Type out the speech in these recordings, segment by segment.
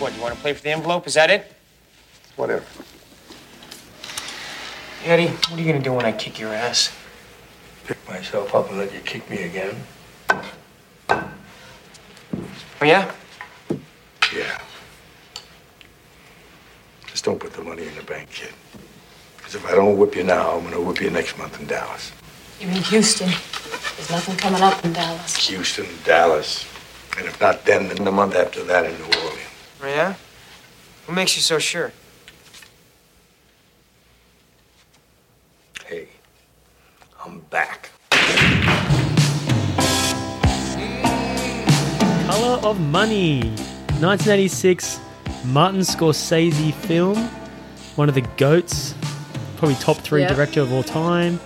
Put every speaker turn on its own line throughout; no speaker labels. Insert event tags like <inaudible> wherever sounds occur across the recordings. You want to play for the envelope? Is that it?
Whatever.
Eddie, what are you going to do when I kick your ass?
Pick myself up and let you kick me again?
Oh, yeah?
Yeah. Just don't put the money in the bank, kid. Because if I don't whip you now, I'm going to whip you next month in Dallas.
You're in Houston. There's nothing coming up in Dallas.
Houston, Dallas. And if not then, then the month after that in New Orleans.
Oh, yeah? What makes you so sure?
Hey, I'm back.
Color of Money, 1986 Martin Scorsese film, one of the goats, probably top three
Yeah.
director of all time.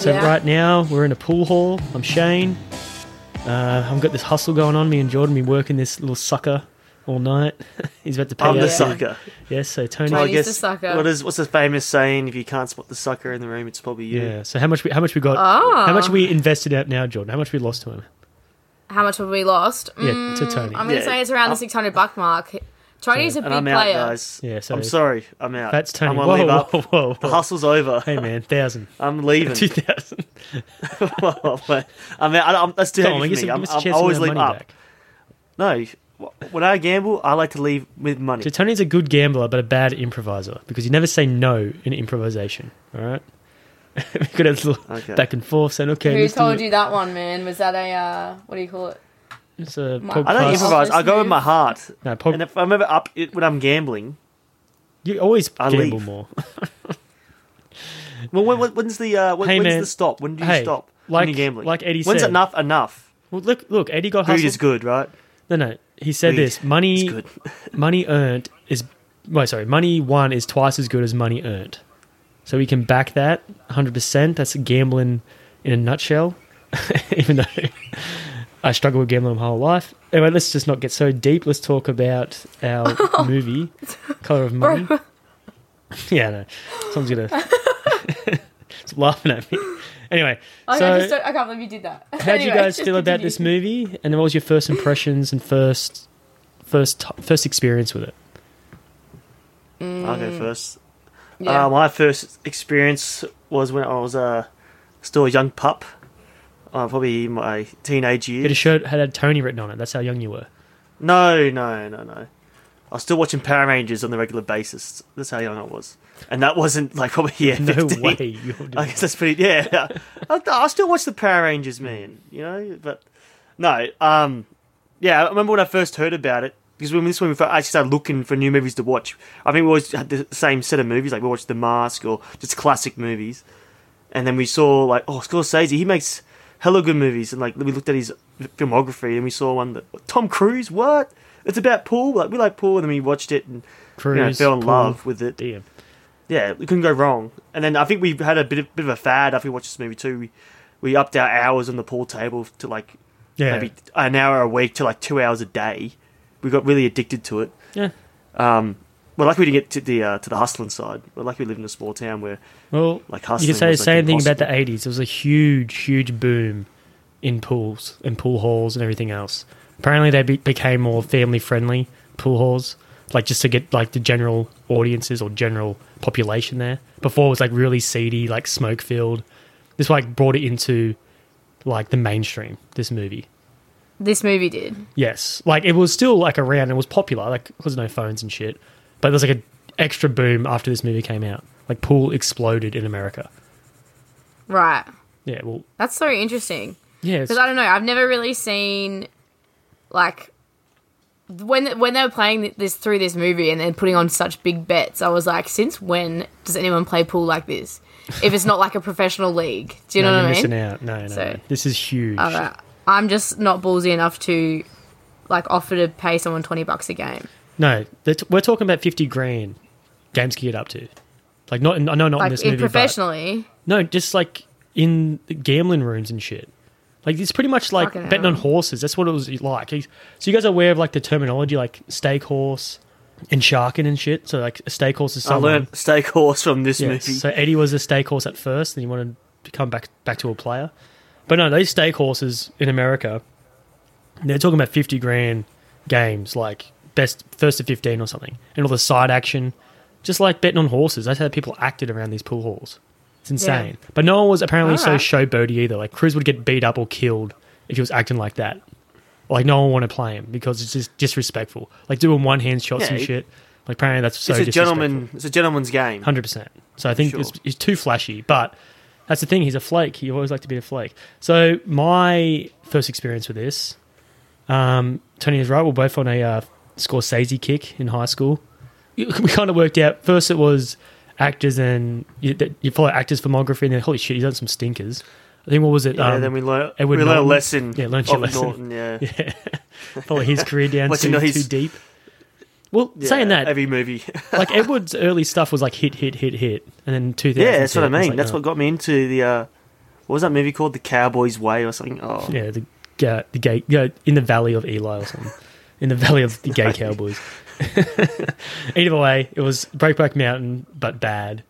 So
Yeah.
right now we're in a pool hall. I'm Shane. Uh, I've got this hustle going on. Me and Jordan be working this little sucker all night. <laughs> He's about to pay
I'm
us.
the
yeah.
sucker.
Yes. So Tony.
Tony.
I
He's
guess
the sucker.
what is what's the famous saying? If you can't spot the sucker in the room, it's probably you.
Yeah. So how much we how much we got?
Ah.
How much we invested out now, Jordan? How much we lost to him?
How much have we lost?
Yeah,
Mm,
to Tony.
I'm going to
Yeah.
say it's around the
Oh.
600 buck mark. Tony's a big
And I'm out,
player.
guys.
Yeah, so-
I'm sorry. I'm out.
That's Tony.
I'm gonna
whoa,
leave
whoa,
up.
whoa, whoa,
The hustle's over.
Hey man, thousand.
I'm
<laughs>
leaving.
Two
<laughs>
thousand.
Well, but- I mean, I, I'm, that's too
Tom, I
heavy
guess
for
it
me. I'm,
gives us a
I'm
chance to
always
win our
leaving
money
up.
back.
No, when I gamble, I like to leave with money.
So Tony's a good gambler, but a bad improviser because you never say no in improvisation. All right, <laughs> we could have a little
Okay.
back and forth saying, "Okay,
Who
let's do
told
it.
you that one, man? Was that a, uh, what do you call it?
It's a
My-
podcast.
I don't
Plus-
improvise. I go with my heart.
No, pod-
And if I'm ever up it, when I'm gambling,
you always
I
gamble
leave.
more.
well, when, when- when's the uh, when,
Hey,
when's
man.
the stop? When do you
Hey,
stop?
like-
when you're gambling,
like Eddie
when's
said.
enough enough?
Well, look, look, Eddie got
Greed is
hustled.
good, right?
No, no, he said
Greed
this: money,
It's good.
money earned is, wait, sorry, money won is twice as good as money earned. So we can back that 100. percent That's gambling in a nutshell. <laughs> Even though I struggle with gambling my whole life. Anyway, let's just not get so deep. Let's talk about our
<laughs>
movie, Color of Money. <laughs> yeah, no, someone's gonna <laughs> it's laughing at me. Anyway,
I,
so
Oh, I, just don't, I can't believe you did that. <laughs>
how would you guys feel about this movie? And what was your first impressions and first first first experience with it?
I'll
Mm.
go first.
Yeah.
Uh, my first experience was when I was uh, still a young pup, uh, probably in my teenage years.
It had a shirt had, had Tony written on it. That's how young you
<laughs>
were.
No, no, no, no. I was still watching Power Rangers on the regular basis. That's how young I was, and that wasn't like <laughs> probably yeah.
No
15.
way. You were doing
<laughs> I guess that's pretty. Yeah, I, I still watch the Power Rangers, man. You know, but no. Um, yeah, I remember when I first heard about it because when this when we fir- actually started looking for new movies to watch. I think we always had the same set of movies, like we watched The Mask or just classic movies, and then we saw like oh Scorsese, he makes hella good movies, and like we looked at his filmography and we saw one that Tom Cruise, what? It's about Paul. Like we like Paul, and then we watched it and you know,
Cruise,
fell in
Paul.
love with it
Damn.
yeah, we couldn't go wrong. And then I think we had a bit of, bit of a fad after we watched this movie too. We, we upped our hours on the pool table to like
Yeah.
maybe an hour a week to like two hours a day. We got really addicted to it.
Yeah.
Um, well, lucky we didn't get to the uh, to the hustling side. We're lucky we live in a small town where
Well,
Like
you
hustling
could say the
was, like,
same thing about the
impossible.
80s. It was a huge, huge boom in pools and pool halls and everything else. Apparently, they be- became more family friendly pool halls, like just to get like the general audiences or general population there. Before it was like really seedy, like smoke filled. This like brought it into like the mainstream. This movie.
This movie did.
Yes, like it was still like around. It was popular, like there was no phones and shit. But there was like an extra boom after this movie came out. Like pool exploded in America.
Right.
Yeah, well,
That's so interesting.
yeah. it's-
Because I don't know, I've never really seen, like, when when they were playing this through this movie and then putting on such big bets, I was like, since when does anyone play pool like this? If it's not like a professional league, do you
no,
know
you're
what I mean?
missing out. No, no,
So-
no. this is huge.
Alright. I'm just not ballsy enough to, like, offer to pay someone twenty bucks a game.
No, they're t- we're talking about fifty grand. Games can get up to, like not. In, I know not in
Like,
this
in
movie,
professionally,
but no, just like in the gambling rooms and shit. Like it's pretty much like
Fucking
betting on
hell.
horses. That's what it was like. So you guys are aware of like the terminology, like stake horse and sharking and shit. So like a stake horse is
I
someone.
learned stake horse from this
Oh, Yeah,
movie.
So Eddie was a stake horse at first, then he wanted to come back back to a player. But no, those stake horses in America, they're talking about fifty grand games, like best first to 15 or something, and all the side action. Just like betting on horses. That's how people acted around these pool halls. It's insane. But no one was apparently so
Alright.
showboaty either. Like, Cruz would get beat up or killed if he was acting like that. Like, no one wanted to play him because it's just disrespectful. Like, doing one hand shots
Yeah,
and
it-
shit. Like, apparently that's so
it's a
disrespectful.
gentleman. It's a gentleman's game.
Hundred percent. So I think
Sure.
it's, he's too flashy, but that's the thing. He's a flake. He always liked to be a flake. So my first experience with this, um, Tony is right. We're both on a uh, Scorsese kick in high school. <laughs> We kind of worked out. First, it was actors and you, that- you follow actors' filmography, and then holy shit, he's done some stinkers. I think what was it?
Yeah,
um,
then we learn. We
Edward
learn a
Norton.
lesson.
Yeah, learnt your
of
lesson. <laughs>
Norton, yeah.
follow his
<laughs>
career down
Once you
too,
know he's-
too deep. Well, saying
Yeah,
that,
every movie. <laughs>
like Edward's early stuff was like hit, hit, hit, hit, and then two thousand.
yeah, that's what I mean.
oh.
that's what got me into the. Uh, what was that movie called? The Cowboy's Way or something? Oh,
Yeah, the ga- the gay yeah, in the valley of Eli or something. In the valley of the gay cowboys. <laughs> Either way, it was Breakback Mountain, but bad.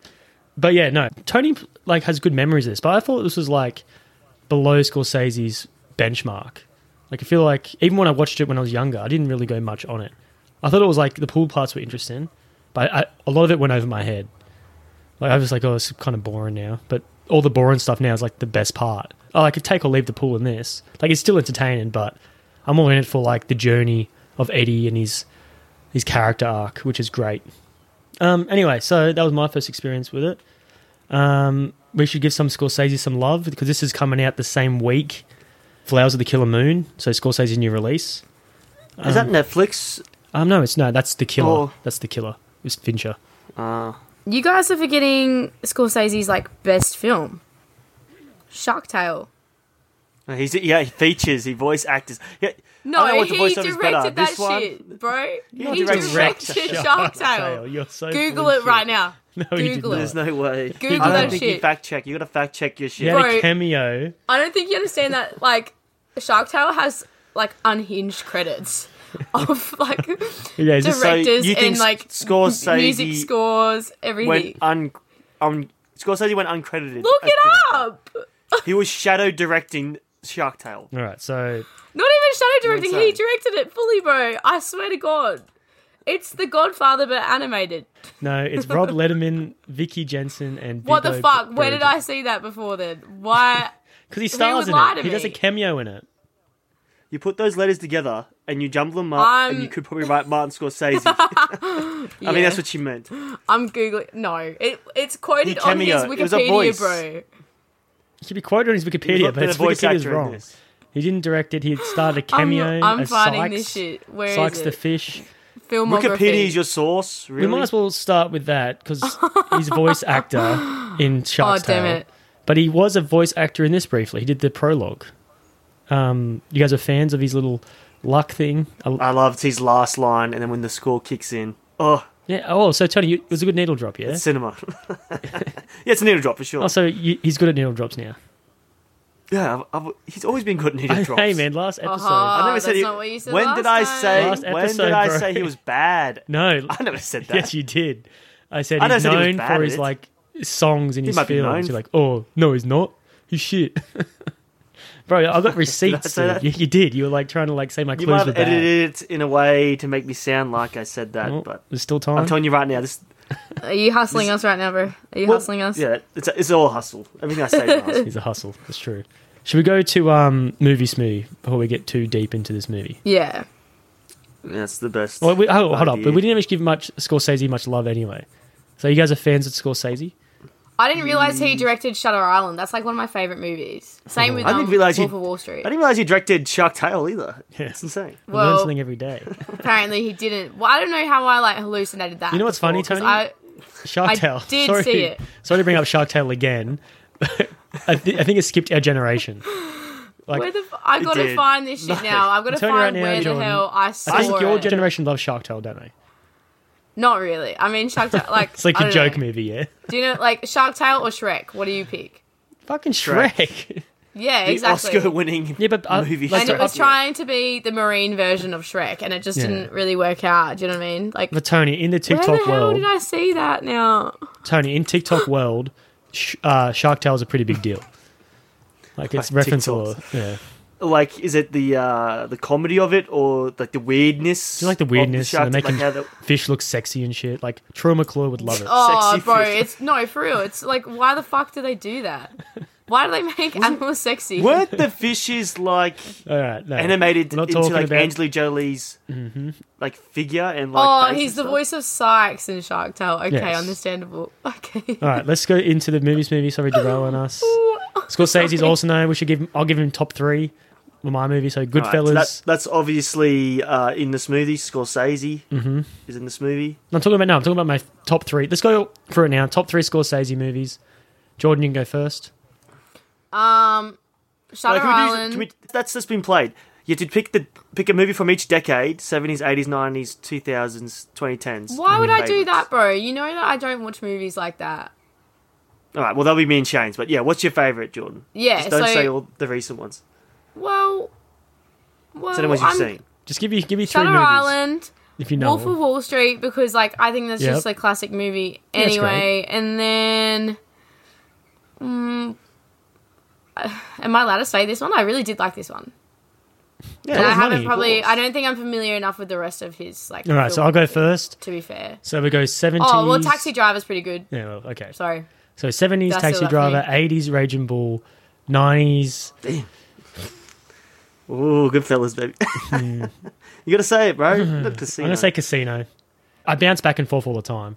But yeah, no. Tony like has good memories of this, but I thought this was like below Scorsese's benchmark. Like I feel like even when I watched it when I was younger, I didn't really go much on it. I thought it was like the pool parts were interesting, but I, a lot of it went over my head. Like I was like, oh, it's kind of boring now. But all the boring stuff now is like the best part. Oh, I could take or leave the pool in this. Like it's still entertaining, but I'm all in it for like the journey of Eddie and his his character arc, which is great. Um, anyway, so that was my first experience with it. Um, we should give some Scorsese some love because this is coming out the same week. Flowers of the Killer Moon, so Scorsese's new release.
is that Netflix?
Um, no, it's no, that's the killer.
Oh.
That's the killer. It's Fincher.
Uh,
You guys are forgetting Scorsese's like best film, Shark Tale.
Oh, he's yeah. He features. He voice actors. Yeah,
No,
I don't know what the
he
voice actor's
directed
better.
that
This one-
shit, bro.
No,
he
directed
directed,
Shark
Shark
Tale,
Tale.
you're so
Google
bullshit.
it right now.
<laughs> No, you did
Google
not.
it.
There's no way.
Google
I don't
that
think you
shit.
fact check. You got to fact check your
He
shit.
had a
Bro.
cameo.
I don't think you understand that. Like, Shark Tale has like unhinged
<laughs>
credits of like
Yeah, he's just
so
directors
you think
and like
Scorsese
music scores, everything.
Went un. Um, Scorsese went uncredited.
Look
as
it
director.
up.
He was shadow directing Shark Tale.
All right, so
Not even shadow directing. He
insane.
directed it fully, bro. I swear to God, it's The Godfather but animated.
no, it's
<laughs>
Rob Letterman, Vicky Jensen, and
What the fuck? Where did I see that before then? Why?
Because he stars
would
in
lie to
it. He does a
me?
cameo in it.
You put those letters together and you jumble them up, and
I'm-
you could probably write Martin
<laughs>
Scorsese. <laughs> I mean,
Yeah.
that's what she meant.
I'm googling. No, it it's quoted
He
on his
cameoed. It was a
Wikipedia,
voice.
bro.
He should be quoted on his
He
Wikipedia,
looked
but
at
his
a voice
Wikipedia's
actor in
wrong.
this.
He didn't direct it. He had starred a
I'm-
cameo.
I'm,
as
finding
Sykes,
this shit. Where is
Sykes
it?
the fish.
Filmography.
Wikipedia is your source, really.
We might as well start with that because he's
<laughs>
a voice actor in
oh
Shark Tale.
damn it!
But he was a voice actor in this briefly. He did the prologue. Um, you guys are fans of his little luck thing. I-
I loved his last line, and then when the score kicks in, oh,
yeah. Oh, so Tony, you, it was a good needle drop, yeah.
it's cinema.
<laughs>
yeah, it's a needle drop for sure.
Oh, so you, he's good at needle drops now.
yeah, I've, I've, he's always been good at needle
<laughs>
drops.
Hey man, last episode.
Uh-huh.
I never
Oh,
said
that's
he,
not what you said
When
last
did I
time.
say?
Last
when
episode,
did I
bro.
say he
<laughs>
was bad?
No,
I never said that.
yes, you did. I said
I
he's
never said he was
known
bad
for
at
his
it.
like songs and
He
his
might be known
films. You're
for-
like, oh no, he's not. He's shit. <laughs> Bro,
<laughs>
I got receipts.
say
dude.
that?
You, you did. You were like trying to like say my
You
clues
might
were
have
bad.
edited it in a way to make me sound like I said that,
Well,
but
there's still time.
I'm telling you right now, this
Are you hustling us right now, bro? Are you
well,
hustling us?
Yeah, it's, it's all hustle. Everything I
<laughs>
say is hustle.
He's a hustle. That's true. Should we go to um, movie smooth before we get too deep into this movie?
Yeah.
That's the best.
Well, we, oh, hold up.
idea.
We didn't even give much Scorsese much love anyway. So you guys are fans of Scorsese?
I didn't realize
Mm.
he directed Shutter Island. That's like one of my favorite movies.
Oh.
Same with
I
um,
didn't realise you-
Wolf of Wall
I
Street.
didn't realize you directed Shark Tale either.
Yeah.
It's insane.
We learn
Well-
something every day.
Apparently, he didn't. Well, I don't know how I like hallucinated that.
You know what's funny,
before, 'cause
Tony?
I,
Shark
I
Tale.
did
<laughs> sorry,
see it.
Sorry to bring up Shark Tale again. <laughs> I, thi- I think it skipped
<laughs>
our generation. Like,
where the f- I gotta
did.
find this shit now. I've gotta
Tell
find
you right
where
now, Jordan,
the hell I
I
saw
think your
it.
generation loves Shark Tale, don't they?
Not really. I mean, Shark Tale. Like
It's like
I
a
don't
joke
know. <laughs>
movie, yeah?
Do you know like Shark Tale or Shrek? What do you pick?
Fucking
Shrek.
Shrek.
Yeah,
The
exactly.
Oscar-winning
Yeah, but, uh,
movie.
like,
and it was trying to be the marine version of Shrek, and it just
Yeah.
didn't really work out. Do you know what I mean? Like,
<laughs> but Tony, in the
where
TikTok
the hell
world,
did I see that now?
Tony, in
<laughs>
TikTok world, sh- uh, Shark Tale's a pretty big deal. Like it's
Like
reference
TikToks.
or yeah.
like is it the uh the comedy of it or like the weirdness?
Do you like the
of
weirdness?
shark
and
tooth?
they're making
Like how the-
fish look sexy and shit. Like Troy McClure would love it.
Oh,
Sexy
bro,
fish.
it's no for real. It's like, why the fuck do they do that? Why do they make animals sexy?
<laughs>
Weren't the fishes like
All right, no.
animated
We're Uh, not
into
talking
like
about- Mm-hmm.
Angelina Jolie's like figure and like?
Oh,
face
he's
and
the
stuff?
voice of Sykes in Shark Tale. Okay,
Yes.
understandable. <laughs> Okay.
All right, let's go into the movies. Movie, sorry, Darrell
<laughs>
and us. Scorsese's also known. We should give. Him, I'll give him top three. with My movie, so
All right, so
Goodfellas.
that- that's obviously uh, in this movie. Scorsese
Mm-hmm.
is in this movie.
I'm talking about now. I'm talking about my top three. Let's go through it now. Top three Scorsese movies. Jordan, you can go first.
Shutter
Like, can we do-
Island.
can we- that's just been played. You had to pick the pick a movie from each decade: seventies, eighties, nineties, two thousands, twenty tens.
Why would I do
Favourites.
that, bro? You know that I don't watch movies like that.
All right, well, that'll be me and Shane's. But yeah, what's your favorite, Jordan?
Yeah,
Just don't
so-
say all the recent ones.
Well, well,
So the ones you've
I'm,
seen.
Just give me give me three
Shutter
movies
Island,
if you know.
Wolf of Wall Street, because like I think that's
Yep.
just a classic movie
Yeah, it's
anyway. and then, mm, am I allowed to say this one? I really did like this one.
Yeah,
And I
was
haven't
money, of
probably.
course.
I don't think I'm familiar enough with the rest of his like.
All right, so
film,
I'll go first.
To be fair.
So we go 70s.
Oh well, Taxi Driver's pretty good.
Yeah, well, okay.
Sorry.
So 70s
That's
Taxi
all that for
Driver, 80s Raging Bull, 90s.
<laughs> Ooh, Goodfellas, baby. <laughs> you gotta
<laughs>
say it, bro. Look,
I'm
Casino.
gonna say Casino. I bounce back and forth all the time.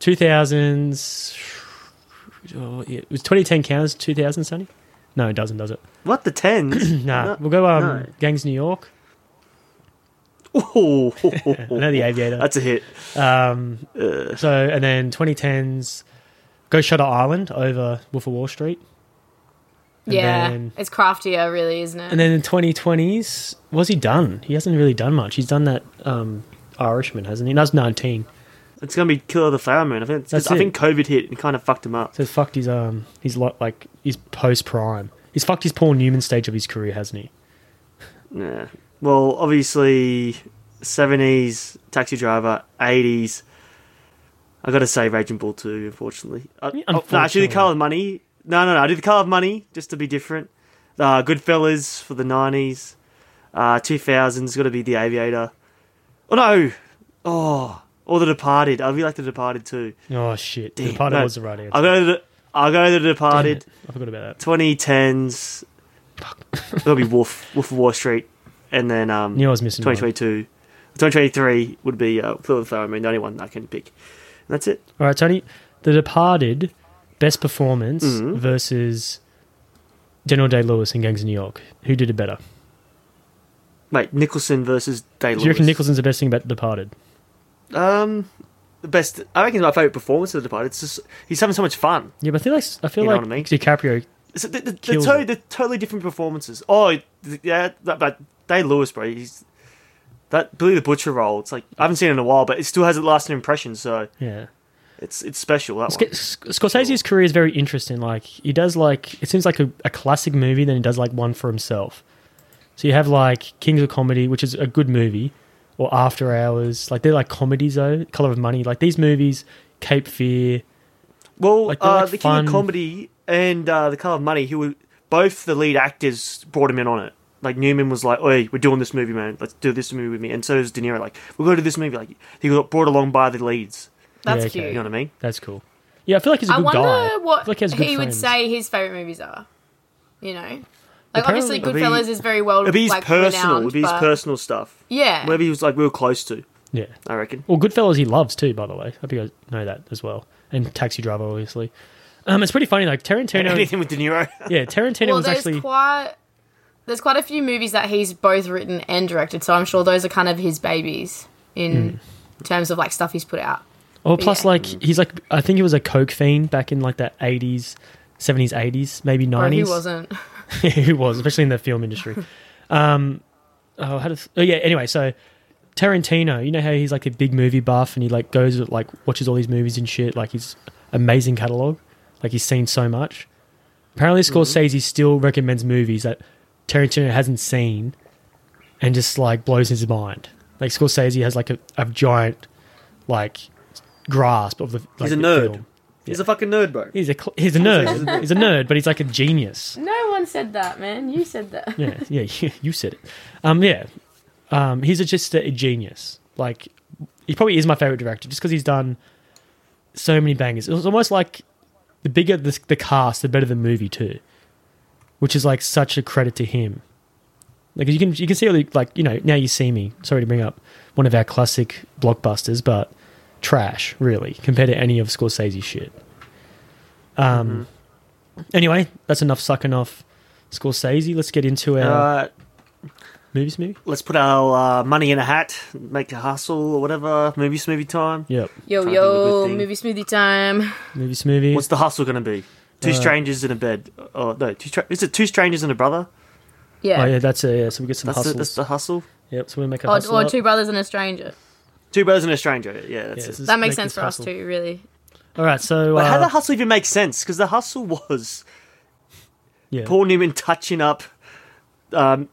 2000s. Oh, yeah. It was 2010 counters 2000 Sonny? No, it doesn't, does it?
what the tens?
<coughs> Nah,
No,
we'll go um,
<laughs> no.
Gangs New York.
Ooh,
<laughs> I know the Aviator.
that's a hit.
So, and then 2010s, go Shutter Island over Wolf of Wall Street. And
yeah,
then-
it's craftier, really, isn't it?
And then in 2020s, what's he done? He hasn't really done much. He's done that um, Irishman, hasn't he? And That's 19.
It's gonna be Killer of the Flower Moon. I think. It's 'cause
That's
I
it.
think COVID hit and kind of fucked him up.
So it's fucked his um his lot like his post prime. He's fucked his Paul Newman stage of his career, hasn't he?
Yeah. Well, obviously, seventies Taxi Driver, eighties. I gotta say, Raging Bull too. Unfortunately, uh, oh, no, actually,
unfortunately.
the Color of Money. No, no, no. I did the Color of Money just to be different. Uh, Goodfellas for the nineties. Uh, two thousands got to be The Aviator. Oh no! Oh, or The Departed. I really like The Departed too.
Oh shit!
Damn,
the part
no.
was the right answer.
I'll go. To the, I'll go to The
Damn
Departed.
it. I forgot about that.
Twenty tens. That'll be Wolf, Wolf of Wall Street, and then um,
Knew I was missing. one.
2022. 2023 would be uh, Killer of the Flower Moon, the only one I can pick. And that's it.
All right, Tony. The Departed, best performance
Mm-hmm.
versus Daniel Day Lewis in Gangs of New York. Who did it better?
Mate, Nicholson versus Day
Do
Lewis.
you reckon Nicholson's the best thing about The Departed?
Um, the best. I reckon it's my favourite performance of the part. It's just he's having so much fun.
Yeah, but I feel like I feel
You know
like
what I mean?
DiCaprio.
So the, the, the,
Kills
to-
it.
the totally different performances. Oh, th- yeah, that, but Day Lewis, bro. He's that Billy the Butcher role. It's like I haven't seen it in a while, but it still has a lasting impression. So
Yeah.
it's it's special. That
Sc-
one.
Sc- Scorsese's career is very interesting. Like he does like it seems like a, a classic movie, then he does like one for himself. So you have like Kings of Comedy, which is a good movie, or After Hours. Like they're like comedies though. Color of Money, like these movies, Cape Fear.
Well,
Like, they're,
uh,
like,
the
fun-
King of Comedy and uh, the Color of Money, who were both the lead actors, brought him in on it. Like Newman was like, "Oi, we're doing this movie, man. Let's do this movie with me." And so is De Niro. Like, we'll go to this movie. Like, he got brought along by the leads.
That's
Yeah, okay.
cute.
You know what I mean?
That's cool. Yeah, I feel like he's a
I
good
wonder
guy. I
what
feel like he, has good
he would
friends.
say his favorite movies are. You know, like
Apparently-
obviously
It'd be-
Goodfellas is very well.
It'd be his
like,
personal.
renowned,
It'd be his
but-
personal stuff.
Yeah,
Maybe he was like real close to.
Yeah.
I reckon.
Well, Goodfellas he loves too, by the way. I hope you guys know that as well. And Taxi Driver, obviously. Um, it's pretty funny. Like
<laughs>
Tarantino,
Anything with De Niro.
yeah, Tarantino
well,
was
there's
actually
quite there's quite a few movies that he's both written and directed, so I'm sure those are kind of his babies in
Hmm.
terms of like stuff he's put out.
Oh, plus,
yeah.
like he's like I think he was a coke fiend back in like the eighties, seventies, eighties, maybe
Or he
nineties.
wasn't. <laughs>
<laughs> he was, especially in the film <laughs> industry. um, oh, how does? Oh, yeah. Anyway, so Tarantino, you know how he's like a big movie buff and he like goes like watches all these movies and shit. Like he's amazing catalog. Like he's seen so much. Apparently, Scorsese still recommends movies that Tarantino hasn't seen, and just like blows his mind. Like Scorsese has like a, a giant like grasp of the. Like,
He's a
the
nerd.
film.
He's a fucking nerd, bro.
He's a cl- he's a nerd. he's a nerd, but he's like a genius.
No one said that, man. You said that.
Yeah, yeah. <laughs> you- You said it. Um, yeah. Um, he's a, just a, genius. Like he probably is my favorite director, just because he's done so many bangers. It was almost like the bigger the, the cast, the better the movie too, which is like such a credit to him. Like you can you can see all the, like you know now you see me. Sorry to bring up one of our classic blockbusters, but trash really compared to any of Scorsese's shit. Um.
Mm-hmm.
Anyway, that's enough sucking off Scorsese. Let's get into our
Uh,
movies, movie.
let's put our uh, money in a hat, make a hustle or whatever. Movie smoothie time.
Yep.
Yo,
Trying to think of a
yo,
good thing.
movie smoothie time. <laughs>
Movie smoothie.
What's the hustle going to be? Two strangers in a bed. Oh no, two stra- is it two strangers and a brother?
Yeah.
Oh yeah, that's a yeah. So we get some
That's, the,
hustles.
that's the hustle.
Yep. So we make a
Or,
hustle.
or
up.
Oh, two brothers and a stranger.
Two brothers and a stranger. Yeah,
Yeah,
that's
this
it.
is
That makes
make
sense
this
for
hustle.
us too, really.
All right. So
But
uh,
how the hustle even makes sense? Because the hustle was
yeah.
Paul Newman touching up um,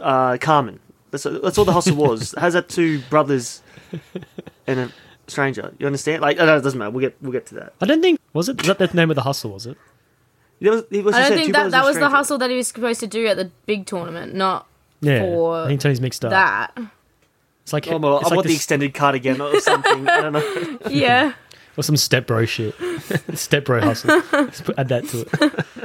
uh, Carmen. That's, that's all the hustle <laughs> was. How's that two brothers and a stranger? You understand? Like, oh, no, it doesn't matter. We'll get we'll get to that.
I don't think was it was that the name of the hustle was it?
There was- there was-
I
it
don't
said
think
two
that
brothers
that
and a
was the
stranger.
hustle that he was supposed to do at the big tournament, not
Yeah.
For
I think Tony's mixed up.
<laughs>
that. <laughs>
It's like
Oh, well,
it's
I
like
want the
this-
extended card again or something. I don't <laughs> know.
Yeah.
or some step bro shit. <laughs> step bro hustle. Let's put, add that to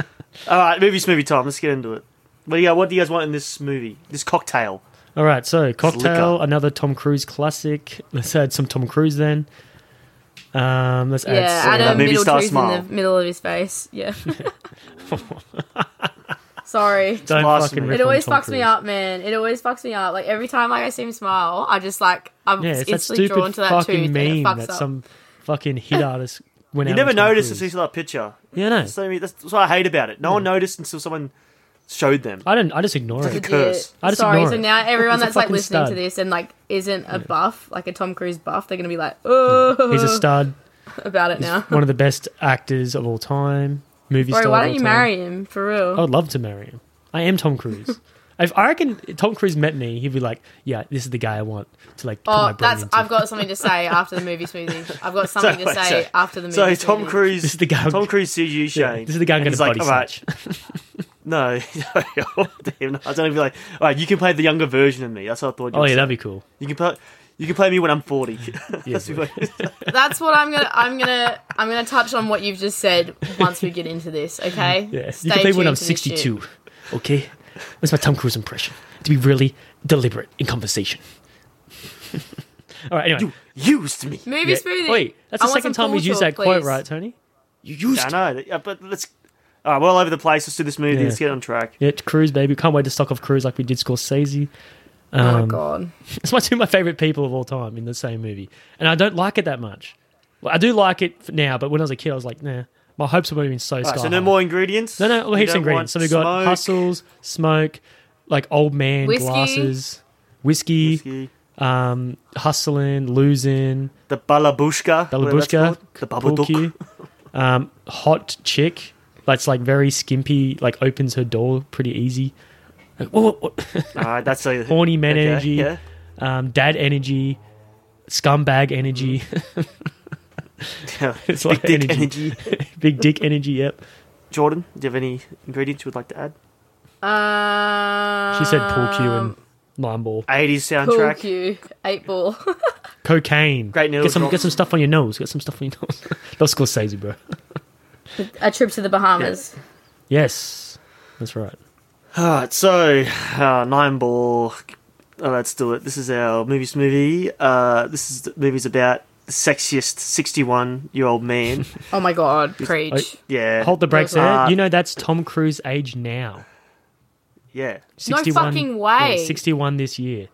it.
All right, movie smoothie time. Let's get into it. What do you, what do you guys want in this movie? This cocktail.
All right. So cocktail,
liquor.
another Tom Cruise classic. Let's add some Tom Cruise then. Um, let's
Yeah,
add
Adam
some.
maybe
middle
start
tooth
small.
in the middle of his face.
<laughs>
Yeah. <laughs> Sorry.
Don't
Last
fucking
minute.
rip
It
on
always
Tom
fucks me
Cruise.
up, man. It always fucks me up. Like every time like I see him smile, I just like I'm
Yeah, it's that
instantly
stupid
drawn to that tooth
fucking
and it
meme
fucks
that
up.
some fucking hit artist went
You
out.
never
with Tom
notice
Cruise.
until you saw that picture.
Yeah, no.
That's, what I mean, that's what I hate about it. No one noticed until someone showed them.
I don't. I just ignore
a
it.
Legit.
curse.
I just
Sorry,
ignore
so
it.
now everyone
It's a
that's like
fucking
listening to
stud.
this and like isn't a buff, like a Tom Cruise buff, they're gonna be like, oh
He's a stud.
about it now.
one of the best actors of all time. Movie
Bro,
star.
why
of
don't
all
you
time.
marry him for
I
real?
would love to marry him. I am Tom
<laughs>
Cruise. if I reckon Tom Cruise met me, he'd be like, "Yeah, this is the guy I want to like." put my
Oh,
brain
that's
into."
I've got something to say after the
<laughs>
movie smoothie. I've got something to
wait,
say
so-
after the movie.
So
smoothie.
Tom Cruise,
This is the guy I'm-
Tom Cruise sees you,
Yeah,
Shane.
this is the guy I'm
and
going to
he's like,
body
"All right,
snatch. <laughs>
No, <laughs> no, damn, no, I don't even like. All right, you can play the younger version of me. That's what I thought. You
Oh
were
yeah,
saying.
that'd be cool.
you can play. You can play me when I'm forty. <laughs> That's what- <laughs>
That's what I'm gonna I'm gonna I'm gonna touch on what you've just said once we get into this, okay?
<laughs> Yeah,
Stay
you can play when
tuned
I'm
to this shit.
62. Okay, that's my Tom Cruise impression. To be really deliberate in conversation. <laughs> all right. Anyway,
used me.
Movie
Yeah.
smoothie.
wait, that's
I
the
want
second
some
time we've
pool
used
talk,
that quote,
please.
right, Tony? You
Yeah,
used.
I know. yeah, But let's. All right, we're all over the place. Let's do this movie.
Yeah.
Let's get on track.
Yeah, Cruise, baby. Can't wait to stock off Cruise like we did Scorsese.
Oh
Um,
my god.
It's my two of my favorite people of all time in the same movie, and I don't like it that much. Well, I do like it f- now, but when I was a kid, I was like, nah. My hopes were been so
All
sky
right, so
high.
no more ingredients.
No, no, well,
We
heaps of
don't
ingredients.
want
So we got
smoke,
hustles, smoke, like old man
Whiskey.
glasses, whiskey,
whiskey,
um, hustling, losing,
the balabushka, whatever that's
balabushka,
called, the babaduk.
Kulki, <laughs> um, hot chick. That's like very skimpy. Like opens her door pretty easy. Like, whoa, whoa, whoa.
All right, that's a
<laughs> Horny man
okay,
energy. <laughs>
Yeah.
um, dad energy, scumbag energy. <laughs>
Big
it's like
dick
energy.
energy.
Big dick energy, yep.
Jordan, do you have any ingredients you would like to add?
Um,
She said pool cue and line ball.
80s
pool
soundtrack.
cue. Eight ball. <laughs>
Cocaine.
Great needle
Get some,
drop.
get some stuff on your nose. Get some stuff on your nose. <laughs> That's Scorsese, bro.
A trip to the Bahamas.
Yes. That's right.
Alright, so uh, nine ball. Uh, let's do it. This is our movie smoothie. Uh, this is the movie's about the sexiest sixty-one-year-old
<laughs>
man.
Oh my god. Preach.
oh,
yeah,
Hold the brakes there.
Uh,
you know that's Tom Cruise age now.
yeah.
61
fucking way.
yeah, 61 this year.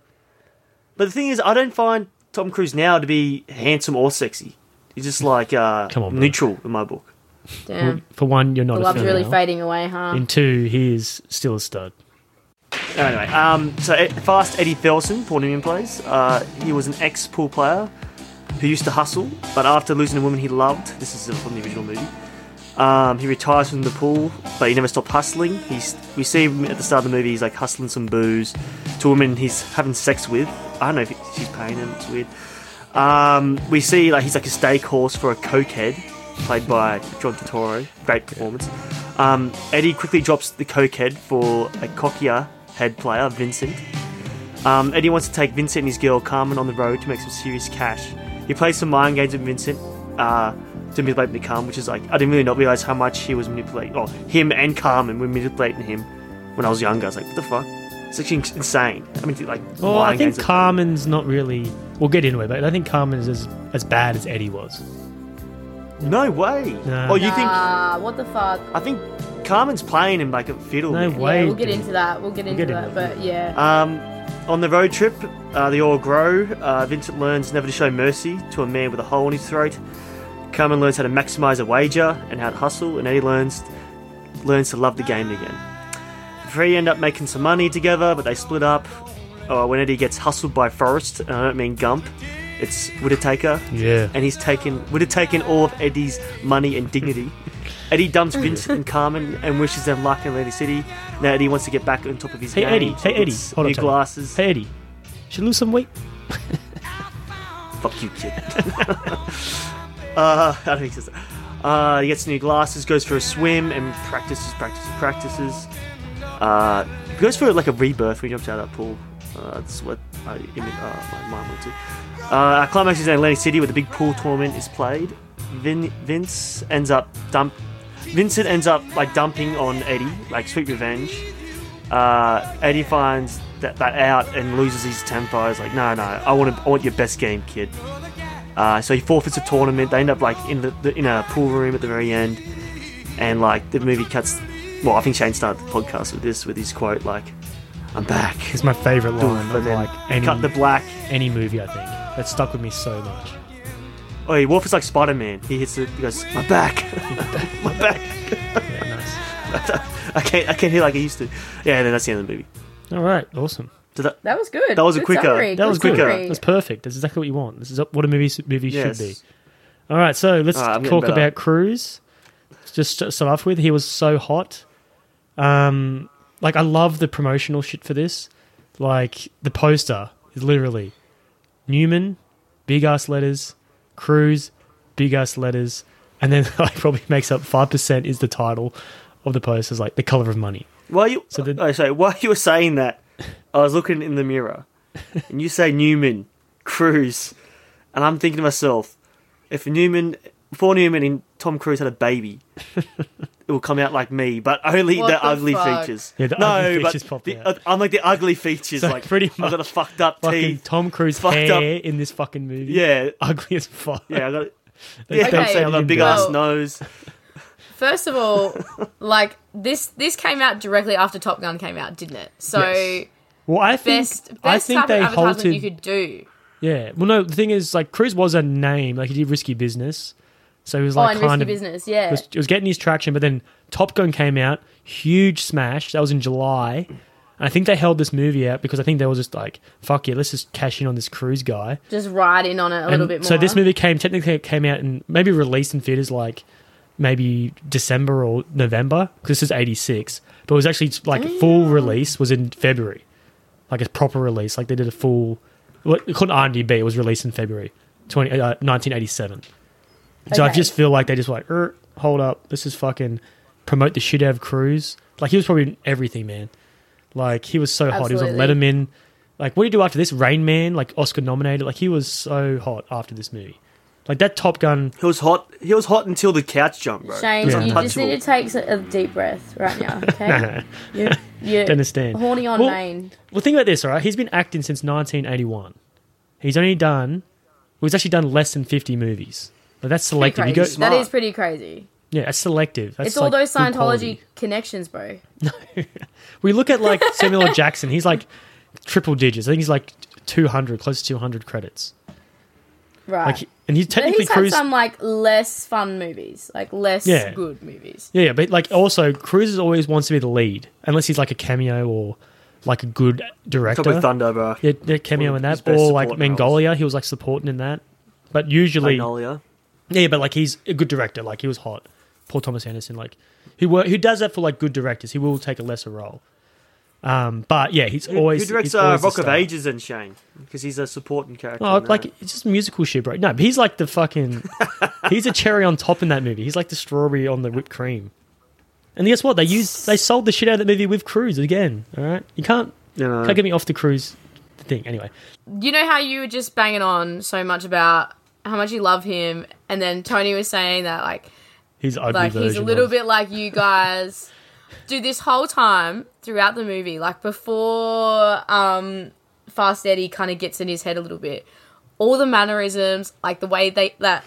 But the thing is, I don't find Tom Cruise now to be handsome or sexy.
<laughs>
He's just like uh,
Come on, bro.
neutral in my book.
Damn.
For one, you're
The
not a
love's
female.
really fading away, huh?
In two, he is still a stud.
Anyway, um, so Ed- fast Eddie Felsen, Paul Newman plays. Uh, he was an ex pool player who used to hustle, but after losing a woman he loved, this is from the original movie. Um, he retires from the pool, but he never stopped hustling. He's we see him at the start of the movie. He's like hustling some booze to a woman he's having sex with. I don't know if he- she's paying him. It's weird. Um, we see like he's like a steak horse for a cokehead. played by John Turturro. Great performance. Um, Eddie quickly drops the coke head for a cockier head player, Vincent. Um, Eddie wants to take Vincent and his girl Carmen on the road to make some serious cash. He plays some mind games with Vincent uh, to manipulate him to Carmen, which is like, I didn't really not realize how much he was manipulating. Oh, him and Carmen were manipulating him when I was younger. I was like, what the fuck? It's actually ins- insane. I mean, like,
Well, I
mind
think
games are-
Carmen's not really. We'll get into it, but I think Carmen is as, as bad as Eddie was.
No way.
No.
Oh, you think?
Ah, what the fuck?
I think Carmen's playing him like a fiddle.
No
man.
way.
yeah, we'll get
dude.
into that. We'll get into
get
that.
into that.
But yeah,
Um, on the road trip, uh, they all grow. Uh, Vincent learns never to show mercy to a man with a hole in his throat. Carmen learns how to maximize a wager and how to hustle, and Eddie learns learns to love the game again. The three end up making some money together, but they split up. Uh, when Eddie gets hustled by Forrest, and I don't mean Gump, it's Whittaker.
Yeah.
and he's taken would have taken all of Eddie's money and
<laughs>
dignity. Eddie dumps Vincent and Carmen and wishes them luck in Atlantic City. Now Eddie wants to get back on top of his
Hey
game.
Eddie.
so
Hey
he
Eddie.
gets
Hold on.
new
a second.
glasses.
Hey Eddie. Should lose some weight.
Fuck you, kid. <laughs> uh, I don't think he says that. Uh, he gets new glasses, goes for a swim, and practices, practices, practices. Uh, he goes for like a rebirth when he jumps out of that pool. Uh, that's what I, imi- uh, my mind went to. Uh, our climax is in Atlantic City, where the big pool tournament is played. Vin- Vince ends up dump. Vincent ends up like dumping on Eddie, like sweet revenge uh, Eddie finds that, that out and loses his temper. He's like, no, no, I want to, I want your best game, kid. Uh, so he forfeits a tournament. They end up like in the, the in a pool room at the very end, and like the movie cuts. Well, I think Shane started the podcast with this with his quote like, "I'm back."
It's my favorite line
<laughs> But
of
then
Oh, like any
cut the black.
any movie. I think that stuck with me so much.
Oh, he Wolf is like Spider Man. He hits it. He goes,
<laughs>
"My back, <laughs> my back." <laughs>
Yeah, nice.
I can't, I can't hear like I used to. Yeah, and then that's the end of the movie.
All right. Awesome.
So that,
that was good.
that was a
Good
quicker-
summary,
That
good
was quicker.
summary.
That was perfect. That's exactly what you want. This is what a movie movie
yes.
should be. All right, so let's
All right, I'm getting
talk
better.
about Cruz. Just to start off with, he was so hot. Um, like I love the promotional shit for this. Like the poster is literally Newman, big ass letters, Cruz, big ass letters, and then <laughs> like probably makes up five percent is the title of the poster. Is like the color of money.
While you,
So the-
oh, sorry, while you were saying that, I was looking in the mirror, and you say Newman, Cruz, and I'm thinking to myself, if Newman, for Newman and Tom Cruise had a baby, it will come out like me, but only
What
the,
the
ugly
fuck?
features.
Yeah, the ugly features
but
pop
the,
out.
I'm like the ugly features,
So
like
pretty
I've got a
much
fucked up
Fucking
teeth.
Tom Cruise
fucked
hair
up-
in this fucking movie.
yeah,
<laughs> ugly as fuck.
yeah, I got.
<laughs> They
Yeah,
don't
Okay.
say
I've got a
anything
big
about it.
ass
Well-
nose.
First of all, like this this came out directly after Top Gun came out, didn't it? So
Yes. Well, I think
best best
I think
type
they
of advertisement
halted.
you could do.
yeah. Well, no. The thing is, like, Cruz was a name. Like, he did risky business, so he was
Oh,
like
and risky
kind of
business, yeah.
was, it was getting his traction. But then Top Gun came out, huge smash. That was in July. And I think they held this movie out because I think they were just like, "Fuck yeah, let's just cash in on this Cruise guy."
Just ride in on it a little
And
bit more.
So this movie came technically it came out and maybe released in theaters like maybe December or November because this is '86, but it was actually like full release was in February, like a proper release. Like they did a full, well, it called RDB. It was released in February 20, uh, 1987. So I
Okay.
just feel like they just were like, er, hold up, this is fucking promote the shit out of Cruise. Like he was probably in everything, man. Like he was so hot. He was on
Absolutely.
Letterman. Like what do you do after this? Rain Man, like Oscar nominated. Like he was so hot after this movie. Like that Top Gun.
He was hot. He was hot until the couch jump, bro.
Shane,
Yeah.
you just
untouchable.
need to take s- a deep breath right
<laughs>
now, okay? you're, you're
understand.
horny on
Well-
main.
Well, think about this, all right? He's been acting since 1981. He's only done. Well, he's actually done less than 50 movies. Like that's
Pretty
selective. You
crazy.
go,
that
Smart.
is pretty crazy.
yeah, that's selective. That's
It's all
like
those
good
Scientology
quality.
connections, bro.
We
<laughs>
look at like Samuel L. Jackson. He's like triple digits. I think he's like 200, close to 200 credits.
Right.
Like, and he's
But
technically
he's had
Cruise.
some like less fun movies, like less
Yeah.
good movies.
Yeah, yeah, but like also Cruise is always wants to be the lead, unless he's like a cameo or like a good director.
Top of Thunder, bro.
Yeah, yeah, cameo
One
in
of his
that,
best
or like
supporting roles.
Mongolia. He was like supporting in that, but usually,
Magnolia.
yeah, but like he's a good director. Like he was hot. Paul Thomas Anderson, like who wor- who does that for like good directors. He will take a lesser role. Um, but yeah, he's
Who,
always
who directs
he's
uh,
always the
Rock of
star.
Ages and Shane? Because he's a supporting character.
Oh,
in that.
like it's just musical shit, bro. No, but he's like the
<laughs>
fucking. he's a cherry on top in that movie. He's like the strawberry on the whipped cream. And guess what? They used they sold the shit out of that movie with Cruise again. All right, you can't
You know.
can't get me off the Cruise thing. Anyway,
You know how you were just banging on so much about how much you love him, and then Tony was saying that like
he's ugly
like
version.
he's a little
of-
bit like you
<laughs>
guys. Dude, this whole time throughout the movie, like before um Fast Eddie kind of gets in his head a little bit, all the mannerisms, like the way they that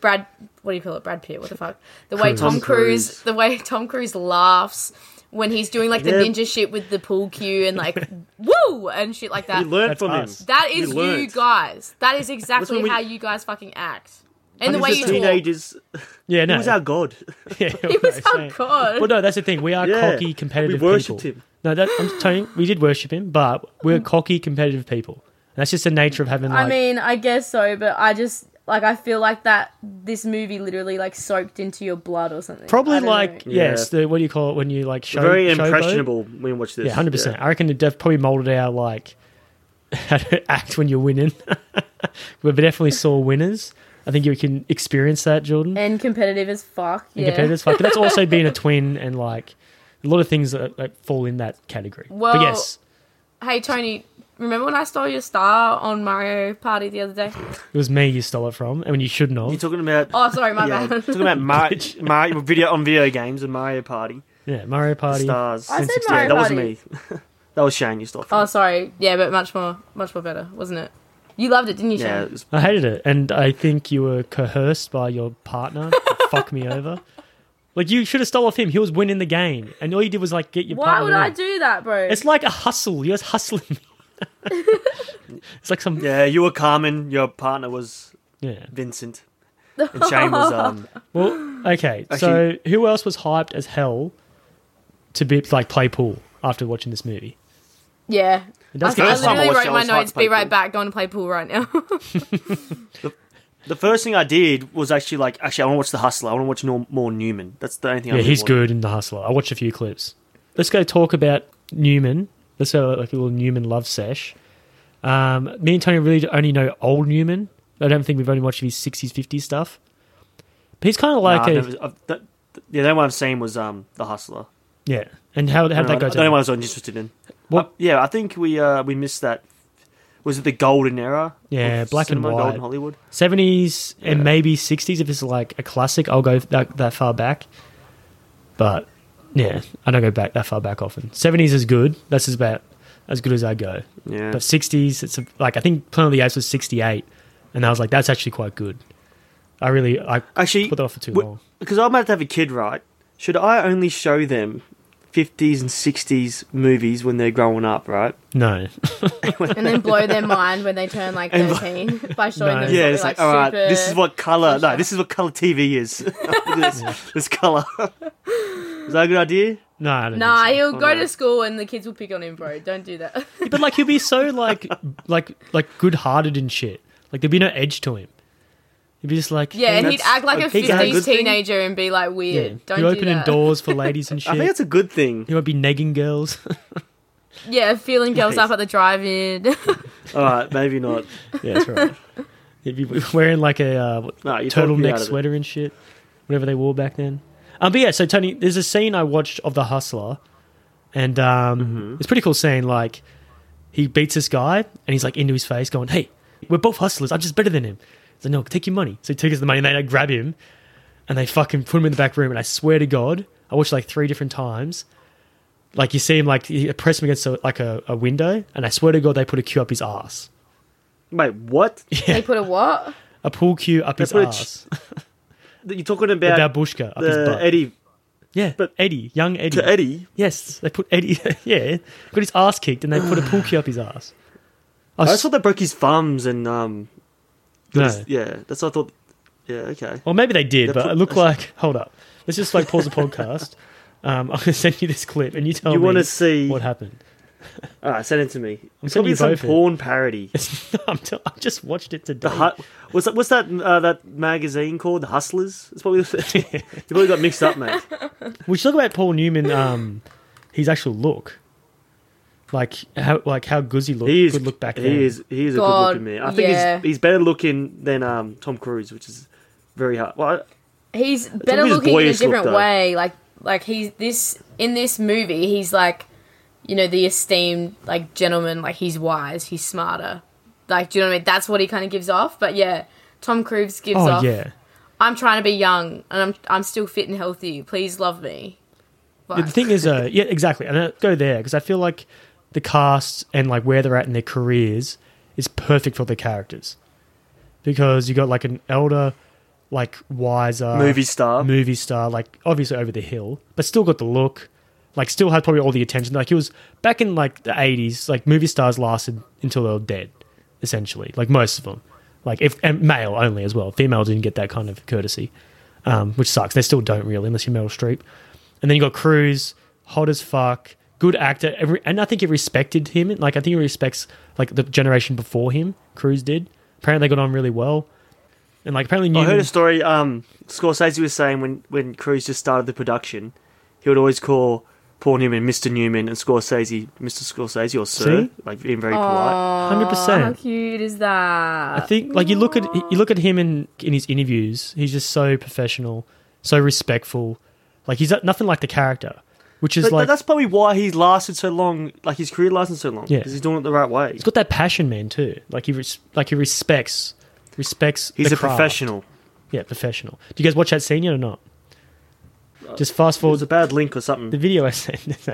Brad, what do you call it, Brad Pitt? What the fuck? The way
Cruise.
Tom
Tom
Cruise,
Cruise.
the way Tom Cruise laughs when he's doing like the
Yeah.
ninja shit with the pool cue and
<laughs>
like woo and shit like that.
He learned
That's
from
us.
him.
That
We
is you
learnt.
guys. That is exactly
when we-
how you guys fucking act. And the
He's
way
just
you talk.
teenagers.
Yeah, no.
He was our god.
<laughs> yeah,
It <laughs> was
right,
oh
same.
god.
Well, no, that's the thing. We are
Yeah.
cocky, competitive
We worshipped
people.
him.
No, that, I'm telling you, we did worship him, but we're cocky, competitive people. And that's just the nature of having like.
Mm. I mean, I guess so, but I just like I feel like that this movie literally like soaked into your blood or something. I
Probably
don't
like
know.
yes, the what do you call it when you like show
Very
showboat?
impressionable when you watch this.
Yeah, hundred percent. I reckon it def- probably molded our like <laughs> how to act when you're winning. <laughs> we definitely saw winners. I think you can experience that, Jordan.
and competitive as fuck.
And
yeah.
competitors, fuck, but that's also being a twin and like a lot of things that, that fall in that category. but
Well-
yes,
Hey Tony, remember when I stole your star on Mario Party the other day?
it was me you stole it from, and you shouldn't have.
You're talking about.
Oh, sorry, my
yeah,
bad. <laughs>
<laughs>
talking about Mar- Mar- video on video games and Mario Party
yeah, Mario Party.
stars.
I said
yeah,
Mario
that was
Party.
me. <laughs> that was Shane. You stole. From.
Oh, sorry. Yeah, but much more, much more better, wasn't it? You loved it, didn't you,
yeah, it
Shane?
was
I hated it, and I think you were coerced by your partner. to fuck me over. Like you should have stole off him. He was winning the game, and all you did was like get your.
Why
partner
would
to
I
win.
do that, bro?
It's like a hustle. You're just hustling <laughs> me. it's like some yeah.
Yeah, you were Carmen. Your partner was Vincent, and Shane was
<laughs>
um.
Well, okay.
Actually-
so who else was hyped as hell to be like play pool after watching this movie?
yeah.
It
I,
does
I
get
First time I
literally wrote
watched it, I
my
was hard
notes.
to play
Be right
pool.
back. Going to play pool right now. <laughs>
The first thing I did was actually like, actually, I want to watch The Hustler. I want to watch Nor- more Newman. That's the only thing. I
yeah,
really
he's
want.
good in the hustler. I watched a few clips. Let's go talk about Newman. Let's go like a little Newman love sesh. Um, me and Tony really only know old Newman. I don't think we've only watched his sixties, fifties stuff. But he's kind of
Nah,
like
I've
a
never- I've- that- yeah, the only one I've seen was um The Hustler.
yeah. And how how
No,
did that
the
go?
only
down?
one I was interested in.
What-
Uh, yeah, I think we uh we missed that. Was it the golden era?
Yeah,
of
black and
cinema,
white.
Golden Hollywood.
seventies and maybe sixties. If it's like a classic, I'll go that, that far back. But yeah, I don't go back that far back often. Seventies is good. That's as about as good as I go.
Yeah.
But sixties, it's a, like I think Planet of the Apes was sixty eight, and I was like, that's actually quite good. I really I
Actually,
put that off for too
w-
long.
Because I'm about to have a kid, right? Should I only show them 50s and 60s movies when they're growing up, right?
No, <laughs>
and then blow their mind when they turn like
<laughs> And-
13 by showing
No.
them something,
Yeah, it's like,
like
all right,
super...
this is what color. No,
sunshine.
this is what color
<laughs>
TV is. <laughs> this, this color. <laughs> is that a good idea?
no, I don't
Nah,
think so.
he'll go
Alright.
to school and the kids will pick on him, bro. Don't do that. <laughs>
But like he'll be so like like like good hearted and shit. Like there'd be no edge to him. He'd be just like
yeah, and he'd
That's-
act like a
Is that a
50s
good thing?
teenager and be like weird. Don't
you're
do
opening
that. <laughs>
doors for ladies and shit.
I think that's a good thing.
He won't be negging girls.
Yeah, feeling girls
Nice.
up at the
<laughs>
drive-in. <laughs>
All right, maybe not.
yeah, that's right. He'd be <laughs> wearing like a uh, what-
No, you talked me out
turtleneck
of it.
sweater and shit, whatever they wore back then. Um, but yeah, so Tony, there's a scene I watched of The Hustler, and um,
Mm-hmm.
it's a pretty cool scene. Like he beats this guy, and he's like into his face, going, "Hey, we're both hustlers. I'm just better than him." So no, take your money. So he takes the money, and they like, grab him, and they fucking put him in the back room. And I swear to God, I watched it, like three different times. Like you see him, like he press him against a, like a, a window, and I swear to God, they put a cue up his ass.
Wait, what?
They put a what?
a pool cue up his
put a
ass.
You're talking
The
about
babushka up his
the
butt.
Eddie
yeah,
but-
Eddie, young Eddie.
to Eddie.
Yes, they put Eddie. <laughs> yeah, got his ass kicked, and they
<sighs>
put a pool cue up his ass. I
I
was,
just thought they broke his thumbs and um.
no.
Yeah, that's what I thought. Yeah, okay.
Well, maybe they did,
They
but
put-
it looked like. Hold up. Let's just like pause the podcast.
<laughs>
Um, I'm gonna send you this clip, and you tell
You
me
wanna see-
what happened. <laughs>
All right, send it to me.
sending
It's probably
you
some
both it. <laughs>
porn parody.
I'm tell- I just watched it today.
The hut. What's that? What's that? Uh, that magazine called The Hustlers.
<laughs>
It's probably <laughs> you probably got mixed up, mate.
We should talk about Paul Newman. Um, his actual look. Like how like how good's he look?
He is
good look back
He
then.
is he is a
God,
good looking man. I think
yeah.
he's he's better looking than um, Tom Cruise, which is very hard. Well,
He's better
always
looking in a
boyish look,
different
though.
way. Like like he's this in this movie. He's like, you know, the esteemed like gentleman. Like he's wise. He's smarter. Like do you know what I mean? That's what he kind of gives off. But yeah, Tom Cruise gives
Oh
off.
yeah.
I'm trying to be young and I'm I'm still fit and healthy. Please love me.
Yeah, the thing is, uh, yeah, exactly, and I go there because I feel like the cast and like where they're at in their careers is perfect for their characters because you got like an elder, like wiser
Movie star.
movie star, like obviously over the hill, but still got the look, like still had probably all the attention. Like it was back in like the eighties, like movie stars lasted until they were dead, essentially, like most of them. Like if and male only as well, female didn't get that kind of courtesy, um, which sucks. They still don't really, unless you're Meryl Streep. And then you got Cruz, hot as fuck, good actor. Every, and I think he respected him. Like I think he respects like the generation before him. Cruz did. Apparently they got on really well. And like apparently
I
Newman,
heard a story. Um, Scorsese was saying when when Cruise just started the production, he would always call Paul Newman Mr. Newman and Scorsese Mr. Scorsese or Sir,
See?
like being very polite.
Aw,
hundred
how
<laughs> percent.
cute is that?
I think like you look at you look at him in in his interviews. He's just so professional, so respectful. Like he's nothing like the character, which is
But
like
that's probably why he's lasted so long. Like his career lasted so long because
Yeah.
he's doing it the right way.
he's got that passion, man. Too like he res- like he respects respects.
He's
the
a
craft.
professional.
Yeah, professional. Do you guys watch that scene yet or not? Just fast
It
forward
was a bad link or
the
something.
video I <laughs> sent.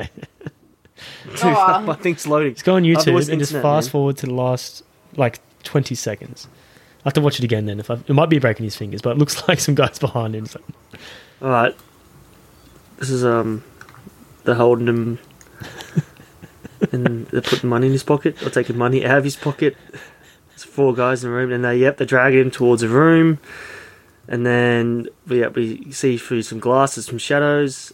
<laughs>
Aw.
My thing's loading.
Just go on
Otherwise,
YouTube and just
Oh, internet,
fast
man.
forward to the last like twenty seconds. I have to watch it again then. If I, it might be breaking his fingers, but it looks <laughs> like some guys behind him. So.
All right. This is um, they're
<laughs>
holding him, and they're putting money in his pocket or taking money out of his pocket. It's four guys in the room, and they yep, they're dragging him towards a room, and then we yep, we see through some glasses, some shadows.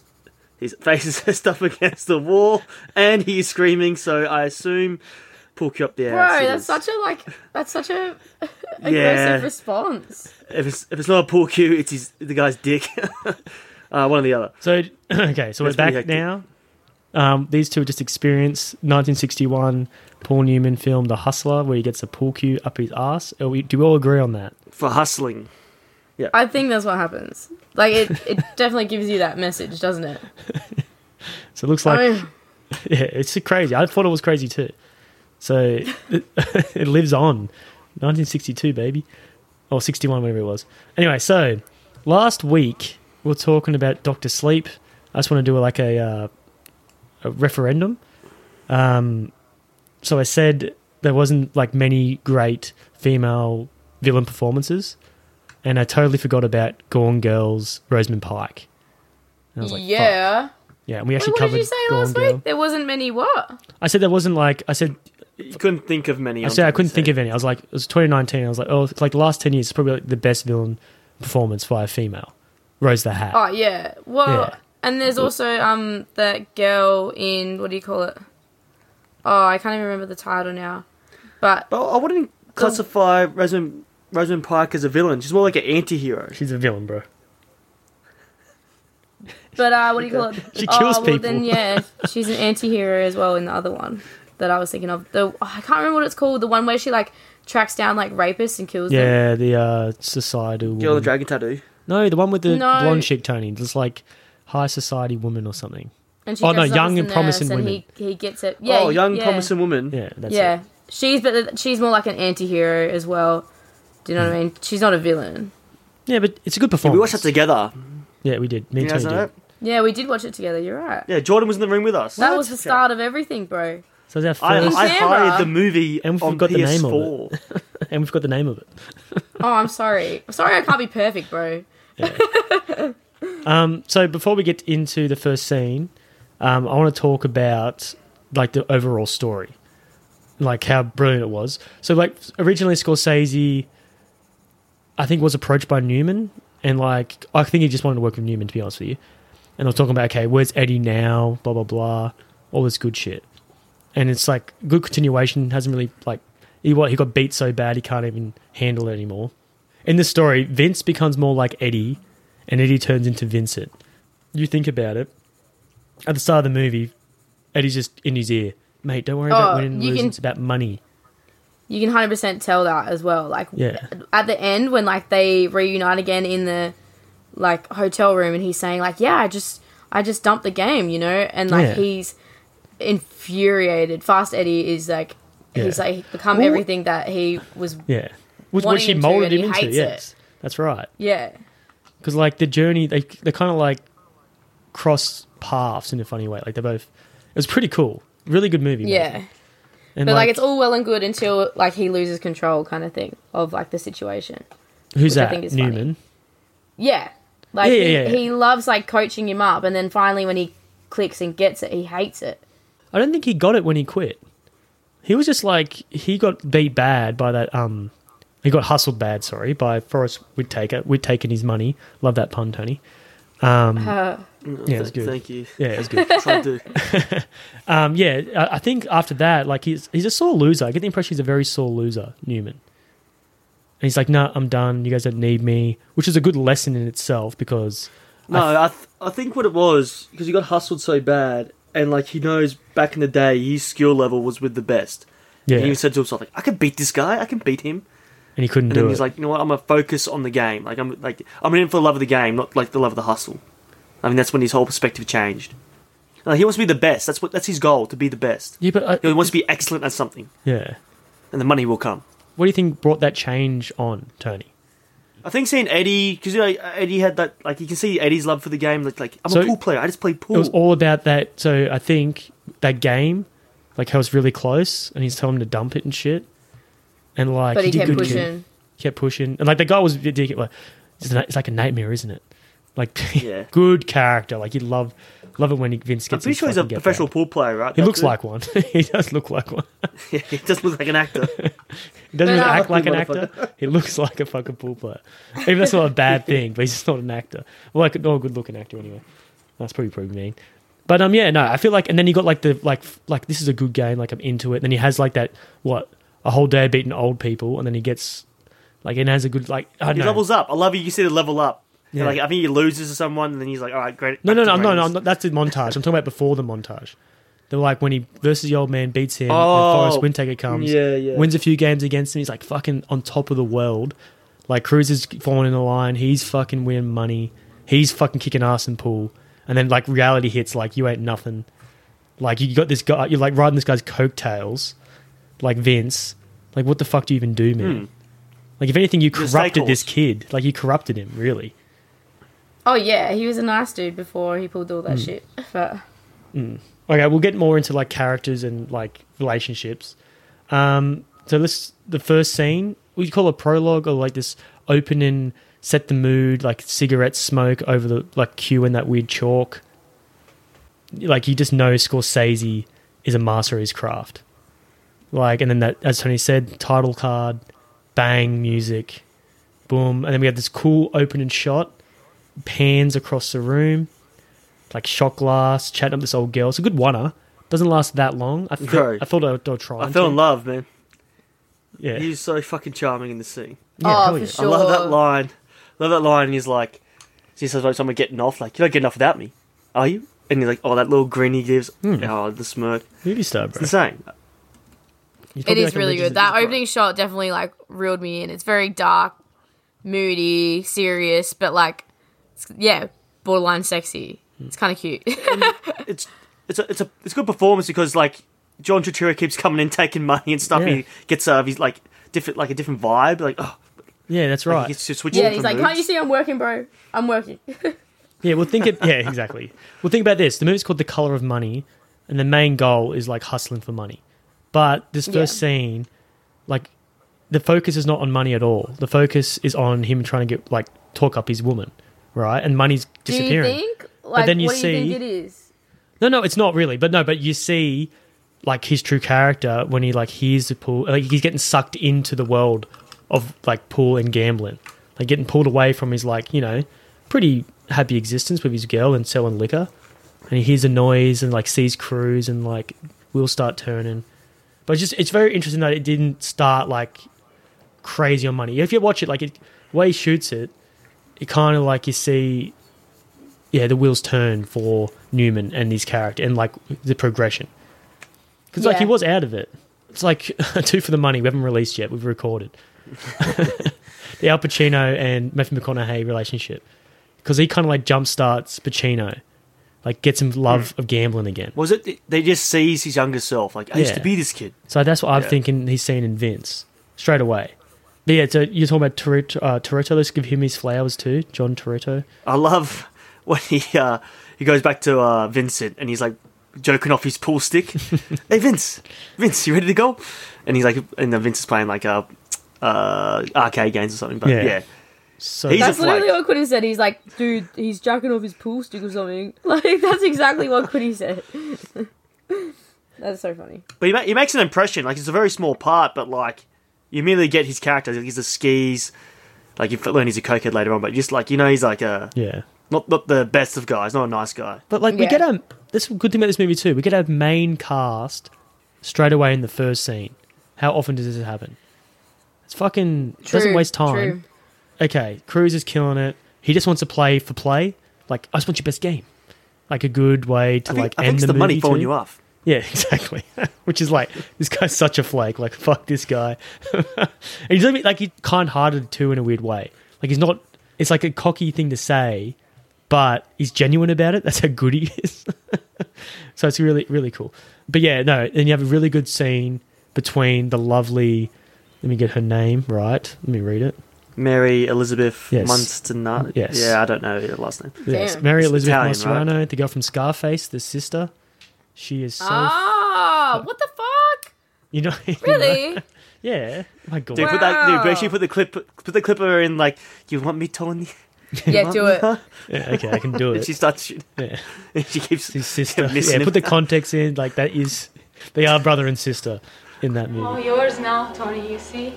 His <laughs> face is pressed up against the wall, and he's screaming. So I assume pull you up the
Bro, that's
ass.
such a like that's such
<laughs>
a aggressive
Yeah.
response.
if it's if it's not a pull cue, it's his the guy's dick. <laughs> uh, one or the other.
So <clears throat> okay, so
That's pretty
we're back
hectic.
now. Um, these two just experience 1961 Paul Newman film The Hustler, where he gets a pool cue up his ass. Are we, do we all agree on that?
For hustling.
I think that's what happens. Like it, it
<laughs>
definitely gives you that message, doesn't it?
So it looks like
I mean,
yeah, it's crazy. I thought it was crazy too. So it, <laughs> it lives on, 1962 baby, or 61 whatever it was. Anyway, so last week we were talking about Doctor Sleep. I just want to do like a, uh, a referendum. Um, so I said there wasn't like many great female villain performances, and I totally forgot about Gone Girl's Rosamund Pike. And I was like, fuck.
yeah.
yeah. And we actually
Wait, what
covered
did you say
Gone
last
Girl.
week? There wasn't many what?
I said there wasn't like I said
You couldn't think of many.
I said I couldn't think of any. I was like it was 2019. I was like oh it's like the last 10 years it's probably like the best villain performance by a female. Rose the Hat.
Oh yeah. Well,
Yeah.
and there's also um that girl in what do you call it? Oh, I can't even remember the title now. But
But I wouldn't classify Rosamund, Rosamund Pike as a villain. She's more like an anti-hero.
She's a villain, bro.
but uh, what do you call it?
She kills
oh, well, Then
people. <laughs>
yeah, she's an anti-hero as well in the other one that I was thinking of. The oh, I can't remember what it's called. The one where she like tracks down like rapists and kills them.
Yeah, the uh societal
Girl with
woman.
the dragon tattoo.
no, the one with the
No.
blonde chick Tony, just like high society woman or something.
And she
Oh, no,
dresses up
young
as a
and promising
nurse,
women.
And he, he gets it. Yeah,
oh, young
yeah.
promising woman.
Yeah, that's
yeah,
it.
she's but th- she's more like an anti-hero as well. Do you know what
Hmm.
I mean? She's not a villain.
Yeah, but it's a good
We
performance.
watched that together.
Yeah, we did. Me
You
and
guys
Tony
know
did.
that?
Yeah, we did watch it together. You're right.
Yeah, Jordan was in the room with us.
That was the
Okay.
start of everything, bro.
So it's our
I,
first,
I
Canberra.
hired the movie
And we
on
forgot the name of
PS4.
and we've got the name of it.
Oh, I'm sorry. I'm sorry, I can't be perfect, bro.
Um, so before we get into the first scene, um, I want to talk about like the overall story, like how brilliant it was. So like originally Scorsese, I think was approached by Newman, and like I think he just wanted to work with Newman to be honest with you. And I was talking about okay, where's Eddie now? Blah blah blah, all this good shit. And it's like good continuation hasn't really like he what he got beat so bad he can't even handle it anymore. In this story, Vince becomes more like Eddie and Eddie turns into Vincent. You think about it. At the start of the movie, Eddie's just in his ear. mate, don't worry about
Oh,
winning and
you
losing.
can-
It's about money.
you can 100% tell that as well like
Yeah.
at the end when like they reunite again in the like hotel room and he's saying like yeah i just i just dumped the game you know and like
Yeah.
he's infuriated fast eddie is like he's
Yeah.
like become
Well-
everything that he was
Yeah. Which,
Wanting
which he
him to,
molded
and he
him into,
hates it.
yes. That's right.
yeah
Because, like, the journey, they, they kind of like cross paths in a funny way. Like, they both. It was pretty cool. Really good movie. mate.
yeah
And,
but like, it's all well and good until like he loses control kind of thing of like the situation
who's
which I
that?
think is funny.
Newman.
yeah like
Yeah,
he,
yeah, yeah.
he loves like coaching him up and then finally when he clicks and gets it he hates it
I don't think he got it when he quit. He was just like he got beat bad by that. Um, he got hustled bad. Sorry, by Forrest Whitaker. Whitaker and his money. Love that pun, Tony. <laughs> Yeah, it was good.
Thank you.
Yeah, it was good.
Tried to-
<laughs> um, yeah, I, I think after that, like he's he's a sore loser. I get the impression he's a very sore loser, Newman. And he's like, "Nah, I'm done. You guys don't need me," which is a good lesson in itself because
No, I, th- I think what it was because he got hustled so bad, and like he knows back in the day, his skill level was with the best.
yeah,
And he said to himself, like, I can beat this guy. I can beat him.
and he couldn't
And
do
then
it.
he's like, you know what? I'm gonna focus on the game. Like I'm like I'm in it for the love of the game, not like the love of the hustle. I mean, that's when his whole perspective changed. Like, he wants to be the best. That's what that's his goal to be the best.
yeah, but
He
I,
wants to be excellent at something,
yeah.
and the money will come.
What do you think brought that change on, Tony?
I think seeing Eddie because you know Eddie had that like you can see Eddie's love for the game. Like like I'm
So-
a pool player. I just play pool.
it was all about that. So I think that game, like, how it's really close, and he's telling him to dump it and shit, and like,
but he,
did
kept
good
pushing
Kid, kept pushing, and like the guy was ridiculous. It's, a- it's like a nightmare, isn't it? Like, <laughs>
Yeah.
good character. Like you love love it when he- Vince
I'm
gets.
pretty
his
sure he's a
fucking get
professional
back.
pool player, right?
He looks
That
like one. <laughs> he does look like one.
dude? <laughs> he does look like an actor.
He doesn't
But,
really
uh,
act like an
Motherfucker.
actor. <laughs> He looks like a fucking pool player. Even that's not a bad thing, but he's just not an actor. Well, like not a good looking actor anyway. That's probably pretty mean. But um, yeah, no, I feel like, and then he got like the like f- like this is a good game, like I'm into it. And then he has like that what a whole day of beating old people, and then he gets like and has a good like <laughs> I don't
He
know.
levels up. I love you. You see the level up.
Yeah.
Like I think he loses to someone, and then he's like, all right, great.
<laughs> no, no, no,
back to
no, no,
brains.
no. That's the montage. I'm talking about before the montage. They're like when he versus the old man beats him,
Oh.
and Forrest Whitaker comes,
Yeah, yeah.
wins a few games against him. He's like fucking on top of the world. Like Cruz is falling in the line. He's fucking winning money. He's fucking kicking ass in pool. And then like reality hits. Like you ain't nothing. Like you got this guy. You're like riding this guy's coattails. Like Vince. Like what the fuck do you even do, man? Like if anything, you
Hmm. Just
corrupted this
stakeholders.
kid. Like you corrupted him, really.
Oh yeah, he was a nice dude before he pulled all that
Hmm.
shit. But
Okay, we'll get more into like characters and like relationships. Um, so this the first scene we call a prologue or like this opening, set the mood, like cigarette smoke over the like cue and that weird chalk. Like you just know Scorsese is a master of his craft. Like and then that as Tony said, title card, bang music, boom, and then we have this cool opening shot, pans across the room like shot glass, chatting up this old girl. It's a good one. Doesn't last that long. I, feel,
Right.
I thought I'd, I'd try.
I fell in love, man.
Yeah.
He's so fucking charming in the scene.
Yeah,
oh,
hell
for
yeah.
sure.
I love that line. Love that line. And he's like, he says like someone getting off. Like you're not getting off without me, are you? And he's like, oh, that little grin he gives.
Hmm.
Oh, the smirk.
Movie star, bro.
It's insane.
He's
It
probably
is
like a
really
legend.
good. That opening shot definitely like reeled me in. It's very dark, moody, serious, but like, it's- yeah, borderline sexy.
Hmm.
It's kind of cute.
It's it's a it's a it's a good performance because like John Turturro keeps coming in taking money and stuff.
Yeah.
He gets uh, he's like different like a different vibe. Like oh,
Yeah, that's right.
he gets to
<laughs>
switch.
yeah,
different
he's like,
moods.
can't you see I'm working, bro? I'm working.
Yeah, well, think it. Yeah, exactly. Well, think about this. The movie's called The Color of Money, and the main goal is like hustling for money. But this first
Yeah.
scene, like, the focus is not on money at all. The focus is on him trying to get like talk up his woman, right? And money's
do you
disappearing.
think? Like,
then you
what do you
see-
think it is?
No, no, it's not really. But no, but you see, like his true character when he like hears the pool, like he's getting sucked into the world of like pool and gambling, like getting pulled away from his like you know pretty happy existence with his girl and selling liquor, and he hears a noise and like sees Cruz and like will start turning. But it's just it's very interesting that it didn't start like crazy on money. If you watch it, like it the way he shoots it, it kind of like you see yeah, the wheels turn for Newman and his character and like the progression. Because like he
Yeah.
was out of it. It's like <laughs> two for the money. We haven't released yet. We've recorded <laughs> the Al Pacino and Matthew McConaughey relationship because he kind of like jumpstarts Pacino, like gets him love of gambling again.
Was it th- they just sees his younger self? Like I used
Yeah.
to be this kid.
So that's what I'm
Yeah.
thinking he's seen in Vince straight away. But yeah, so you're talking about Toretto. Uh, Toretto. Let's give him his flowers too, John Toretto.
I love <laughs> when he uh, he goes back to uh, Vincent and he's like joking off his
<laughs>
pool stick. hey Vince, Vince, you ready to go? And he's like, and then Vince is playing like uh, uh, arcade games or something. But
Yeah.
yeah,
So
He's a
That's literally
flake.
what Quinny said. He's like, dude, he's jacking off his pool stick or something. <laughs> Like, that's exactly what Quinny said. <laughs> that's so funny.
but he, ma- he makes an impression. Like it's a very small part, but like you immediately get his character. Like, he's the skis. Like you f- learn he's a cokehead later on, but just like you know, he's like a
yeah.
not not the best of guys, not a nice guy.
But like we
Yeah.
get our that's a good thing about this movie too. We get our main cast straight away in the first scene. How often does this happen? It's fucking doesn't
True,
waste time.
true.
Okay, Cruz is killing it. He just wants to play for play. Like I just want your best game. Like a good way to
I think,
like
I
end
think it's
the,
the money
movie
following
too.
you off.
Yeah, <laughs> exactly. Which is like this guy's such a flake. Like fuck this guy. <laughs> and he's a bit, like he's kind-hearted too in a weird way. Like he's not. It's like a cocky thing to say, but he's genuine about it. That's how good he <laughs> is. so it's really really cool. But yeah, no. And you have a really good scene between the lovely. Let me get her name right. Let me read it.
Mary Elizabeth
Yes.
Munsterna-
Yes.
Yeah, I don't know her last name.
Yes,
Damn.
Mary
It's
Elizabeth
Italian,
Mastrano, the girl from Scarface, the sister. She is so.
Ah, what the fuck?
you know. <laughs> you know-
Really? <laughs>
yeah. Oh My God.
Dude, put that. Dude,
Wow.
actually put the clip. Put the clip of her in. Like, you want me, Tony?
yeah, do it.
Yeah, okay, I can do
<laughs> And
it.
she starts. shooting. <laughs>
Yeah.
and she
<laughs>
keeps
His sister.
<laughs> missing
Yeah,
him.
put the context in. Like that is, they are brother and sister in that
All
Oh,
movie.
Oh, yours now, Tony, you see?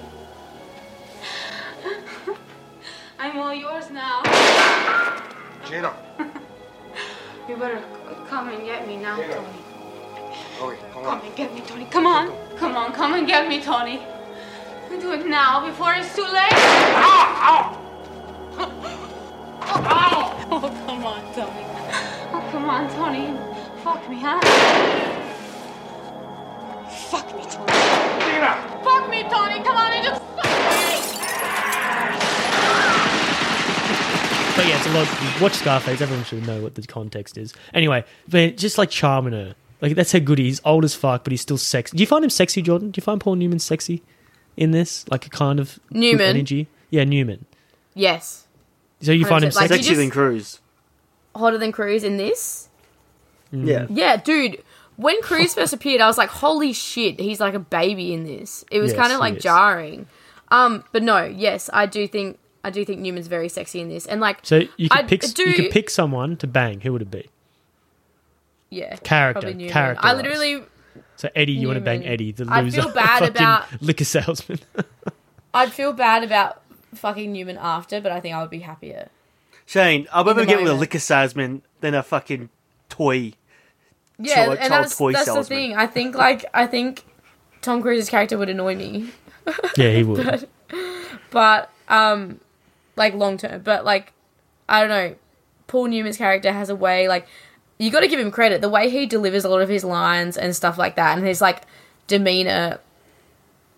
<laughs> I'm all yours now.
Gino,
You better c- come and get me now, Tony.
hurry, come
Come and get me, Tony. Come on. Come on, come and get me, Tony. Do it now before it's too late. Oh, come on, Tony. Oh, come on, Tony. Fuck me, huh? Fuck me, Tony. Fuck me, Tony. Come on and just fuck me.
But yeah, it's a lot. Watch Scarface. Everyone should know what the context is. Anyway, but just like charming her. Like that's how good he is. Old as fuck, but he's still sexy. Do you find him sexy, Jordan? Do you find Paul Newman sexy in this? Like a kind of good
Newman?
energy. Yeah, Newman.
Yes.
So you find him
100%. Like,
sexy?
you
Sexier than
just-
Cruz.
Hotter than Cruz in this?
Yeah.
Yeah, dude. When Cruz first appeared, I was like, holy shit, he's like a baby in this. It was
Yes,
kind
he
of like
is.
jarring. Um, but no, yes, I do think I do think Newman's very sexy in this. And like
so you could
I
pick.
do-
You could pick someone to bang. Who would it be?
yeah,
Character,
probably Newman. I
character-wise.
literally
So Eddie, you want to bang
Newman.
Eddie, the loser,
I feel bad
<laughs> fucking
about-
liquor salesman. <laughs>
I'd feel bad about fucking Newman after, but I think I would be happier.
Shane, I'd rather
the
get with a
moment.
liquor salesman than a fucking toy.
Yeah,
Child-
and
child
that's,
toy
that's the
salesman.
thing. I think like I think Tom Cruise's character would annoy me,
yeah,
<laughs>
he would.
but um, like long term. But like I don't know, Paul Newman's character has a way like you got to give him credit. The way he delivers a lot of his lines and stuff like that, and his like demeanor,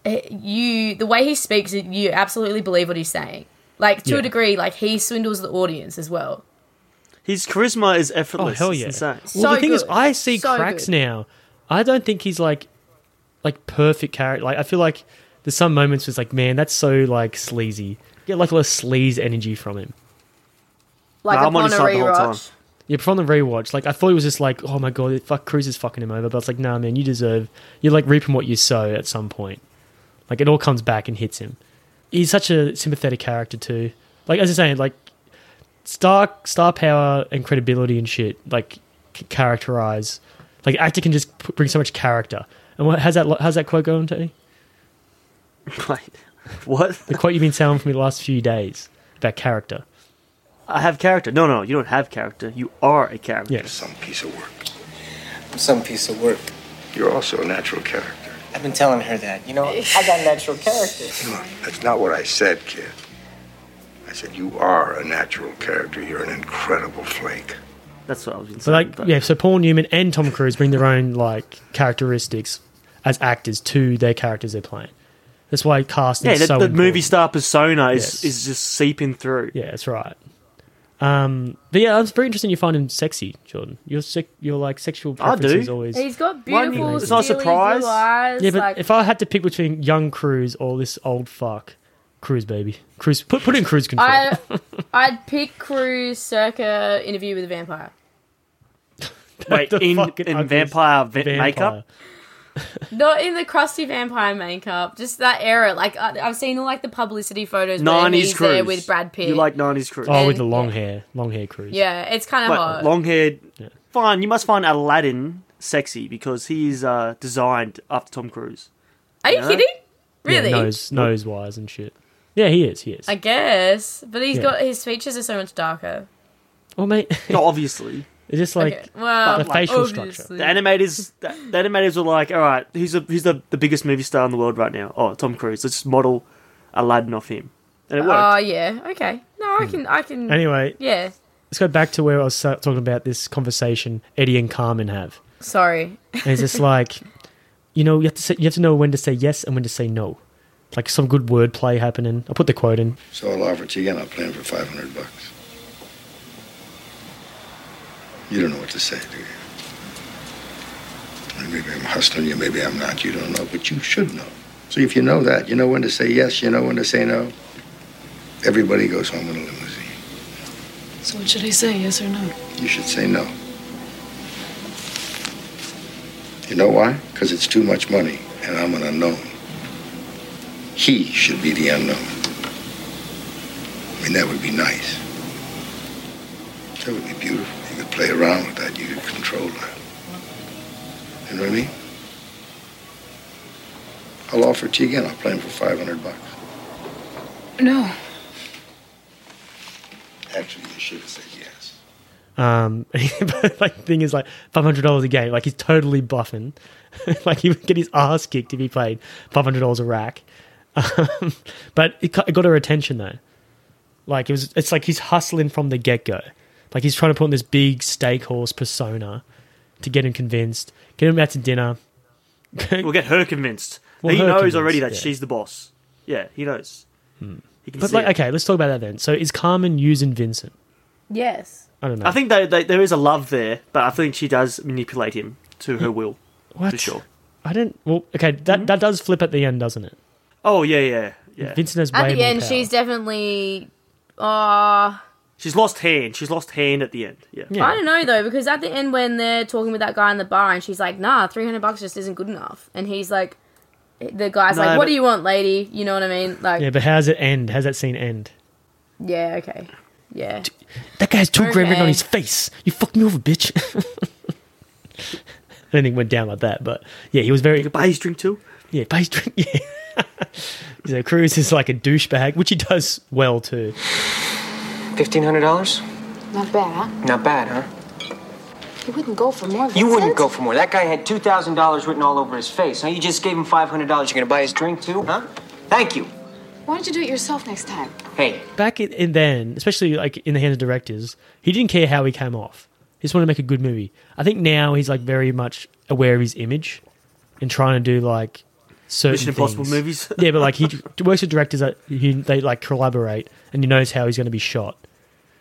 eh, you the way he speaks, you absolutely believe what he's saying. Like to
Yeah.
a degree, like he swindles the audience as well.
His charisma is effortless.
Oh hell
It's
yeah!
insane. <laughs>
Well, the
So
thing is,
good.
I see
So
cracks
good.
now. I don't think he's like like perfect character. Like I feel like there's some moments where it's like, man, that's so like sleazy. Get like a lot of sleaze energy from him.
Like
Nah, I'm on
upon
his
a
side the whole time.
rewatch.
Yeah, from the rewatch, like I thought it was just like, oh my god, fuck, Cruz is fucking him over. But it's like, nah, man, you deserve. You're like reaping what you sow at some point. Like it all comes back and hits him. He's such a sympathetic character too. Like as I say, like star star power and credibility and shit. Like c- characterize. Like actor can just p- bring so much character. And what how's that? lo- How's that quote going, Tony?
Like, what?
The quote you've been telling for me the last few days about character.
I have character. No, no, you don't have character. You are a character.
Yes.
Some piece of work.
Some piece of work.
You're also a natural character.
I've been telling her that. You know, <laughs> I got natural character.
Look, that's not what I said, kid. I said you are a natural character. You're an incredible flake.
That's what I was going to
So
say.
like
but-
yeah, so Paul Newman and Tom Cruise bring their own like characteristics as actors to their characters they're playing. That's why casting.
Yeah,
is
the,
so
the
important.
movie star persona is,
Yes.
is just seeping through.
Yeah, that's right. Um, but yeah, it's very interesting. You find him sexy, Jordan. Your sec- your like sexual
I do.
preference is always.
He's got
Why don't you-
beautiful,
It's not a
steely
surprise.
blue eyes.
yeah, but
like,
if I had to pick between young Cruz or this old fuck, Cruz baby, Cruz put put in Cruz control.
I, I'd pick Cruz circa interview with a vampire.
<laughs>
Wait,
The
in,
fucking
in
ugliest
vampire, va-
vampire.
makeup?
Not in the crusty vampire makeup, just that era. Like I, I've seen all like the publicity photos where
90s
he's
Cruz.
there with Brad Pitt.
You like 90s Cruz.
Oh, with
And-
the long hair, long hair Cruz.
yeah, it's kind of hot.
long haired. Fine, you must find Aladdin sexy because he is uh, designed after Tom Cruise.
Are you
Yeah.
kidding? Really?
yeah, nose nose wires and shit. Yeah, he is. He is.
I guess, but he's
Yeah.
got his features are so much darker.
well, mate, <laughs>
No, obviously.
it's just like
okay. Well,
the facial structure.
obviously.
The animators, the, the animators were like, all right, who's the who's the, the biggest movie star in the world right now? Oh, Tom Cruise. Let's just model Aladdin off him, and it worked.
Oh yeah. Okay. No, I can. I can.
Hmm. Anyway,
yeah.
let's go back to where I was uh, talking about this conversation Eddie and Carmen have.
Sorry. <laughs>
And it's just like, you know, you have to say, you have to know when to say yes and when to say no. Like some good wordplay happening. I'll put the quote in.
So I'll offer it you again. I'll play him for 500 bucks. You don't know what to say, do you? And Maybe I'm hustling you, maybe I'm not. You don't know, but you should know. See, if you know that, you know when to say yes, you know when to say no. Everybody goes home in a limousine.
So what should I say, yes or no?
You should say no. You know why? Because it's too much money, and I'm an unknown. He should be the unknown. I mean, that would be nice. That would be beautiful. You could play around with that. You could control that. You know what I mean? I'll offer it to you again. I'll play him for 500 bucks.
No.
Actually, you should have said yes.
Um, <laughs> but like thing is like five hundred dollars a game. Like he's totally buffing. <laughs> like he would get his ass kicked if he paid five hundred dollars a rack. <laughs> Um, but it, ca- it got her attention though. Like it was, it's like he's hustling from the get go. Like he's trying to put on this big steak horse persona to get him convinced, get him out to dinner. <laughs>
We'll get her convinced.
Well,
he
her
knows
convinced,
already that
yeah. Hmm.
she's the boss. Yeah, he knows. He can
But
see
like,
it.
okay, let's talk about that then. So is Carmen using Vincent?
Yes.
I don't know.
I think they, they, there is a love there, but I think she does manipulate him to her will.
what?
for sure.
I don't. Well, okay, that
Hmm?
that does flip at the end, doesn't it?
Oh yeah, yeah, yeah.
Vincent has way
At the
more
end,
power.
she's definitely. Uh,
She's lost hand. She's lost hand at the end. Yeah.
Yeah.
I don't know though, because at the end when they're talking with that guy in the bar and she's like, nah, 300 bucks just isn't good enough. And he's like, the guy's
No,
like, what
but-
do you want, lady? You know what I mean? Like,
Yeah,
yeah,
but how's it end? How's that scene end?
okay. Yeah.
That guy's too grim written on
Okay.
his face. You fucked me over, bitch. <laughs> I don't think it went down like that, but yeah, he was very
Buy his drink too.
yeah. Base drink, <laughs> yeah. so Cruz is like a douchebag, which he does well too.
$1,500?
Not bad, huh?
Not bad, huh?
You wouldn't go for more.
You wouldn't
Vincent?
go for more. That guy had $2,000 written all over his face. Now you just gave him $500. You're going to buy his drink too, huh? Thank you.
Why don't you do it yourself next time?
Hey,
Back in, in then, especially like in the hands of directors, he didn't care how he came off. He just wanted to make a good movie. I think now he's like very much aware of his image and trying to do like certain
Mission Impossible
things.
movies.
<laughs> yeah, but
<laughs>
like he works with directors that he, they like collaborate, and he knows how he's going to be shot.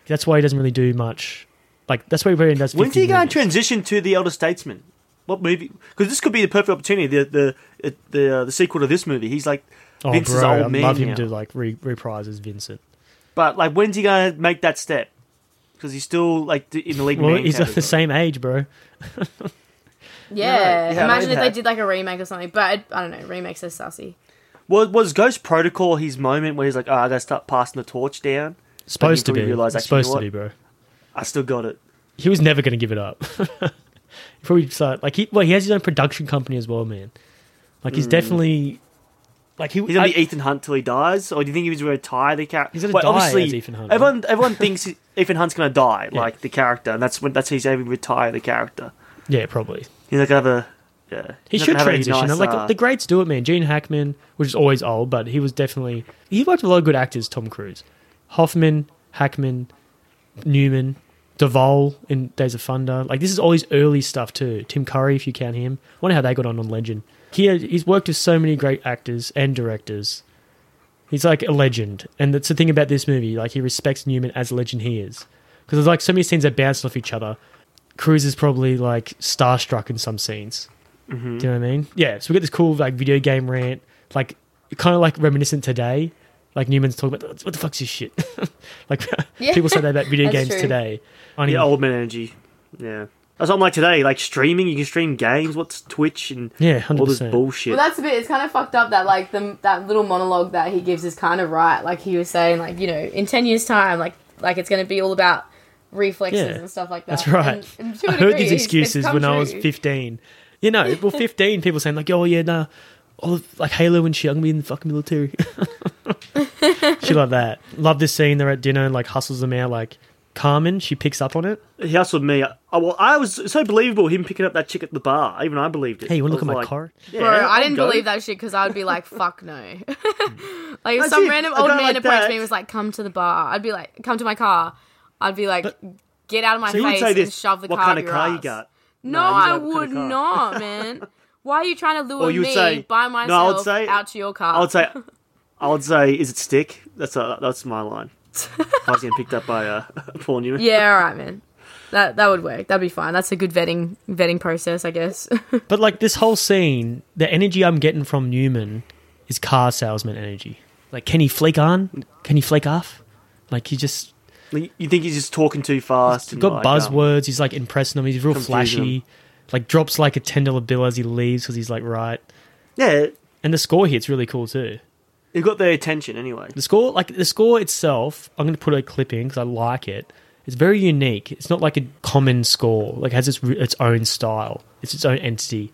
That's why he doesn't really do much. Like that's why he really does.
When do
50
you go and
movies.
transition to the Elder Statesman? What movie? Because this could be the perfect opportunity. The the the the, uh, the sequel to this movie. He's like
Oh,
Vince's
bro,
old
I'd
man
love him
now.
to like re- reprise as Vincent.
But like, when's he going to make that step? Because he's still like d- in the league.
Well,
man
he's like <laughs> the
category.
same age, bro.
Yeah.
Yeah, I
Imagine
like
if they
that.
did like a remake or something, but I don't know, remakes are sassy.
Was, was Ghost Protocol his moment where he's like, oh, I got to start passing the torch down?
Supposed to
until
be.
he realised, actually, you
supposed
know
to be, bro.
I still got it.
He was never going to give it up. <laughs> He Probably start like he. Well, he has his own production company as well, man. Like he's definitely like he.
He's gonna
I-
be Ethan Hunt till he dies, or do you think he was gonna retire the character?
He's gonna die as Ethan Hunt,
Everyone, everyone thinks Ethan Hunt's gonna die, like the character, and that's when that's he's aiming to retire the character.
yeah, probably.
He's not gonna have a. Yeah,
He
he's not
should
gonna have any
transition.
nice,
And, like
uh,
the greats do it, man. Gene Hackman, which is always old, but he was definitely he worked with a lot of good actors. Tom Cruise, Hoffman, Hackman, Newman, Duvall in Days of Thunder. Like this is all his early stuff too. Tim Curry, if you count him. Wonder how they got on on Legend. He had, he's worked with so many great actors and directors. He's like a legend, and that's the thing about this movie. Like he respects Newman as a legend he is, because there's like so many scenes that bounce off each other. Cruz is probably like starstruck in some scenes. Do you know what I mean? Yeah. So we get this cool like video game rant, like kind of like reminiscent today. Like Newman's talking about what the fuck's this shit? <laughs> like
Yeah.
people say that about
<laughs>
video
That's
games
true.
today. On
Yeah, old man energy. Yeah. That's something like today, like streaming. You can stream games. What's Twitch and
Yeah,
all this
100%.
bullshit.
Well, that's a bit. It's kind of fucked up that like the that little monologue that he gives is kind of right. Like he was saying, like you know, in ten years' time, like like it's going to be all about reflexes
Yeah,
and stuff like that.
That's right.
And- and to
I
a
heard
degree, it's-
these
it's
excuses
come
when I was
true.
15. You know,
<laughs>
well, 15, people saying, like, oh, yeah, nah, all of, like Halo and shit, I'm going to be in the fucking military. <laughs> shit like that. Love this scene. They're at dinner and, like, hustles them out. Like, Carmen, she picks up on it.
He hustled me. I, well, I was so believable. Him picking up that chick at the bar. Even I believed it.
Hey, you want
I
to look at
was
my
like,
car?
yeah,
Bro, I
I'll
didn't
go.
believe that shit because I would be like, fuck no. <laughs> like, if
That's
some
it.
random
A
old
guy
man
like
approached
that-
me and was like, come to the bar, I'd be like, come to my car. I'd be like, get out of my
You would
face
say
and
this.
shove the
what
car
kind
up
of
your
car you
ass."
got?
No,
you
I
got what
would
kind of car.
not,
<laughs>
man. Why are you trying to lure
Or you
me
would say-
by
No, I would
myself
say-
out to your car?
I would say, I would say, is it stick? That's uh that's my line. I was getting picked up by uh, Paul Newman.
yeah, all right, man. That that would work. That'd be fine. That's a good vetting vetting process, I guess. <laughs>
But, like, this whole scene, the energy I'm getting from Newman is car salesman energy. Like, can he flake on? Can he flake off? Like, he just
Like, You think he's just talking too fast?
He's
and,
got
like, um,
buzzwords. he's like impressing them. He's real
confusing
flashy. Like drops like a ten dollar bill as he leaves because he's like right.
yeah,
And the score here it's really cool too.
he got their attention anyway.
The score like the score itself. I'm going to put a clip in because I like it. It's very unique. It's not like a common score. Like it has its its own style. It's its own entity.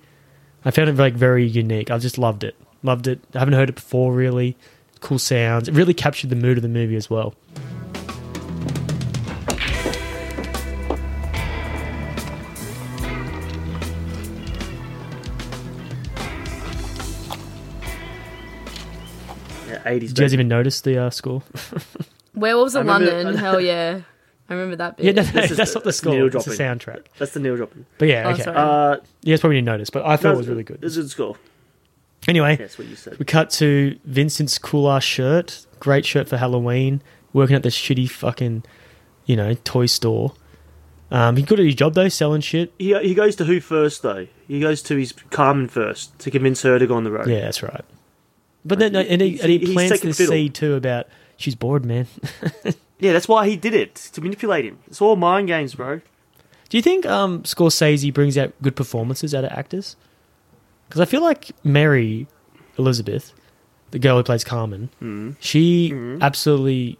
I found it like very unique. I just loved it. Loved it. I haven't heard it before really. Cool sounds. It really captured the mood of the movie as well.
Yeah, 80s.
Did you guys
baby.
even notice the uh,
<laughs>
score?
Werewolves
I
of
remember-
London.
<laughs>
Hell yeah, I remember that bit.
Yeah, no, no,
This
<laughs>
is
that's
the-
not the score.
needle
It's the
dropping.
soundtrack.
That's the nail dropping.
But yeah,
Oh,
okay.
sorry.
Uh,
You guys probably didn't notice, but I thought
no,
it was really good.
This is a score.
Anyway,
That's what you said.
we cut to Vincent's cool ass shirt. Great shirt for Halloween. Working at this shitty fucking, you know, toy store. Um, he good at his job though, selling shit.
He, he goes to who first though? He goes to his Carmen first to convince her to go on the road.
Yeah, that's right. But then, and he, and
He's-
he
he's
plants
second
this
fiddle.
seed too about she's bored, man.
Yeah, that's why he did it to manipulate him. It's all mind games, bro.
Do you think um, Scorsese brings out good performances out of actors? Because I feel like Mary Elizabeth, the girl who plays Carmen,
Mm-hmm.
she absolutely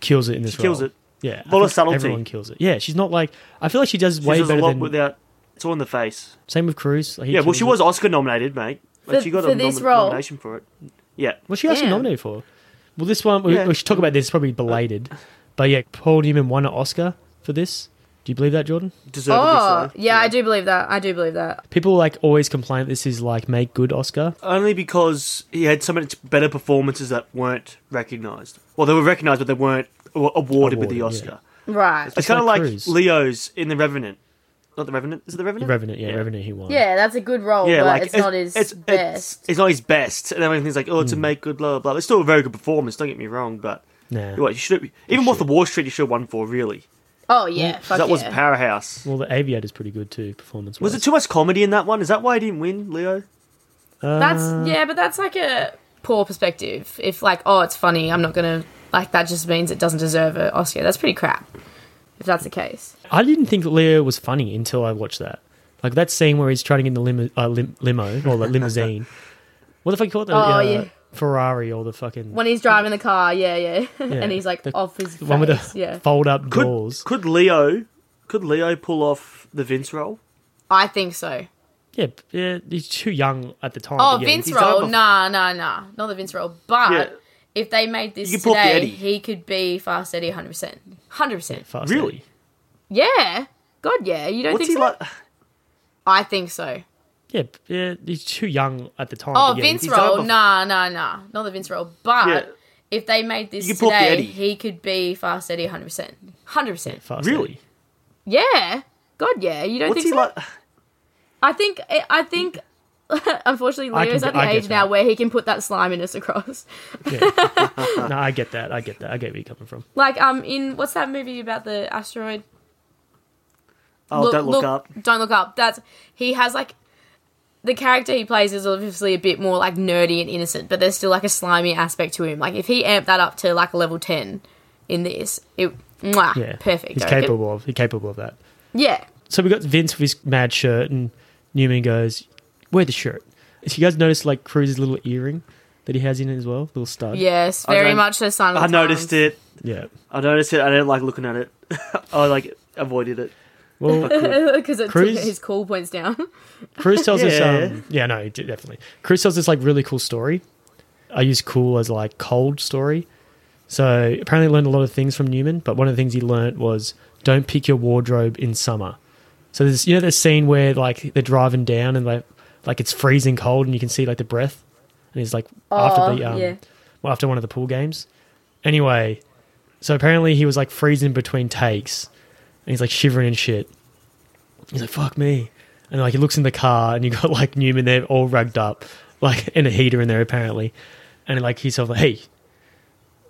kills it in this
She kills
role.
it.
Yeah, I
Lot
think
of subtlety.
Everyone kills it. Yeah, she's not like I feel like she does
She
way
does a
better
lot
than
without. It's all in the face.
same with Cruz. Like, he
yeah, well,
kills
she
it.
was Oscar nominated, mate. Like,
For-
she got
for
a
this
nomi-
role?
nomination for it. Yeah,
Was she actually
Damn.
nominated for? Well, this one we,
Yeah.
we should talk about this. It's probably
<laughs>
belated, but yeah, Paul Newman won an Oscar for this. Do you believe that, Jordan?
deservedly
Oh,
so.
yeah, I do believe that. I do believe that.
People like always complain this is like make good Oscar.
Only because he had so much better performances that weren't recognised. Well, they were recognised, but they weren't awarded, awarded with
Awarded,
the
yeah.
Oscar.
Right.
It's kind of
like
like,
Cruise.
Leo's in The Revenant. Not The Revenant? Is it The Revenant?
Revenant, yeah, Revenant, he won.
Yeah, that's a good role, but it's, not his best.
It's, it's not his best. And everything's like, oh, it's a make good, blah, blah, blah. It's still a very good performance, don't get me wrong, but.
Nah.
What, you should even Wolf of Wall Street, you should have won for, really.
oh yeah, fuck
Because mm, that was
yeah.
powerhouse.
Well, the Aviator's pretty good too, performance.
Was it too much comedy in that one? Is that why he didn't win, Leo?
that's yeah, but that's like a poor perspective. If like, oh, it's funny, I'm not gonna like that. Just means it doesn't deserve an Oscar. That's pretty crap. If that's the case,
I didn't think Leo was funny until I watched that. Like that scene where he's trying to get in the limo, uh, lim- limo or the
<laughs>
limousine. what the fuck you call it? The,
Oh,
uh,
yeah.
Ferrari or the fucking
when he's driving the car, yeah, yeah, <laughs>
Yeah,
and he's like
the-
off his
the one with
face,
the
yeah.
fold up
Could,
doors.
could Leo could Leo pull off the Vince role?
I think so.
Yeah, yeah, he's too young at the time.
Oh,
but yeah,
Vince
he's-
done
roll,
before.
nah, nah, nah, not the Vince roll. But
Yeah.
if they made this
You could pull off the
today,
Eddie.
he could be Fast Eddie 100, percent 100. percent
Fast
Really?
Yeah, God, yeah. You don't
What's he
think so?
like?
I think so.
Eddie. Yeah, yeah, he's too young at the time.
Oh,
but yeah,
Vince
he's-
done it
roll,
before.
nah, nah, nah, not the Vince roll. But
Yeah.
if they made this
You could pull off the
today,
Eddie.
he could be Fast Eddie 100, percent 100. percent
Fast
Really?
Eddie.
Yeah. God, yeah. You don't
What's
think
he
so?
like?
I think I think <laughs> unfortunately
I
Leo's
can-
at the
I get
age now
that.
where he can put that sliminess across. <laughs>
no, I get that. I get that. I get where you're coming from.
Like um in what's that movie about the asteroid?
Oh, don't look, up.
Don't look up. That's he has like the character he plays is obviously a bit more like nerdy and innocent, but there's still like a slimy aspect to him. Like if he amped that up to like a level ten in this, it mwah,
Yeah,
perfect.
He's
I reckon.
capable of. He's capable of that.
Yeah.
So we got Vince with his mad shirt, and Newman goes, "Wear the shirt." If you guys notice, like Cruz's little earring that he has in it as well, little stud.
Yes,
I
very
don't-
much a sign of the
I noticed
times.
it.
yeah.
I noticed it. I didn't like looking at it. <laughs> I like
<laughs>
avoided it.
Well,
because it
Cruz-
took his cool points down. <laughs>
Cruz tells us,
Yeah.
um, yeah, no, d- definitely. Cruz tells this like really cool story. I use cool as like cold story. So apparently learned a lot of things from Newman, but one of the things he learnt was don't pick your wardrobe in summer. So there's you know this scene where like they're driving down and like like it's freezing cold and you can see like the breath, and he's like after the um,
yeah.
well after one of the pool games. Anyway, so apparently he was like freezing between takes, and he's like shivering and shit. He's like, "Fuck me," and like he looks in the car, and you got like Newman there, all rugged up, like and a heater in there apparently, and like he's sort of like, "Hey,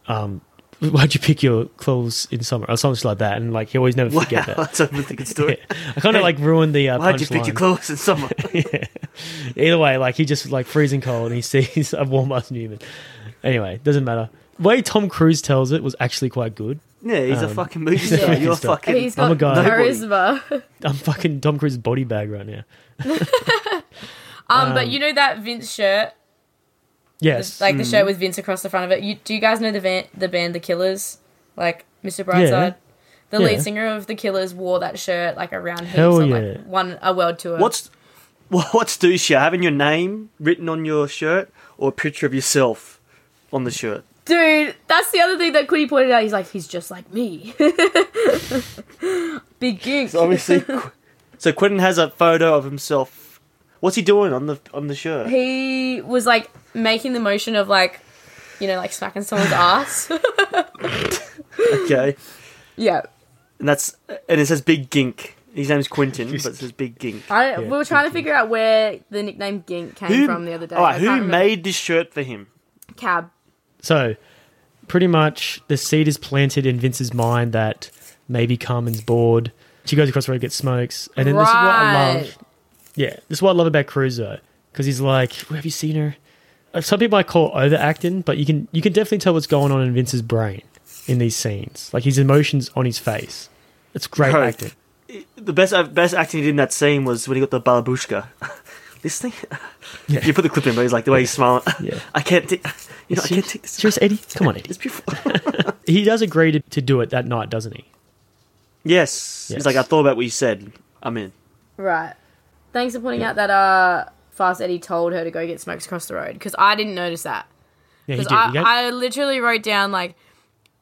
um, why'd you pick your clothes in summer?" or something like that, and like he always never
Wow,
forget
<laughs>
that.
that's a really
<laughs>
good story.
I kind of like ruined the uh,
Why'd you pick
punchline.
your clothes
<laughs>
in summer? <laughs>
Either way, like he just like freezing cold and he <laughs> sees a warm up Newman. Anyway, doesn't matter. way Tom Cruise tells it was actually quite good.
yeah, he's a
Um, <laughs>
fucking movie
a
star.
fucking
You're
star.
fucking.
He's
I'm
got
a guy.
charisma.
I'm fucking Tom Cruise's body bag right now.
Um, but you know that Vince shirt,
Yes.
like the shirt with Vince across the front of it. You, do you guys know the van, the band The Killers? Like Mr. Brightside, the
Yeah.
lead singer of The Killers wore that shirt like around heaps
Hell
on
yeah.
like one a world tour.
<laughs> What's wha- what's douchey? Having your name written on your shirt or a picture of yourself on the shirt?
dude? That's the other thing that Quiddy pointed out. He's like, he's just like me. <laughs> Big goose. <laughs>
So obviously, Qu- so Quentin has a photo of himself. What's he doing on the on the shirt?
he was like making the motion of like, you know, like smacking
<laughs>
someone's ass. <laughs>
Okay,
yeah.
and that's and it says Big Gink. His
<laughs>
name's Quentin, but it says Big Gink.
I, we were trying to figure out where the nickname Gink came from the other day.
All right,
I
who
can't remember.
made this shirt for him?
Cab?
So, pretty much the seed is planted in Vince's mind that maybe Carmen's bored. She goes across the road, gets smokes, and then this is what I love.
Right.
Yeah, this is what I love about Cruz though, because he's like, "Have you seen her?" Uh, Some people might call it overacting, but you can you can definitely tell what's going on in Vince's brain in these scenes, like his emotions on his face. It's great
Right.
acting.
The best uh, best acting he did in that scene was when he got the balabushka. <laughs> this thing,
Yeah.
you put the clip in, but he's like the way he's smiling.
<laughs> Yeah.
I can't, take you know, I can't take <laughs> this.
Serious, Eddie? Come on, Eddie.
It's beautiful. <laughs>
He does agree to, to do it that night, doesn't he?
yes.
Yes.
he's like I thought about what you said. I'm in.
Right. Thanks for pointing out that uh, Fast Eddie told her to go get smokes across the road because I didn't notice that.
Yeah, he
Because
did. He
I,
go-
I literally wrote down like,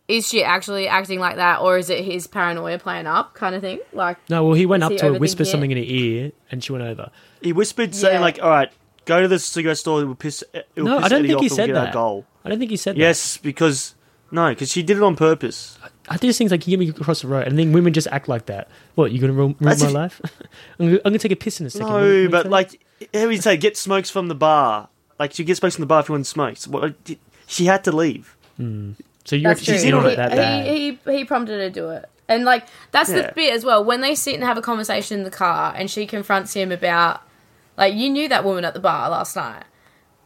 is she actually acting like that or is it his paranoia playing up kind of thing? Like,
no, well, he went up
he
to her, whispered
overthinking it?
something in her ear, and she went over.
He whispered, saying
Yeah.
like, "All right, go to the cigarette store. It will piss. It will
No,
piss
I don't
Eddie
think
off,
he
we'll
said
get our
that.
Goal.
I don't think he said that.
Yes, because no, because she did it on purpose.
I do things like you get me across the road, and then women just act like that. What you gonna ruin, ruin
That's
my
it.
life? <laughs> I'm, gonna, I'm gonna take a piss in a second. What- what
No,
you
but
say?
like, here we say, get smokes from the bar. Like, you get smokes from the bar if you want smokes. What? like, d- She had to leave.
so you're
That's
she's
true.
in on
he,
it that bad.
He, he he prompted her to do it, and like that's
Yeah.
the bit as well. When they sit and have a conversation in the car, and she confronts him about like you knew that woman at the bar last night.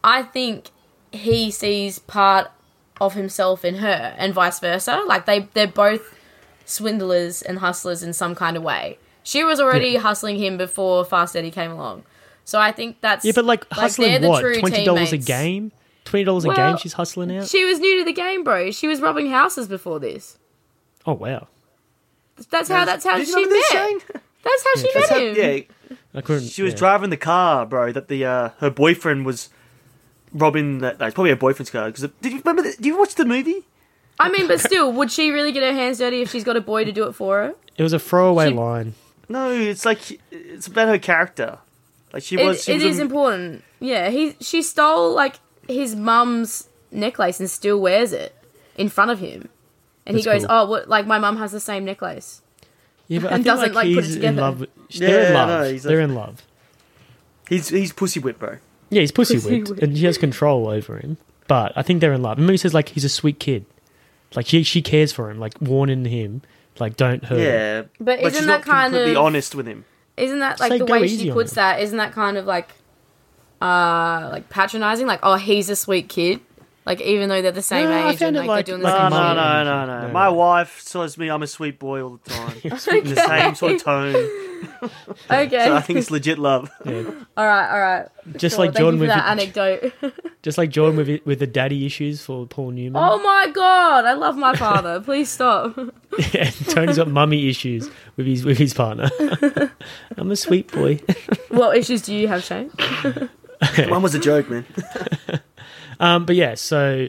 I think he sees part of himself in her, and vice versa. Like they they're both swindlers and hustlers in some kind of way. She was already hustling him before Fast Eddie came along, so I think that's
yeah, but like
they're
hustling
the
what
true
twenty dollars a
teammates.
game, twenty dollars a
Well,
game. She's hustling out.
She was new to the game, bro. She was robbing houses before this.
oh wow,
That's how. That's how
Did you
she
remember this,
met.
Shane?
That's how she met
That's how-
him.
yeah,
I couldn't.
she was
yeah.
driving the car, bro. That the uh, her boyfriend was robbing. That no, it's probably her boyfriend's car. Because did you remember? The, do you watch the movie?
I mean, but still, would she really get her hands dirty if she's got a boy to do it for her?
It was a throwaway
She- <laughs>
line.
No, it's like it's about her character. Like she
It,
was. She
it
was
is
a-
important. Yeah, he she stole like his mum's necklace and still wears it in front of him, and he
That's
goes,
cool.
"Oh, what? Like my mum has the same necklace."
Yeah, but I
And
think
doesn't,
like,
like, put it
he's in
together.
love. With, they're in
Yeah, I
love.
know, he's
they're
a-
in love.
He's he's pussy whip, bro.
Yeah, he's pussy,
Pussy
whipped,
whipped.
and she has control over him. But I think they're in love. Remember, he says like he's a sweet kid, like she she cares for him, like warning him, like don't hurt. him.
Yeah,
But isn't
she's
that
not
kind
completely
of-
honest with him?
Isn't that like
Say
the
go
way
easy
she
on
puts
him.
that? Isn't that kind of like, uh, like patronizing? Like, oh, he's a sweet kid. Like, even though they're the same
No, I
age
found
and
it
like,
like-
they're doing the
like
No,
same
a mum.
no,
shit.
no,
No,
no,
no,
no.
no.
My wife tells me I'm a sweet boy all the time in the same sort of tone.
Okay.
So I think it's legit love.
all right. All right.
Just
Sure,
like
thank you
Jordan
for
with
that
the, <laughs>
anecdote.
just like Jordan with it- with the daddy issues for Paul Newman.
oh my god, I love my father. Please stop.
<laughs> and Tony's got mummy issues with his with his partner. <laughs> I'm a sweet boy.
what issues do you have, Shane?
One was a joke, man.
Um, but yeah, so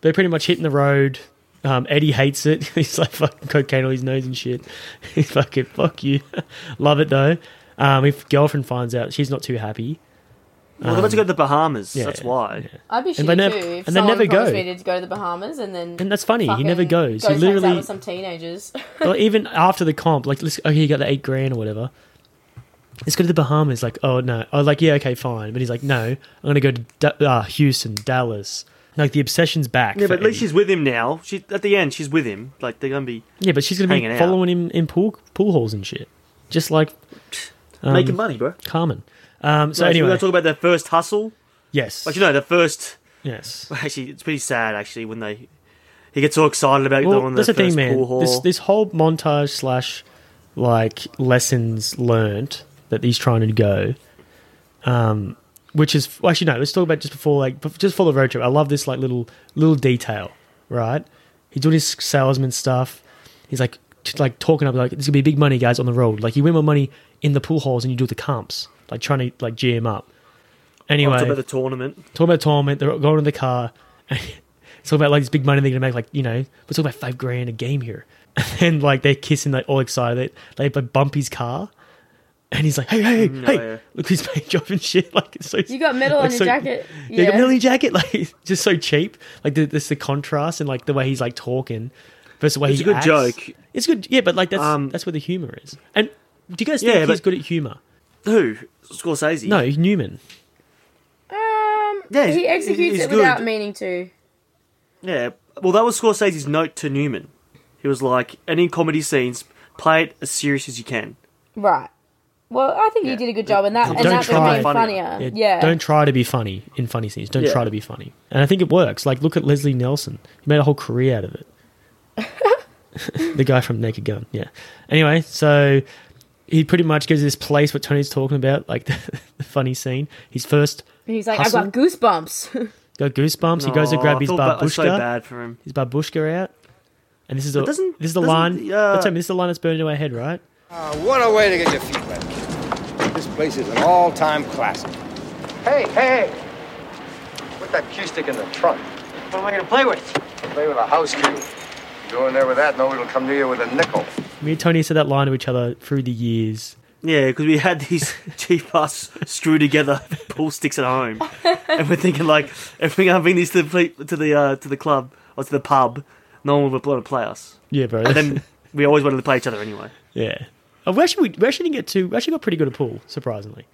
they're pretty much hitting the road. Um, Eddie hates it. <laughs> He's like fucking cocaine on his nose and shit. <laughs> He's fucking fuck you. <laughs> Love it though. Um, if girlfriend finds out, she's not too happy.
Well, they're about to go to the Bahamas.
yeah,
that's why.
I'd be
And
shitty
they nev-
too if
and they
someone
never go.
promised me to go to the Bahamas and then.
And that's funny. He
fucking
never goes. He
hangs out
literally,
with some teenagers. <laughs>
<laughs> well, even after the comp, like, let's, okay, you got the eight grand or whatever. Let's go to the Bahamas. Like, oh no. I was like, yeah, okay, fine. But he's like, no, I'm gonna go to da- uh, Houston, Dallas. Like the obsession's back.
Yeah,
for
but at least
Eddie.
she's with him now. She at the end, she's with him. Like they're gonna be
yeah, but she's gonna be
hanging out.
following him in pool pool halls and shit, just like um,
making money, bro.
Carmen. Um, so
Right, we're
anyway,
gonna talk about their first hustle.
yes,
Like you know, the first.
yes.
Actually, it's pretty sad. Actually, when they he gets all excited about
Well,
doing
that's the
the
thing,
first
man.
pool hall.
This this whole montage slash like lessons learnt that he's trying to go, um, which is well, actually no. Let's talk about just before like bef- just before the road trip. I love this like little little detail, right? He's doing his salesman stuff. He's like t- like talking up like this could be big money, guys, on the road. Like you win more money in the pool halls than you do at the comps. Like trying to like G him up. Anyway,
We'll talk Oh, about the tournament.
talking about tournament. They're going in the car. <laughs> And it's all about like this big money they're gonna make. Like you know, we're talking about five grand a game here. <laughs> And like they're kissing, like all excited. They they bump his car, and he's like, "Hey, hey, hey!
Mm, yeah.
Look, at his paint <laughs> job and shit. Like it's so
you got metal
like,
on your
so-
jacket.
Yeah, you got
Yeah.
metal on your jacket. <laughs> Like it's just so cheap. Like the, this the contrast and like the way he's like talking versus the way
It's
he
a good
acts.
joke.
It's good, yeah. But like that's
Um,
that's where the humor is. And do you guys think
Yeah,
he's
but-
good at humor?
Who? Scorsese.
No, Newman.
Um,
Yeah,
he
he's-
executes
he's
it without
good.
meaning to.
Yeah. Well, that was Scorsese's note to Newman. He was like, any comedy scenes, play it as serious as you can.
Right. Well, I think he did a good job, and that and
Don't
that
try.
became funnier.
Yeah,
Yeah.
Don't try to be funny in funny scenes. Don't
Yeah.
try to be funny. And I think it works. Like, look at Leslie Nelson. He made a whole career out of
<laughs>
it. the guy from Naked Gun. Yeah. Anyway, so he pretty much goes to this place what Tony's talking about, like <laughs> the, the funny scene. His first
He's like,
Hustle?
I've got goosebumps. <laughs>
got goosebumps. he goes to
Aw,
grab
I
his
feel ba- I feel
babushka.
so bad for him.
his babushka out. And this is the
doesn't-
this is the
doesn't
line.
the, uh,
That's- this is the line that's burned into my head, right?
Uh, What a way to get your feet wet. This place is an all-time classic. Hey, hey, hey. Put that cue stick in the trunk.
What am I gonna play with?
Play with a house cue. Go in there with that, no, it'll come to you with a nickel.
Me and Tony said that line to each other through the years.
Yeah, because we had
<laughs>
these cheap ass screw together pool sticks at home, and we're thinking like, if we can't bring these to the ple- to the uh, to the club or to the pub, no one would want to play us.
Yeah, bro.
And then we always wanted to play each other
<laughs>
anyway.
Yeah. Uh, we actually we actually didn't get too. We actually got pretty good at pool, surprisingly.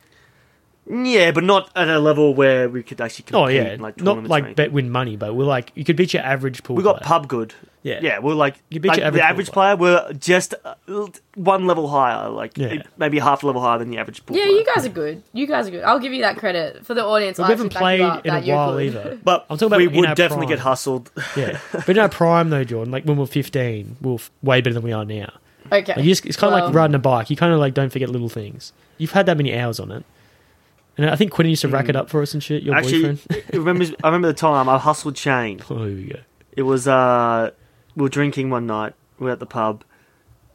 Yeah, but not at a level where we could actually compete.
Oh yeah,
in, like
not
tournaments or
like
anything.
bet win money, but we're like you could beat your average pool.
we got
player.
pub good.
Yeah.
yeah, we're like,
You beat
like
your average
the average player. We're just uh, l- one level higher, like
Yeah.
maybe half level higher than the average pool.
yeah,
player.
you guys are good. You guys are good. I'll give you that credit for the audience.
We
I
haven't
actually back you
played
up
in a
that you're
while
good. <laughs>
either.
But
I'm talking about
we
in our
would definitely
prime. <laughs>
get hustled.
yeah, but in our prime though, Jordan, like when we we're 15, we we're f- way better than we are now.
Okay.
Like you just, it's kind of
Well,
like riding a bike. You kind of like don't forget little things. You've had that many hours on it, and I think Quinn used to rack it up for us and shit. Your
Mm. Actually,
boyfriend. <laughs>
<laughs> it remembers, I remember the time I hustled Shane.
Oh, here we go.
It was uh, we were drinking one night. We were at the pub,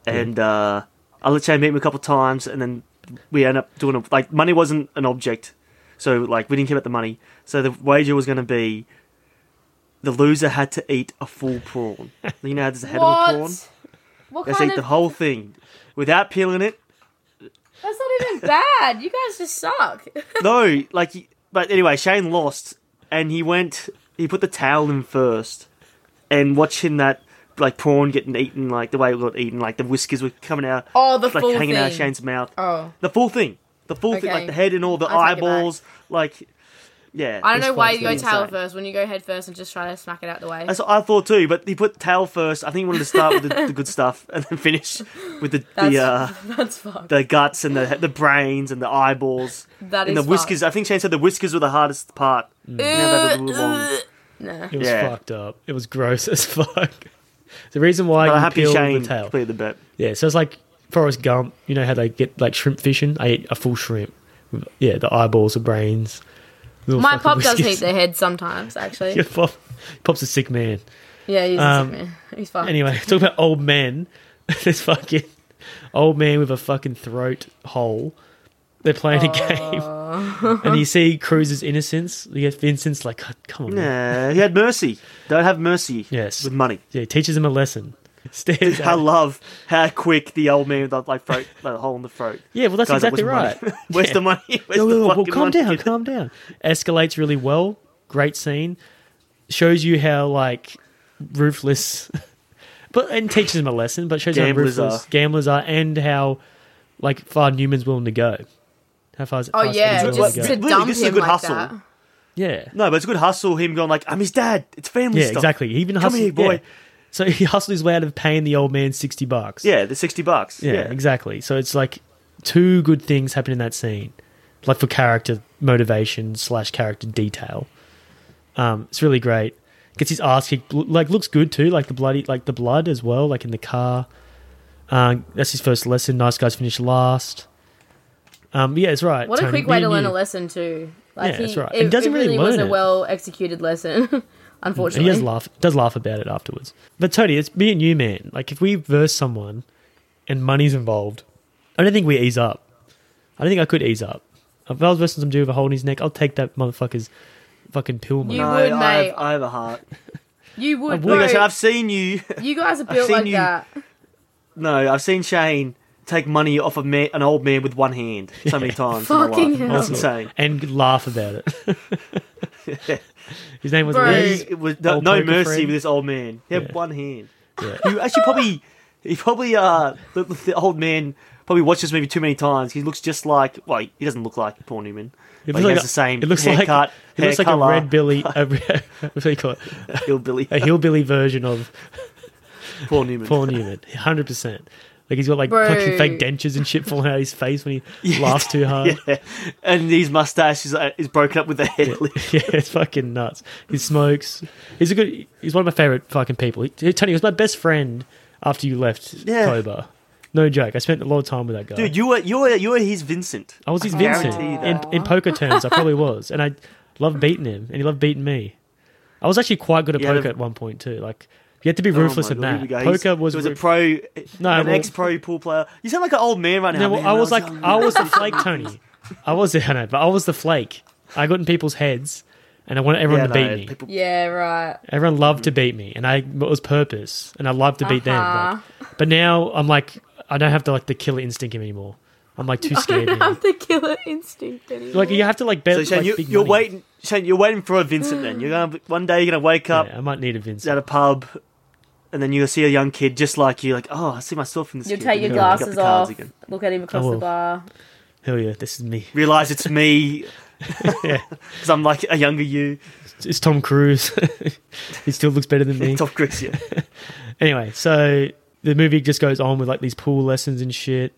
and uh, I let Shane beat me a couple of times, and then we end up doing a, like money wasn't an object, so like we didn't care about the money. So the wager was going to be the loser had to eat a full
<laughs>
prawn. you know, how there's a head
What?
of a prawn.
What
Let's
kind
eat
of?
the whole thing without peeling it.
That's not
<laughs>
even bad. You guys just suck.
No, like, he- but anyway, Shane lost, and he went. He put the towel in first, and watching that like prawn getting eaten, like the way it got eaten, like the whiskers were coming out.
Oh, the
like
full
hanging out of
thing.
Shane's mouth.
Oh.
the full thing, the full thing, like
Okay.
the head and all the
I'll take it back.
eyeballs, like yeah.
I don't
This
know why
fight's
you go
insane.
tail first when you go head first and just try to smack it out the way.
That's what I thought too, but he put tail first. I think he wanted to start with the, the good stuff and then finish with the
That's,
the uh,
<laughs> that's fucked.
the guts and the the brains and the eyeballs
That
and
is Mm.
the whiskers. I think Shane said the whiskers were the hardest part.
Uh,
that was a little long.
It was
Yeah.
fucked up. It was gross <laughs> as fuck. The reason why
But
you
I'm happy
peel
Shane
the tail.
completed the bet.
Yeah, so it's like Forrest Gump. You know how they get like shrimp fishing? I ate a full shrimp. with- Yeah, the eyeballs, the brains. little
My
fucking
pop does
whiskers. <laughs>
hit their head sometimes, actually.
Your pop, pop's a sick man.
Yeah, he's,
Um,
he's fine.
Anyway, <laughs> talk about old men. <laughs> this fucking old man with a fucking throat hole. They're playing a game, and you see Cruz's innocence. You get Vincent's like, "God, come on, man."
Yeah, he had mercy. Don't have mercy.
Yes.
with money.
yeah. he teaches him a lesson. <laughs> Stares
I
at him.
love how quick the old man with the like throat, the hole in the throat.
<laughs> Yeah, well, that's
Guys,
exactly
where's
right.
the money? Where's the money? <laughs> Where's
No,
the
no, no, well,
fucking
calm
money?
down, calm down. Escalates really well. Great scene. Shows you how like ruthless, <laughs> but and teaches him a lesson. But shows
Gamblers
how ruthless
are.
gamblers are, and how like far Newman's willing to go. How far? Is,
oh, yeah, just
willing to
Well,
to
go.
really,
dump
this is a
him
good
like
hustle.
that.
yeah,
<laughs> No, but it's a good hustle. Him going like, I'm his dad. It's family
yeah,
stuff.
exactly. He even
Come
hustled,
here, boy.
yeah. So he hustled his way out of paying the old man sixty bucks.
Yeah, the sixty bucks.
yeah,
Yeah,
exactly. So it's like two good things happen in that scene, like for character motivation slash character detail. Um, it's really great. Gets his ass kicked. Lo- Like looks good too. Like the bloody, like the blood as well. Like in the car. Um, that's his first lesson. Nice guys finish last. Um, yeah, it's right.
What a
Tony.
quick
Me
way
and
to learn
you.
a lesson, too. Like
Yeah,
he,
that's right.
It,
He doesn't
it
really
was
learn
a
it.
well executed lesson, <laughs>
And
unfortunately.
he does laugh does laugh about it afterwards. But Tony, it's me and you, man. Like if we verse someone and money's involved, I don't think we ease up. I don't think I could ease up. If I was versing some dude with a hole in his neck, I'll take that motherfucker's fucking pill money.
You
No,
would,
I
mate.
have, I have a heart.
You would,
Look, I said,
bro.
I've seen you.
You guys are
I've
built
seen
like
you-
that.
No, I've seen Shane take money off of man, an old man with one hand so many times. in my
Fucking
life.
hell.
That's insane.
And laugh about it.
<laughs>
his name was
Bro.
Liz.
It was no,
Old
no
poker
mercy
friend.
with this old man. He had
Yeah.
one hand.
Yeah.
You actually probably he probably uh the, the old man probably watched this movie too many times. He looks just like well he doesn't look like Paul Newman.
It
But he has the same
It looks like
haircut,
it looks
hair
like a
colour.
red
<laughs>
billy. A, re- <laughs> what do you call it? <laughs>
Hillbilly
A hillbilly version of
Paul Newman. <laughs>
Paul Newman, hundred percent. Like he's got like
Bro.
fucking fake dentures and shit falling out of his face when
<laughs>
he laughs too hard. <laughs> Yeah.
Yeah. And his mustache is, uh, is broken up with the head. lip.
it's fucking nuts. He smokes. He's a good. He's one of my favorite fucking people. He, Tony was my best friend after you left
Yeah.
Cobra. No joke. I spent a lot of time with that guy.
<laughs> Dude, you were you were you were his Vincent.
I was his
guarantee
Vincent
you
in, in poker terms. I probably was, and I loved beating him, and he loved beating me. I was actually quite good at
You had
poker
a-
at one point too. Like you had to be ruthless
oh my
in
God, here
that.
we go. He's-
Poker was,
he was a
ru-
pro,
No,
an
well-
ex-pro pool player. You sound like an old man right now.
No, well,
man.
I was like,
young.
I was the
<laughs>
flake, Tony. I was <laughs> the, I know, but I was the flake. I got in people's heads, and I wanted everyone
Yeah,
to beat
no, mm.
me.
people-
Yeah, right.
Everyone loved to beat me, and I it was purpose, and I loved to beat
Uh-huh.
them. like. but now I'm like, I don't have to like the killer instinct anymore. I'm like
<laughs>
<laughs>
too scared.
don't
now.
have the killer instinct anymore.
Like you have to like bet.
So Shane,
like,
you,
big
you're
money.
waiting. Shane, you're waiting for a Vincent. Then you're gonna one day you're gonna wake up
Yeah, I might need a
at
Vincent.
a pub, and then you'll see a young kid just like you. Like, oh, I see myself in this.
You'll
kid.
take your
You're gonna pick up
glasses
the cards
off, look at him across
I
the
will.
bar.
Hell yeah, this is me.
Realize it's me
<laughs>
<laughs>
Yeah,
because I'm like a younger you.
it's, it's Tom Cruise. <laughs> he still looks better
<laughs>
than me.
Top Chris, yeah.
Anyway, so the movie just goes on with like these pool lessons and shit.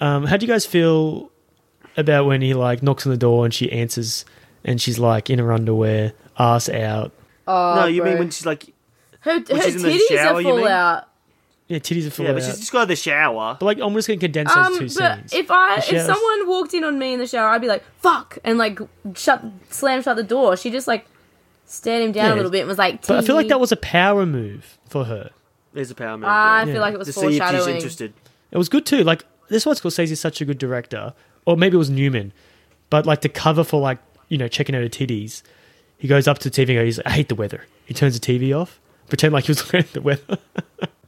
Um, how do you guys feel about when he like knocks on the door and she answers and she's like in her underwear, ass out,
Oh,
no, you
bro.
mean when she's like,
her, her
she's in the
titties
shower,
are
you
full
mean?
out.
yeah, titties are full
yeah,
out.
but she's just got out of the shower.
But like, I'm just gonna condense those
Um,
two
but
scenes.
if I
The
if
showers.
someone walked in on me in the shower, I'd be like fuck and like shut slam shut the door. She just like stared him down
Yeah.
a little bit and was like.
but I feel like that
"Tee."
was a power move for her.
There's a power move.
I
yeah.
feel like it Ah, was
to see if she's
foreshadowing.
interested.
It was good too. Like this why Scorsese's such a good director, or maybe it was Newman, but like the cover for like you know checking out her titties, he goes up to the TV and goes, "I hate the weather." He turns the TV off, pretend like he was <laughs> looking at the weather.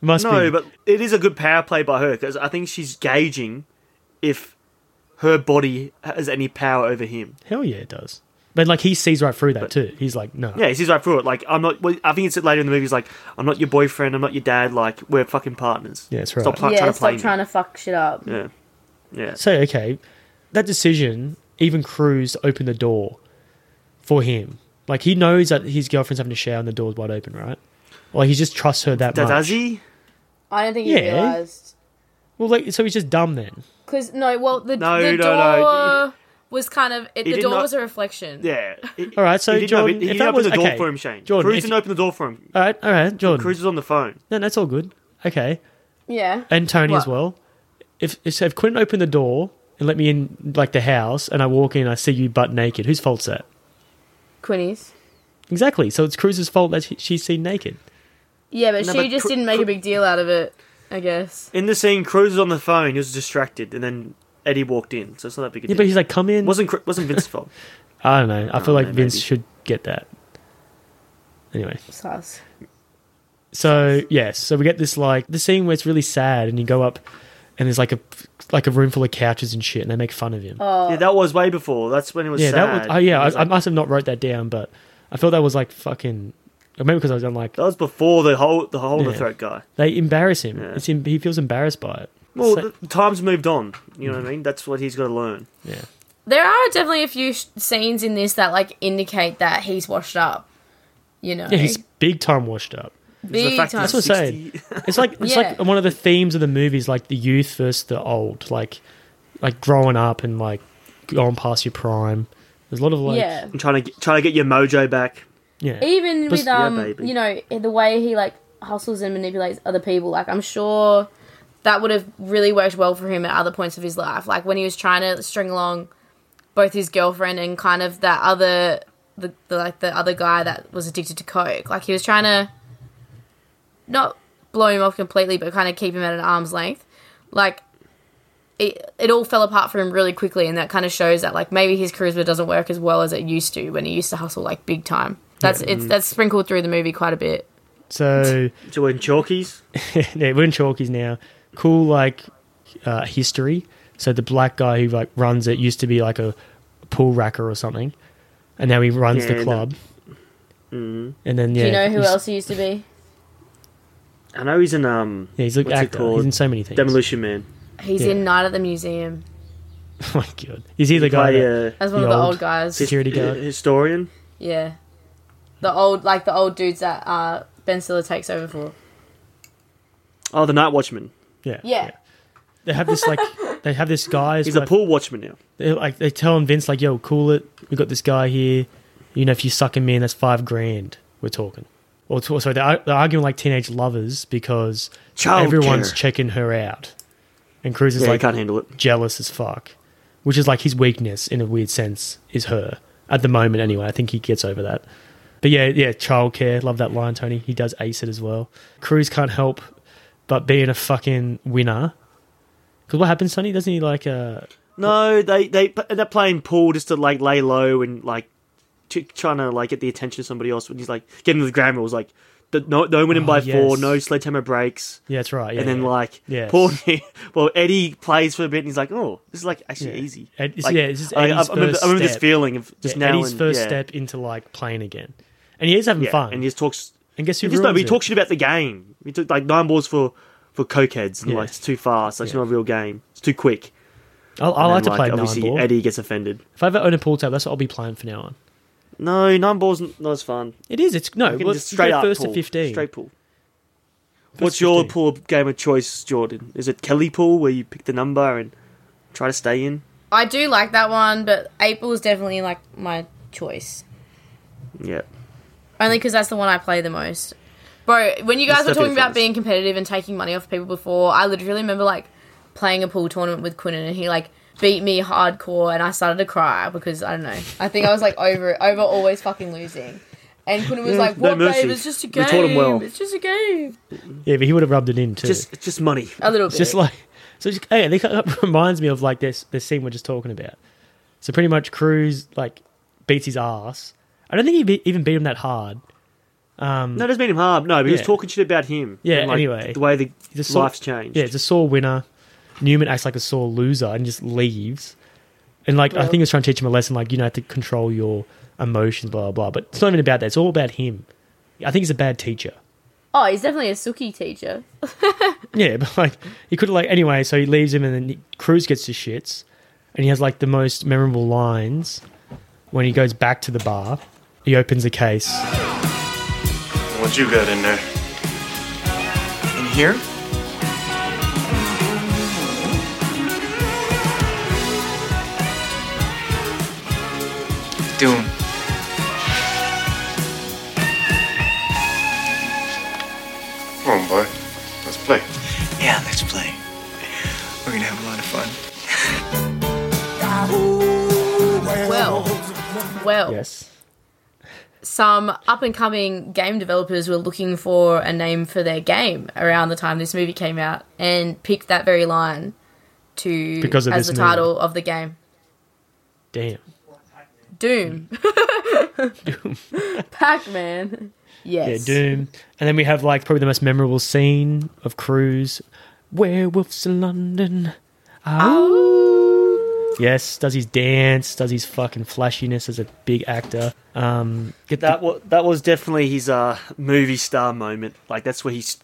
Must
No,
be.
but it is a good power play by her because I think she's gauging if her body has any power over him.
hell yeah, it does. But like he sees right through that too. He's like, no,
Yeah, he sees right through it. Like, I'm not. Well, I think it's later in the movie. He's like, I'm not your boyfriend. I'm not your dad. Like, we're fucking partners.
Yeah, that's right.
Stop pl-
yeah,
trying to play
stop
me.
trying to fuck shit up.
Yeah, yeah.
So okay, that decision even Cruz opened the door for him. Like he knows that his girlfriend's having a shower and the door's wide open, right? Like he just trusts her that
Da-
much.
Does he?
I don't think he
Yeah.
realized
Well, like so he's just dumb then.
because no, well, the,
No,
the
no,
door
no.
was kind of it,
He
the
did
door
not-
was a reflection.
Yeah. He-
All right, so
he didn't
Jordan,
open, he
if
didn't
that
open
was-
the door
okay,
for him, Shane.
Jordan, if-
Cruz
Mm.
didn't open the door for him.
All right, all right, Jordan.
Cruz was on the phone.
No, that's all good. Okay,
yeah.
and Tony as
What?
well. If if, if Quentin opened the door and let me in like the house, and I walk in, I see you butt naked. Whose fault's that?
Quinny's.
Exactly. So it's Cruz's fault that she- she's seen naked.
Yeah, but
No,
she
but
just
Cru-
didn't make
Cru-
a big deal out of it. I guess.
In the scene, Cruz was on the phone. He was distracted, and then Eddie walked in. So it's not that big a
Yeah,
deal.
but he's like, come in.
wasn't Cru- wasn't
<laughs>
Vince's fault.
I don't know. I feel like
Oh, no,
Vince
maybe.
should get that. Anyway,
Sus.
so yes, so we get this like the scene where it's really sad, and you go up, and there's like a like a room full of couches and shit, and they make fun of him.
Oh.
yeah, that was way before. That's when it was
yeah,
Oh, sad.
that was. Oh, yeah,
It
I,
was
I
like-
must have not wrote that down, but I felt that was like fucking. Maybe because I was on like
that was before the whole the whole
Yeah.
the throat guy.
they embarrass him.
Yeah.
It's him. He feels embarrassed by it.
Well,
So-
the times moved on. You know what I mean? That's what he's got to learn.
yeah.
There are definitely a few sh- scenes in this that like indicate that he's washed up. You know,
yeah, he's big time washed up.
The
big
fact
time.
he's
That's what I'm saying.
60
It's like it's like
<laughs> Yeah.
one of the themes of the movies, like the youth versus the old, like like growing up and like going past your prime. There's a lot of like
yeah.
<laughs> and trying to get, trying to get your mojo back.
yeah.
Even
Plus-
with
yeah,
um,
baby.
you know, the way he like hustles and manipulates other people. Like I'm sure that would have really worked well for him at other points of his life. Like when he was trying to string along both his girlfriend and kind of that other the, the like the other guy that was addicted to coke. Like he was trying to not blow him off completely, but kind of keep him at an arm's length. Like it, it all fell apart for him really quickly, and that kind of shows that like maybe his charisma doesn't work as well as it used to when he used to hustle like big time. That's it's that's sprinkled through the movie quite a bit.
So <laughs>
So we're in Chalkies.
yeah, we're in Chalkies now. Cool like uh, history. So the black guy who like runs it used to be like a pool racker or something, and now he runs
Yeah, Mm-hmm.
the
no.
club. And then yeah,
Do you know who
he's-
else he used to be?
I know he's in um.
Yeah, he's an
what's it
actor.
called?
He's in so many things.
Demolition Man.
He's
Yeah.
in Night at the Museum
<laughs> oh my god, is he the guy?
Play,
that-
uh,
as one
The
of the
old-
old guys.
security
hi-
guard.
historian.
Yeah, the old like the old dudes that uh, Ben Stiller takes over for.
Oh, the Night Watchman.
yeah,
Yeah,
They have this like they have this
<laughs>
guy.
He's a pool watchman now.
they like they tell him Vince like, "Yo, cool it. We got this guy here. You know, if you suck him in, that's five grand. We're talking." Or t- sorry, they're, they're arguing like teenage lovers because
Childcare.
everyone's checking her out, and Cruz is
Yeah, he
like
can't handle it.
jealous as fuck, which is like his weakness in a weird sense is her at the moment anyway. I think he gets over that. But yeah, yeah, childcare. Love that line, Tony. He does ace it as well. Cruz can't help but being a fucking winner. Because what happens, Tony? Doesn't he like uh
No, they they p- end up playing pool just to like lay low and like t- trying to like get the attention of somebody else. When he's like getting the ground rules, like the, no no winning
Oh,
by four,
yes.
no sledgehammer breaks,
Yeah, that's right. Yeah,
and then
yeah.
like
Yes.
Paul, <laughs> well Eddie plays for a bit and he's like, oh, this is like actually
Yeah.
easy.
Ed- it's-
Like,
yeah, it's just
I, I,
Eddie's
I remember,
first
I remember this
step.
feeling of
Yeah,
just now
Eddie's
and,
first
yeah,
step into like playing again, and he is having
yeah,
fun.
and he just talks.
And guess who
He just no,
ruins
he
it?
talks shit about the game. He took like nine balls for for cokeheads and
Yeah.
like it's too fast. Like, It's
Yeah.
not a real game. It's too quick.
I, I
And
like to
then,
play nine
obviously
ball.
Eddie gets offended.
If I ever own a pool table, that's what I'll be playing from now on.
No, nine balls n- not as fun.
It is. It's no.
You
well,
can just
you go
straight up
first
pool.
to fifteen.
Straight pool.
First
What's your
15.
pool game of choice, Jordan? Is it Kelly pool where you pick the number and try to stay in?
I do like that one, but eight ball is definitely like my choice.
Yeah.
Only because that's the one I play the most. Bro, when you guys
It's
were talking
definitely
about
fun.
being competitive and taking money off people before, I literally remember like playing a pool tournament with Quinnen and he like beat me hardcore and I started to cry because I don't know. I think I was like over it, over always fucking losing. And Quinnen was
Yeah,
like,
no
What
mercy.
babe, it's just a
We
game.
taught him well."
It's just a game.
Yeah, but he would have rubbed it in too.
Just it's just money.
A little bit.
It's just like so. Just, hey, it kind of <laughs> reminds me of like this this scene we're just talking about. So pretty much, Cruz like beats his ass. I don't think he be, even beat him that hard.
No, it doesn't mean him harm. No, but he was
Yeah.
talking shit about him.
Yeah,
and, like,
anyway.
The way the
He's a sore-
life's changed.
Yeah, it's a sore winner. Newman acts like a sore loser and just leaves. And like, I think he was trying to teach him a lesson, like you know, have to control your emotions, blah blah blah. But it's not even about that. It's all about him. I think he's a bad teacher. <laughs>
Oh, he's definitely a Suki teacher.
Yeah, but like he could have like anyway. So he leaves him, and then Cruz gets the shits, and he has like the most memorable lines when he goes back to the bar. He opens a case.
What you got in there?
In here? Doom.
Come on, Oh, boy. Let's play.
Yeah, let's play. We're gonna have a lot of fun.
Well, well,
Yes.
some up and coming game developers were looking for a name for their game around the time this movie came out and picked that very line to
Because of
as
this
the
movie.
title of the game.
Damn. <laughs>
Doom. Pac-Man.
Yeah,
Yes.
Doom. And then we have like probably the most memorable scene of Cruz. Werewolves in London. Oh. Yes, does his dance, does his fucking flashiness as a big actor. Um, get
That was that was definitely his uh, movie star moment. Like that's where he s-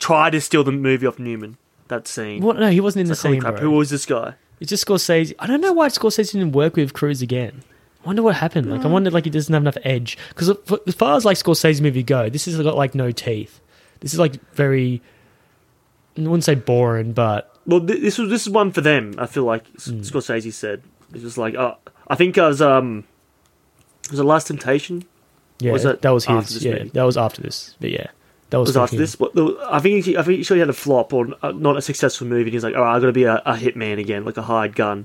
tried to steal the movie off Newman. That scene.
the, what? No, he wasn't in the
Like, holy
scene.
crap,
bro.
Who was this guy?
It's just Scorsese. I don't know why Scorsese didn't work with Cruz again. I wonder what happened. Like, I wonder like he doesn't have enough edge. Because as far as like Scorsese movie go, this has got like no teeth. This is like very. I wouldn't say boring, but
Well, th- this was this is one for them. I feel like S-
Mm.
Scorsese said it was like uh, I think I was um was it Last Temptation?
yeah,
Was
that,
that
was
after
his.
this
Yeah,
movie?
that was after this. But yeah, that was,
Was after
fucking-
this? What, the, I think he, I think he sure he had a flop or uh, not a successful movie. And he's like, all right, I got to be a, a hitman again, like a hired gun,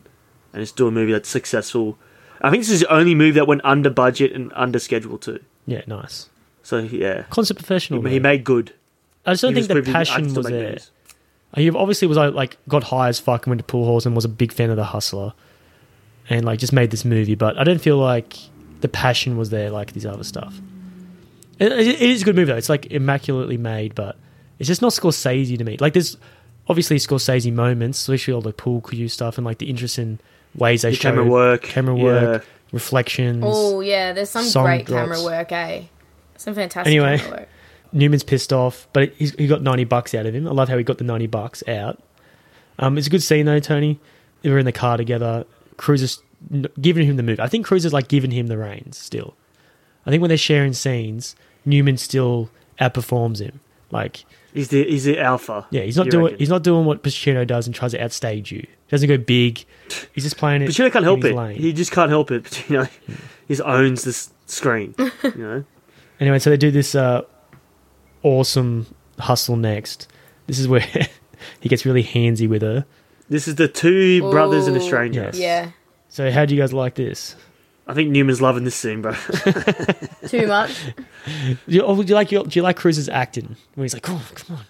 and just do a movie that's successful. I think this is the only movie that went under budget and under schedule too.
Yeah, nice
So yeah,
concept professional.
he
though.
made good.
I just don't
He
think
was
the
proving I can
passion
still
was
make
there.
movies.
He obviously was like, like got high as fuck and went to pool halls and was a big fan of the hustler, and like just made this movie. But I don't feel like the passion was there like these other stuff. It, it- it is a good movie though. It's like immaculately made, but it's just not Scorsese to me. Like there's obviously Scorsese moments, especially all the pool crew stuff and like the interest in ways they
The
show
camera work,
camera work, reflections.
Oh yeah, there's some
Song
great
drops.
camera work, eh? Some fantastic
Anyway.
camera work.
Newman's pissed off, but he's, he got 90 bucks out of him. I love how he got the 90 bucks out. Um, it's a good scene, though, Tony. They were in the car together. Cruz is n- giving him the move. I think Cruz is like giving him the reins still. I think when they're sharing scenes, Newman still outperforms him. Like,
He's the he's the alpha.
yeah, he's not
you
doing
reckon?
he's not doing what Pacino does and tries to outstage you. He doesn't go big. He's just playing it.
Pacino
in
can't help
his
it.
lane. Hmm.
He just can't help it. <laughs> Pacino, he just owns this screen. You know,
Anyway, so they do this uh, awesome hustle next. This is where <laughs> he gets really handsy with her.
this is the two brothers and a
Ooh,
stranger.
Yes.
Yeah.
So how do you guys like this?
I think Newman's loving this scene, bro. <laughs>
Too much.
Do you, oh, do you like your, do you like Cruz's acting when he's like, "Come on, come on,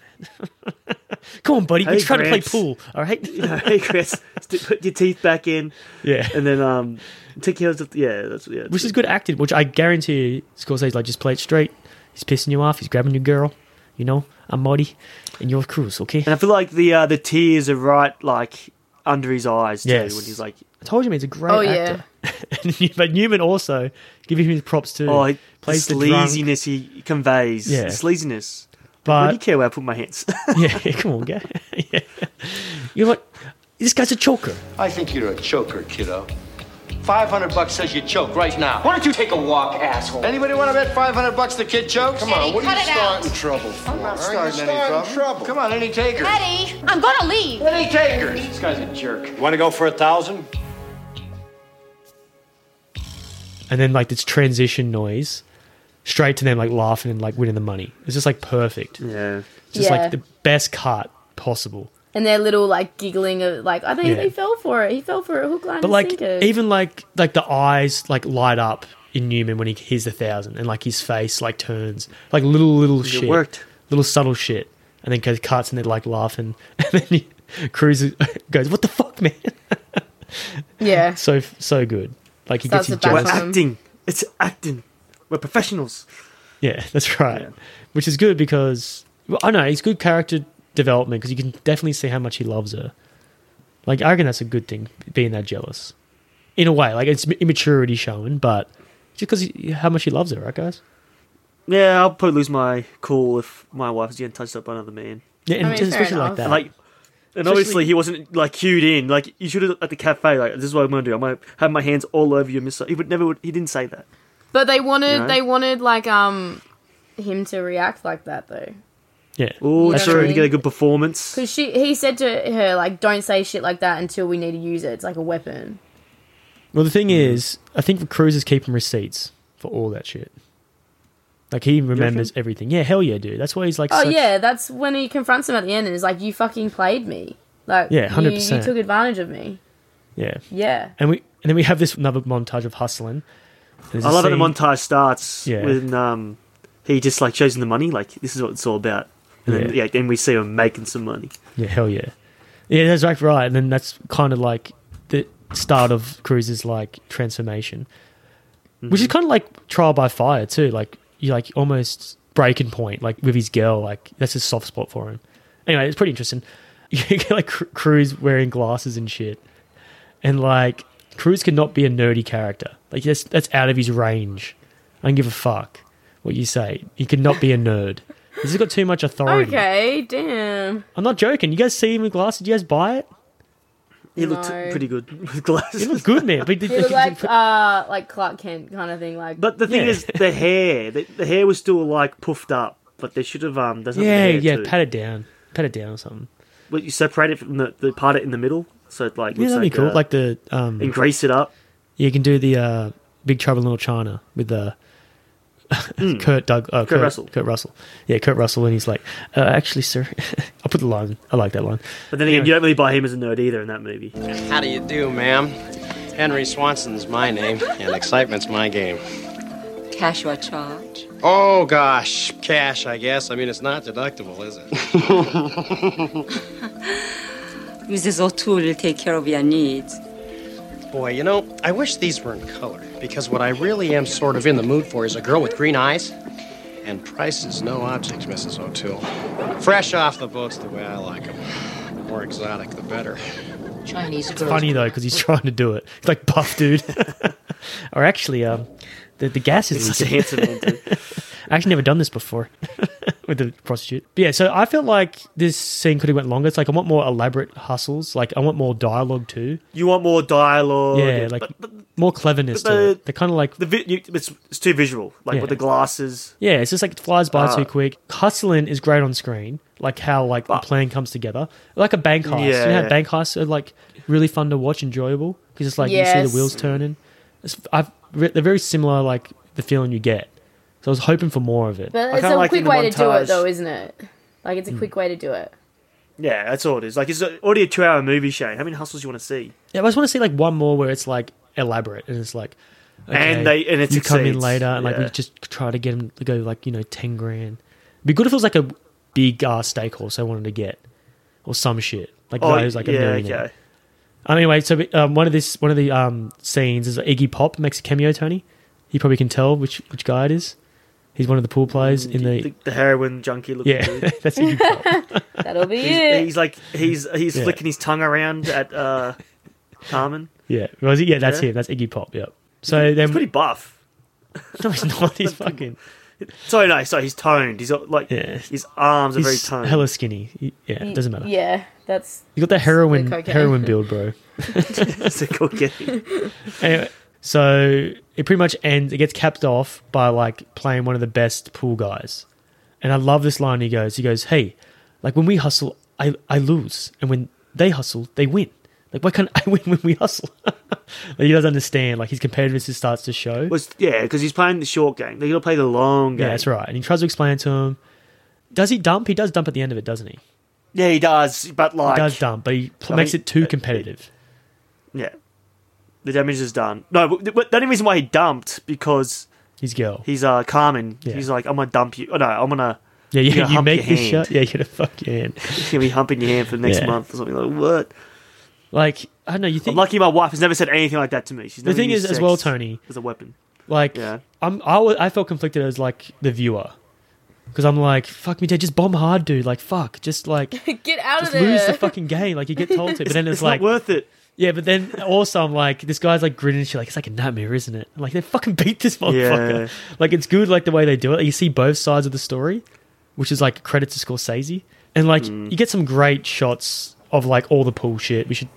man, <laughs> come on, buddy, we're
Hey,
trying to play
Gramps.
pool, all
<laughs>
right?"
you know, hey Chris, st- put your teeth back in,
<laughs> Yeah,
and then um, take care of the yeah. That's yeah.
which is good acting. Which I guarantee you, Scorsese's like, just play it straight. He's pissing you off. He's grabbing your girl. You know, I'm Marty, and you're Cruz. Okay,
And I feel like the uh, the tears are right like under his eyes too
Yes.
when he's like,
I told you, man, he's a great
Oh,
actor. <laughs> Yeah. but Newman also giving him his props too.
oh, he, the
the drunk,
sleaziness he conveys,
Yeah.
the sleaziness. I do you
but <laughs>
care where I put my hands? <laughs>
yeah, come on, guy. <laughs> yeah. You're like, this guy's a choker.
I think you're a choker, kiddo. 500 bucks says you choke right now.
Why don't you take a walk, asshole?
Anybody want to bet 500 bucks the kid chokes? Come
Eddie, cut it out.
trouble for? I'm not
starting any trouble.
Come on, any takers.
Eddie, I'm gonna leave.
Any takers. This guy's a jerk.
Want to go for a thousand?
and then like this transition noise straight to them like laughing and like winning the money. It's just like perfect. It's
yeah.
just
Yeah.
like the best cut possible.
And their little like giggling of like I think
Yeah.
he fell for it. He fell for it. Hook, line,
But
and
like
sinker.
even like like the eyes like light up in Newman when he hears the thousand and like his face like turns like little little shit.
worked.
Little subtle shit. And then goes cuts and they're like laughing <laughs> and then he cruises goes, What the fuck man? <laughs>
yeah.
So so good. Like he
Starts to
gets his
back
jab-
We're
That's awesome.
acting. It's acting. We're professionals.
Yeah, <laughs> that's right. Which is good because well, I know it's good character development because you can definitely see how much he loves her. Like I reckon that's a good thing, being that jealous. in a way. Like it's immaturity shown, but just because how much he loves her, right, guys?
Yeah, I'll probably lose my cool if my wife was getting touched up by another man.
Yeah, and
mean,
just
fair
especially like
enough.
that.
Like, and obviously he wasn't like cued in. Like you should have at the cafe. Like this is what I'm gonna do. I'm gonna have my hands all over you, Miss. He would never. Would, he didn't say that.
But they wanted
No.
they wanted like um him to react like that though.
yeah,
Oh,
That's
true.
true.
To get a good performance.
Cuz she he said to her like don't say shit like that until we need to use it. It's like a weapon.
Well, the thing
Mm-hmm.
is, I think the cruisers keep him receipts for all that shit. Like he remembers everything. Yeah, hell yeah, dude. That's why he's like.
Oh
such-
yeah, that's when he confronts him at the end and is like you fucking played me. Like
Yeah,
you- You,
100%.
took advantage of me.
yeah.
Yeah.
And we and then we have this another montage of hustling. There's
I
a
love it. The
scene-
montage starts
Yeah.
when um, he just like shows him the money. Like this is what it's all about. And then,
Yeah.
yeah, and we see him making some money.
Yeah, hell yeah. Yeah, that's right, right. And then that's kind of like the start of Cruz's like transformation, which is kind of like trial by fire too. Like you like almost breaking point, like with his girl. Like that's his soft spot for him. Anyway, it's pretty interesting. <laughs> You get like Cru- Cruz wearing glasses and shit, and like Cruz cannot be a nerdy character. Like that's that's out of his range. I don't give a fuck what you say. He cannot be a nerd. He's got too much authority.
Okay, damn.
I'm not joking. You guys see him with glasses? Did you guys buy it?
He looked
No.
pretty good <laughs> with
It
glasses.
looks good,
<laughs>
man. But
He looked
<laughs>
like uh like Clark Kent kind of thing like
But the thing
Yeah.
is, the hair. The, the hair was still like puffed up, but they should have um. Doesn't
yeah,
hair
yeah,
too.
pat it down, pat it down or something.
But you separate it from the, the part it in the middle, so it like
Yeah,
looks
that'd be
like
cool.
a-
like the um,
and grease it up.
you can do the uh, Big Trouble in Little China with the <laughs> Kurt Doug, uh, Kurt,
Russell.
Kurt Russell, yeah, Kurt Russell, and he's like, uh, actually, sir, <laughs> I'll put the line. I like that line.
But then again, you don't really buy him as a nerd either in that movie.
How do you do, ma'am? Henry Swanson's my name, and excitement's my game.
Cash or charge?
Oh, gosh. Cash, I guess. I mean, it's not deductible, is it?
<laughs> Mrs. O'Toole will take care of your needs.
Boy, you know, I wish these were in color, because what I really am sort of in the mood for is a girl with green eyes. And price is no object, Mrs. O'Toole. Fresh off the boats, the way I like 'em. The more exotic, the better.
Chinese girls.
Funny though, because he's trying to do it. He's like buff dude, <laughs> or actually, um, the the gas is
Such
<laughs>
a
leaking.
handsome man. too.
I actually never done this before <laughs> with the prostitute. But yeah, so I feel like this scene could have went longer. It's like I want more elaborate hustles. Like I want more dialogue too.
You want more dialogue?
yeah, like
Oh, but, but
more cleverness
but
to
the-
it. They're kind of like
the vi- you, it's, it's too visual. Like
Yeah.
with the glasses.
yeah, it's just like it flies by
Ah.
too quick. Hustling is great on screen. Like how like the plan comes together, like a bank heist. You know
Yeah.
how bank heists are like really fun to watch, enjoyable because it's like you see
Yes.
the wheels turning. It's, I've re- they're very similar, like the feeling you get. So I was hoping for more of it.
But
I
it's
kinda
a
like
quick
in the
way to do
montage- Hmm.
it, though, isn't it? Like it's a quick way to do
<laughs>
it.
Yeah, that's all it is. Like it's already a two-hour movie, Shane. How many hustles do you want to see?
Yeah, I just want to see like one more where it's like elaborate and it's like, okay,
And they- and it
you come in
succeeds.
later and like we
Yeah.
just try to get him to go like you know ten grand. It'd be good if it was like a big uh, steak horse I wanted to get or some shit like oh, those like a millionaire. Um, anyway, so um, one of this one of the um, scenes is Iggy Pop makes a cameo. Tony, you probably can tell which which guy it is. He's one of the pool players in the,
Mm, the, the heroin junkie looking
yeah. <laughs>
dude.
that's Iggy
<laughs>
Pop.
That'll be
He's,
it.
he's like he's he's
Yeah.
flicking his tongue around
<laughs>
at uh, Carmen.
Yeah, was it? Yeah, that's
Yeah.
him. That's Iggy Pop. Yep. So then,
He's pretty buff.
<laughs> no, he's not.
<laughs>
He's fucking.
Sorry, no, sorry. He's toned. He's got, like
Yeah.
his arms are very
He's
toned. <laughs>
hella skinny. He- Yeah, it doesn't matter.
Yeah, that's
You got that heroin
The cocaine.
heroin build, bro.
It's a cool kid.
Anyway, so it pretty much ends. It gets capped off by like playing one of the best pool guys, and I love this line. He goes, he goes, hey, like when we hustle, I I lose, and when they hustle, they win. Like why can't <laughs> I win when we hustle? like, he doesn't understand. Like his competitiveness starts to show.
Was yeah, because he's playing the short game. They gotta play the long game.
Yeah, that's right. And he tries to explain to him. Does he dump? He does dump at the end of it, doesn't he?
Yeah, he does, but
He
like
does dump, but he pl-
I
makes
mean,
it too
uh,
competitive.
Yeah, the damage is done. No, but, but the only reason why he dumped because
His girl.
he's uh Carmen.
Yeah.
He's like, I'm gonna dump you. Oh no, I'm gonna.
yeah,
you're
yeah.
gonna
You
hump
make
your
this
hand.
shot. Yeah, you're gonna fuck your hand.
He's gonna be humping your hand for the next
Yeah.
month or something like what?
Like I don't know. You think
I'm lucky my wife has never said anything like that to me. She's
The
never
thing
used
is as
sex
well, Tony-
as a weapon.
Like,
Yeah.
I'm, I, wa- I felt conflicted as like the viewer because I'm like, fuck me, dad, just bomb hard, dude. Like, fuck, just like
get out of
just
there.
lose the fucking game. Like you get told to, but then it's,
It's
like,
not worth it.
Yeah, but then also I'm like, this guy's like grinning and shit, like it's like a nightmare, isn't it? I'm like they fucking beat this motherfucker. Like it's good, like the way they do it. Like, you see both sides of the story, which is like credit to Scorsese, and like
Mm.
you get some great shots of like all the pool shit. We should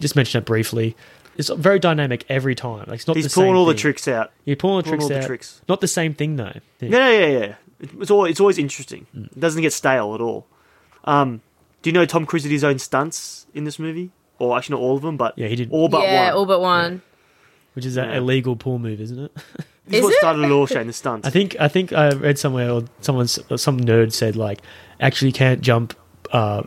just mention it briefly. It's very dynamic every time. Like it's not
He's
the
pulling
same
all the
thing.
tricks out.
Yeah, pulling all the
Pulling
tricks
all the
out.
tricks.
Not the same thing though. Yeah.
Yeah, yeah, yeah. It's always, it's always interesting.
Mm.
It doesn't get stale at all. Um, do you know Tom Cruise did his own stunts in this movie? Or actually, not all of them, but yeah, he did all but
<laughs> yeah,
one.
all but one.
Which is an
Yeah.
illegal pool move, isn't it?
this is
Is
what
it?
started it all,
<laughs>
Shane. The stunts.
I think I think I read somewhere or someone's some nerd said like actually you can't jump uh,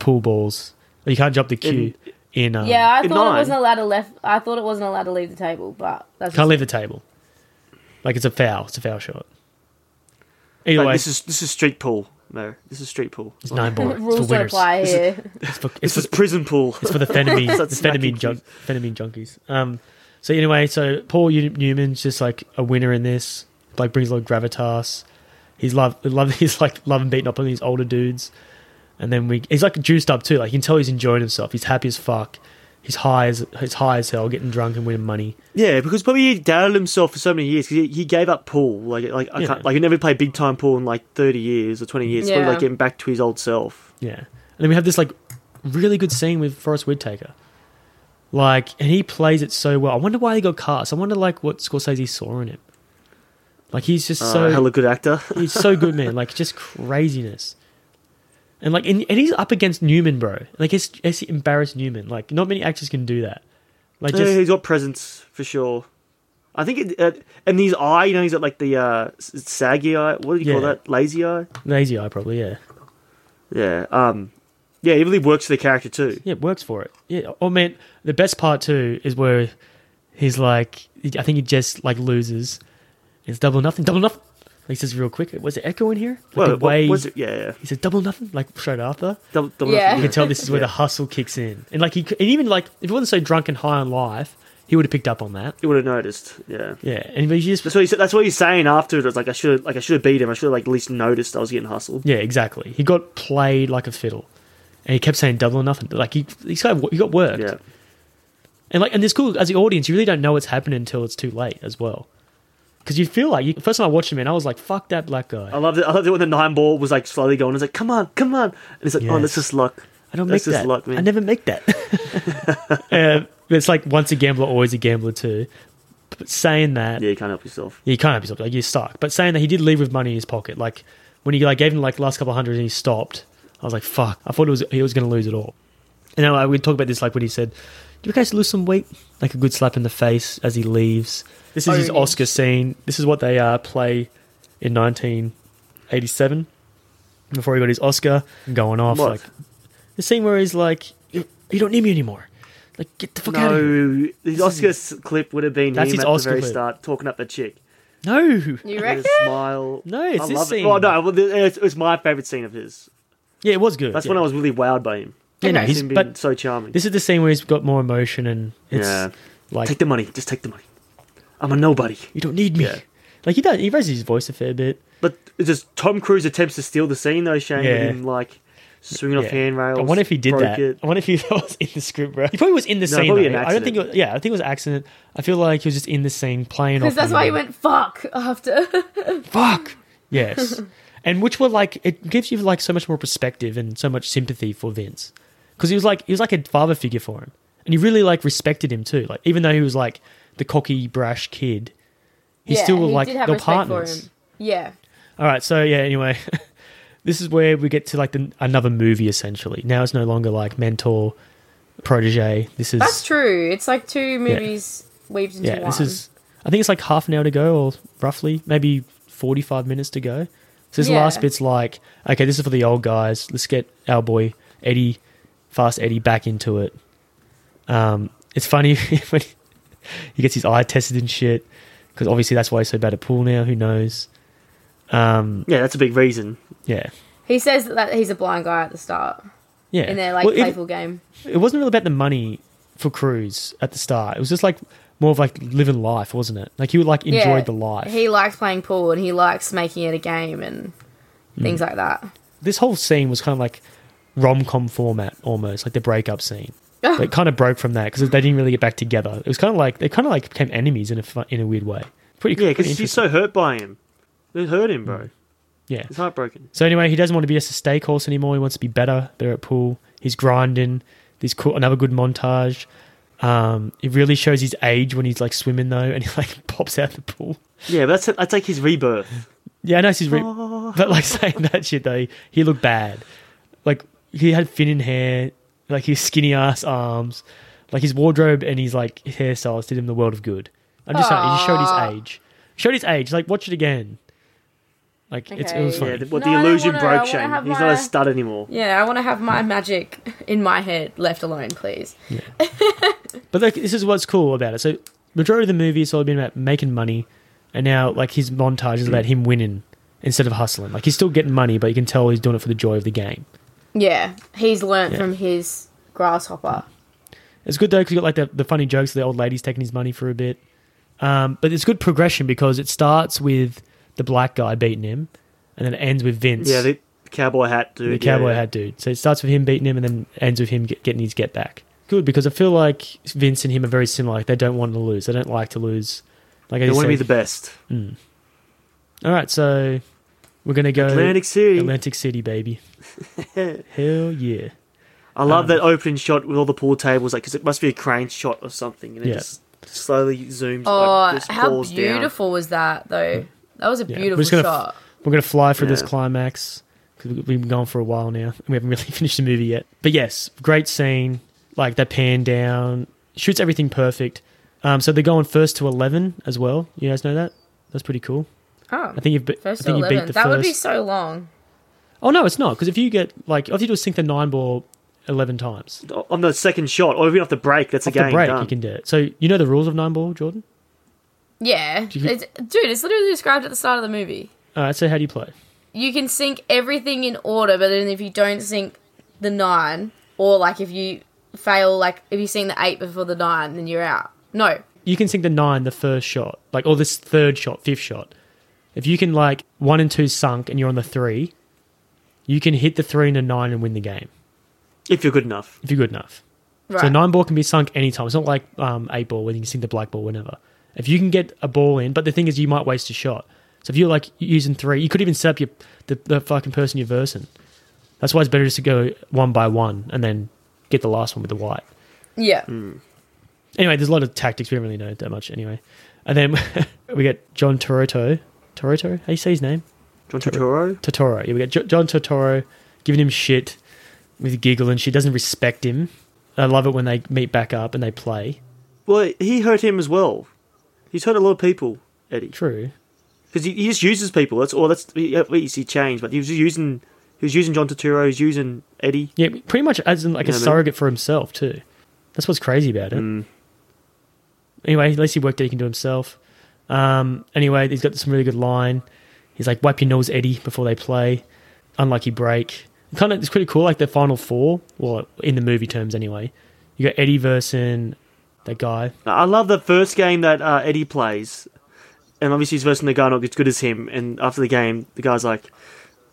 pool balls. Or you can't jump the queue in, um,
yeah, I
in
thought
nine.
it wasn't allowed to left. I thought it wasn't allowed to leave the table, but that's <laughs>
Can't leave the table. Like it's a foul. It's a foul shot. Either
Like,
way,
this is this is street pool. No, this is street pool.
It's
<laughs>
nine ball. It's for
Rules don't
winners.
apply
This is-
here.
<laughs> It's for,
This is prison pool.
It's for the phenamine,
It's
the
not smacking
phenamine, junk, phenamine junkies. Um, so anyway, so Paul U- Newman's just like a winner in this. Like brings a lot of gravitas. He's love, love. <laughs> He's like loving beating up on these older dudes. And then we, he's like juiced up too. Like you can tell he's enjoying himself. He's happy as fuck. He's high as he's high as hell, getting drunk and winning money.
Yeah, because probably he doubted himself for so many years. 'cause He, he gave up pool. Like like I
Yeah.
can't, like he never played big time pool in like thirty years or twenty years. It's Probably
Yeah.
like getting back to his old self.
Yeah. And then we have this like really good scene with Forrest Whitaker. Like, and he plays it so well. I wonder why he got cast. I wonder like what Scorsese saw in him. Like he's just
Uh,
so
hella good actor. <laughs>
he's so good, man. Like just craziness. And like, and, and he's up against Newman, bro. Like, it's, it's embarrassed Newman. Like, not many actors can do that. Like,
Yeah,
just
he's got presence for sure. I think it, uh, and his eye, you know, he's got like the uh, s- saggy eye. What do you call
Yeah.
that? Lazy eye.
lazy eye, probably. Yeah,
Yeah. Um. Yeah, it really works for the character too.
yeah, it works for it. Yeah. Oh man, the best part too is where he's like, I think he just like loses. It's double nothing, double nothing. Like, he says real quick. Was it Echo in here? Like,
Well,
the
what-
way-
was it? Yeah, yeah.
He said double nothing, like straight after.
Double, double
yeah.
nothing,
You
yeah.
can tell this is where the
<laughs> Yeah.
hustle kicks in, and like he, c- and even like if he wasn't so drunk and high on life, he would have picked up on that.
You would have noticed. Yeah.
Yeah, and he just
That's what, he, said- that's what he's saying after it. It's like I should like I should have beat him. I should have like at least noticed I was getting hustled.
Yeah, exactly. He got played like a fiddle, and he kept saying double or nothing. Like he, he's got, he got worked. Yeah. And like, and it's cool as the audience, you really don't know what's happening until it's too late as well, because you feel like you, first time I watched him, and I was like, "Fuck that black guy."
I loved it. I loved it when the nine ball was like slowly going. It's like come on, come on, and it's like oh,
Yes.
that's just luck.
I don't
that's
make
just
that.
Luck, man.
I never make
<laughs>
that. <laughs> uh, it's like once a gambler, always a gambler too. But saying that,
yeah, you can't help yourself.
you can't help yourself. Like you're stuck. But saying that he did leave with money in his pocket, like when he like gave him like last couple hundred and he stopped, I was like, fuck. I thought it was he was going to lose it all. And then like, we talk about this like when he said, "Do you guys lose some weight?" Like a good slap in the face as he leaves. This is his
Owned.
Oscar scene. This is what they uh, play in 1987 before he got his Oscar going off.
What?
Like the scene where he's like, "You you don't need me anymore." Like get the fuck out of here.
No, his Oscar s- clip would have been
That's
him
his
at
Oscar
the very
clip.
start talking up the chick.
No, you
With a Smile.
No, it's
I
this
love
scene.
It. Well, no, well, th- it's, it's my favorite scene of his.
Yeah, it was good.
That's
yeah.
when I was really wowed by him.
Yeah, no,
It's
he's-
him being
but-
so charming.
This is the scene where he's got more emotion and it's
Yeah.
like
take the money, just take the money. I'm a nobody.
You don't need me. Like he does, he raises his voice a fair bit.
But it's just Tom Cruise attempts to steal the scene though, Shane,
Yeah.
with him like swinging
Yeah.
off handrails.
I wonder if he did
broke
that.
it.
I wonder if he <laughs> was in the script, bro. He probably was in the
No,
scene.
probably
though.
an
I don't think. It
accident.
was, yeah, I think it was an accident. I feel like he was just in the scene playing off.
because that's why he
Newman.
went fuck after.
fuck. <laughs> Yes, and which were like it gives you like so much more perspective and so much sympathy for Vince because he was like he was like a father figure for him, and he really like respected him too. Like even though he was like the cocky brash kid,
<laughs>
he
Yeah,
still like
did have
the
respect for
partners.
him. Yeah.
All right, so yeah. Anyway, <laughs> this is where we get to like the, another movie essentially. Now it's no longer like mentor, protege. This is
That's true. It's like two movies weaved into
yeah.
one.
This is I think it's like half an hour to go, or roughly maybe forty-five minutes to go. So this
Yeah.
last bit's like, okay, this is for the old guys. Let's get our boy Eddie, fast Eddie, back into it. Um, it's funny <laughs> when he, he gets his eye tested and shit because obviously that's why he's so bad at pool now. Who knows? Um,
Yeah, that's a big reason.
yeah.
He says that he's a blind guy at the start.
Yeah.
In their like
Well, if-
playful game.
it wasn't really about the money for Cruz at the start. It was just like more of like living life, wasn't it? Like you like enjoyed
Yeah,
the life.
He likes playing pool and he likes making it a game and
Hmm.
things like that.
this whole scene was kind of like rom com format almost, like the breakup scene.
Oh.
But it kind of broke from that because they didn't really get back together. It was kind of like they kind of like became enemies in a fu- in a weird way. Pretty
yeah,
pretty
because she's so hurt by him. It hurt him, bro.
Yeah.
It's heartbroken.
So anyway, he doesn't want to be just a stake horse anymore. He wants to be better, better at pool. He's grinding. There's cool, another good montage. Um, it really shows his age when he's like swimming though, and he like <laughs> pops out the pool.
Yeah, but that's that's like his rebirth.
Yeah, I know it's his re-
Oh.
but like <laughs> saying that shit though, he looked bad. Like he had thin in hair, like his skinny ass arms, like his wardrobe and his like hairstyles did him the world of good. I'm just saying, he just showed
Aw.
his age. Showed his age. Like watch it again. Like it's it was
Okay.
funny.
Yeah, the- what, the No, I don't illusion wanna- broke, I wanna Shane. have He's not a my- stud
anymore.
Yeah, I want to have my magic in my head left alone, please.
But like, this is what's cool about it. So majority of the movie has all been about making money, and now like his montage is about him winning instead of hustling. Like he's still getting money, but you can tell he's doing it for the joy of the game.
Yeah, he's learnt
Yeah.
from his grasshopper.
It's good though because you got like the, the funny jokes of the old ladies taking his money for a bit. Um, but it's good progression because it starts with the black guy beating him, and then it ends with Vince.
Yeah, the cowboy hat dude.
the cowboy
yeah.
hat dude. So it starts with him beating him and then ends with him get, getting his get back. Good because I feel like Vince and him are very similar. Like they don't want to lose. They don't like to lose. Like I
They
just
want to be
said-
the best.
Mm. All right, so we're gonna go
Atlantic City.
Atlantic City,
<laughs>
baby. Hell yeah!
I love
Um,
that opening shot with all the pool tables, like because it must be a crane shot or something, and it
Yeah.
just slowly zooms.
Oh,
like, just
how
falls down.
beautiful was that though? That was a
Hmm. Yeah,
beautiful
we're just gonna
shot.
we're gonna fly for this
Yeah.
climax because we've been going for a while now. and We haven't really <laughs> finished the movie yet, but yes, great scene. Like that pan down shoots everything perfect. Um, so they're going first to eleven as well. You guys know that? That's pretty cool.
oh,
I think you've be-
first
I think
to
you beat
eleven.
the
That would be
first-
so long.
Oh no, it's not because if you get like if you just sink the nine ball eleven times
Oh, On the second shot, or even off the break, that's
off
a game
the break,
done.
you can do it. So you know the rules of nine ball, Jordan.
Yeah,
Do you-
it's, dude, it's literally described at the start of the movie.
All right, so how do you play?
You can sync everything in order, but then if you don't sync the nine, or like if you fail, like if you sync the eight before the nine, then you're out. No,
you can sink the nine the first shot, like or this third shot, fifth shot. If you can like one and two sunk and you're on the three, you can hit the three and the nine and win the game
if you're good enough.
if you're good enough. So
Right.
nine ball can be sunk anytime. It's not like um, eight ball where you can sink the black ball whenever. If you can get a ball in, but the thing is, you might waste a shot. So if you're like using three, you could even set up your the, the fucking person you're versing. That's why it's better just to go one by one and then get the last one with the white.
yeah.
Hmm. Anyway, there's a lot of tactics. We don't really know that much anyway. And then <laughs> we get John Toroto. Toroto? How do you say his name?
John Turturro?
Totoro. Yeah, we get jo- John Totoro giving him shit with Giggle and she doesn't respect him. I love it when they meet back up and they play.
Well, he hurt him as well. He's hurt a lot of people, Eddie.
True.
Because he, he just uses people. That's all. That's he, he, he changed, but he was using he was using John Turturro. He was using Eddie.
Yeah, pretty much as in like
You
a
know what I mean? Mm.
surrogate for himself too. That's what's crazy about it. Anyway, at least he worked that he can do himself. Um, anyway, he's got some really good line. He's like, "Wipe your nose, Eddie," before they play. Unlucky break. Kind of, it's pretty cool. Like the final four. Well, in the movie terms, anyway. You got Eddie versus that guy.
I love the first game that uh, Eddie plays, and obviously he's versing the guy not as good as him. And after the game, the guy's like,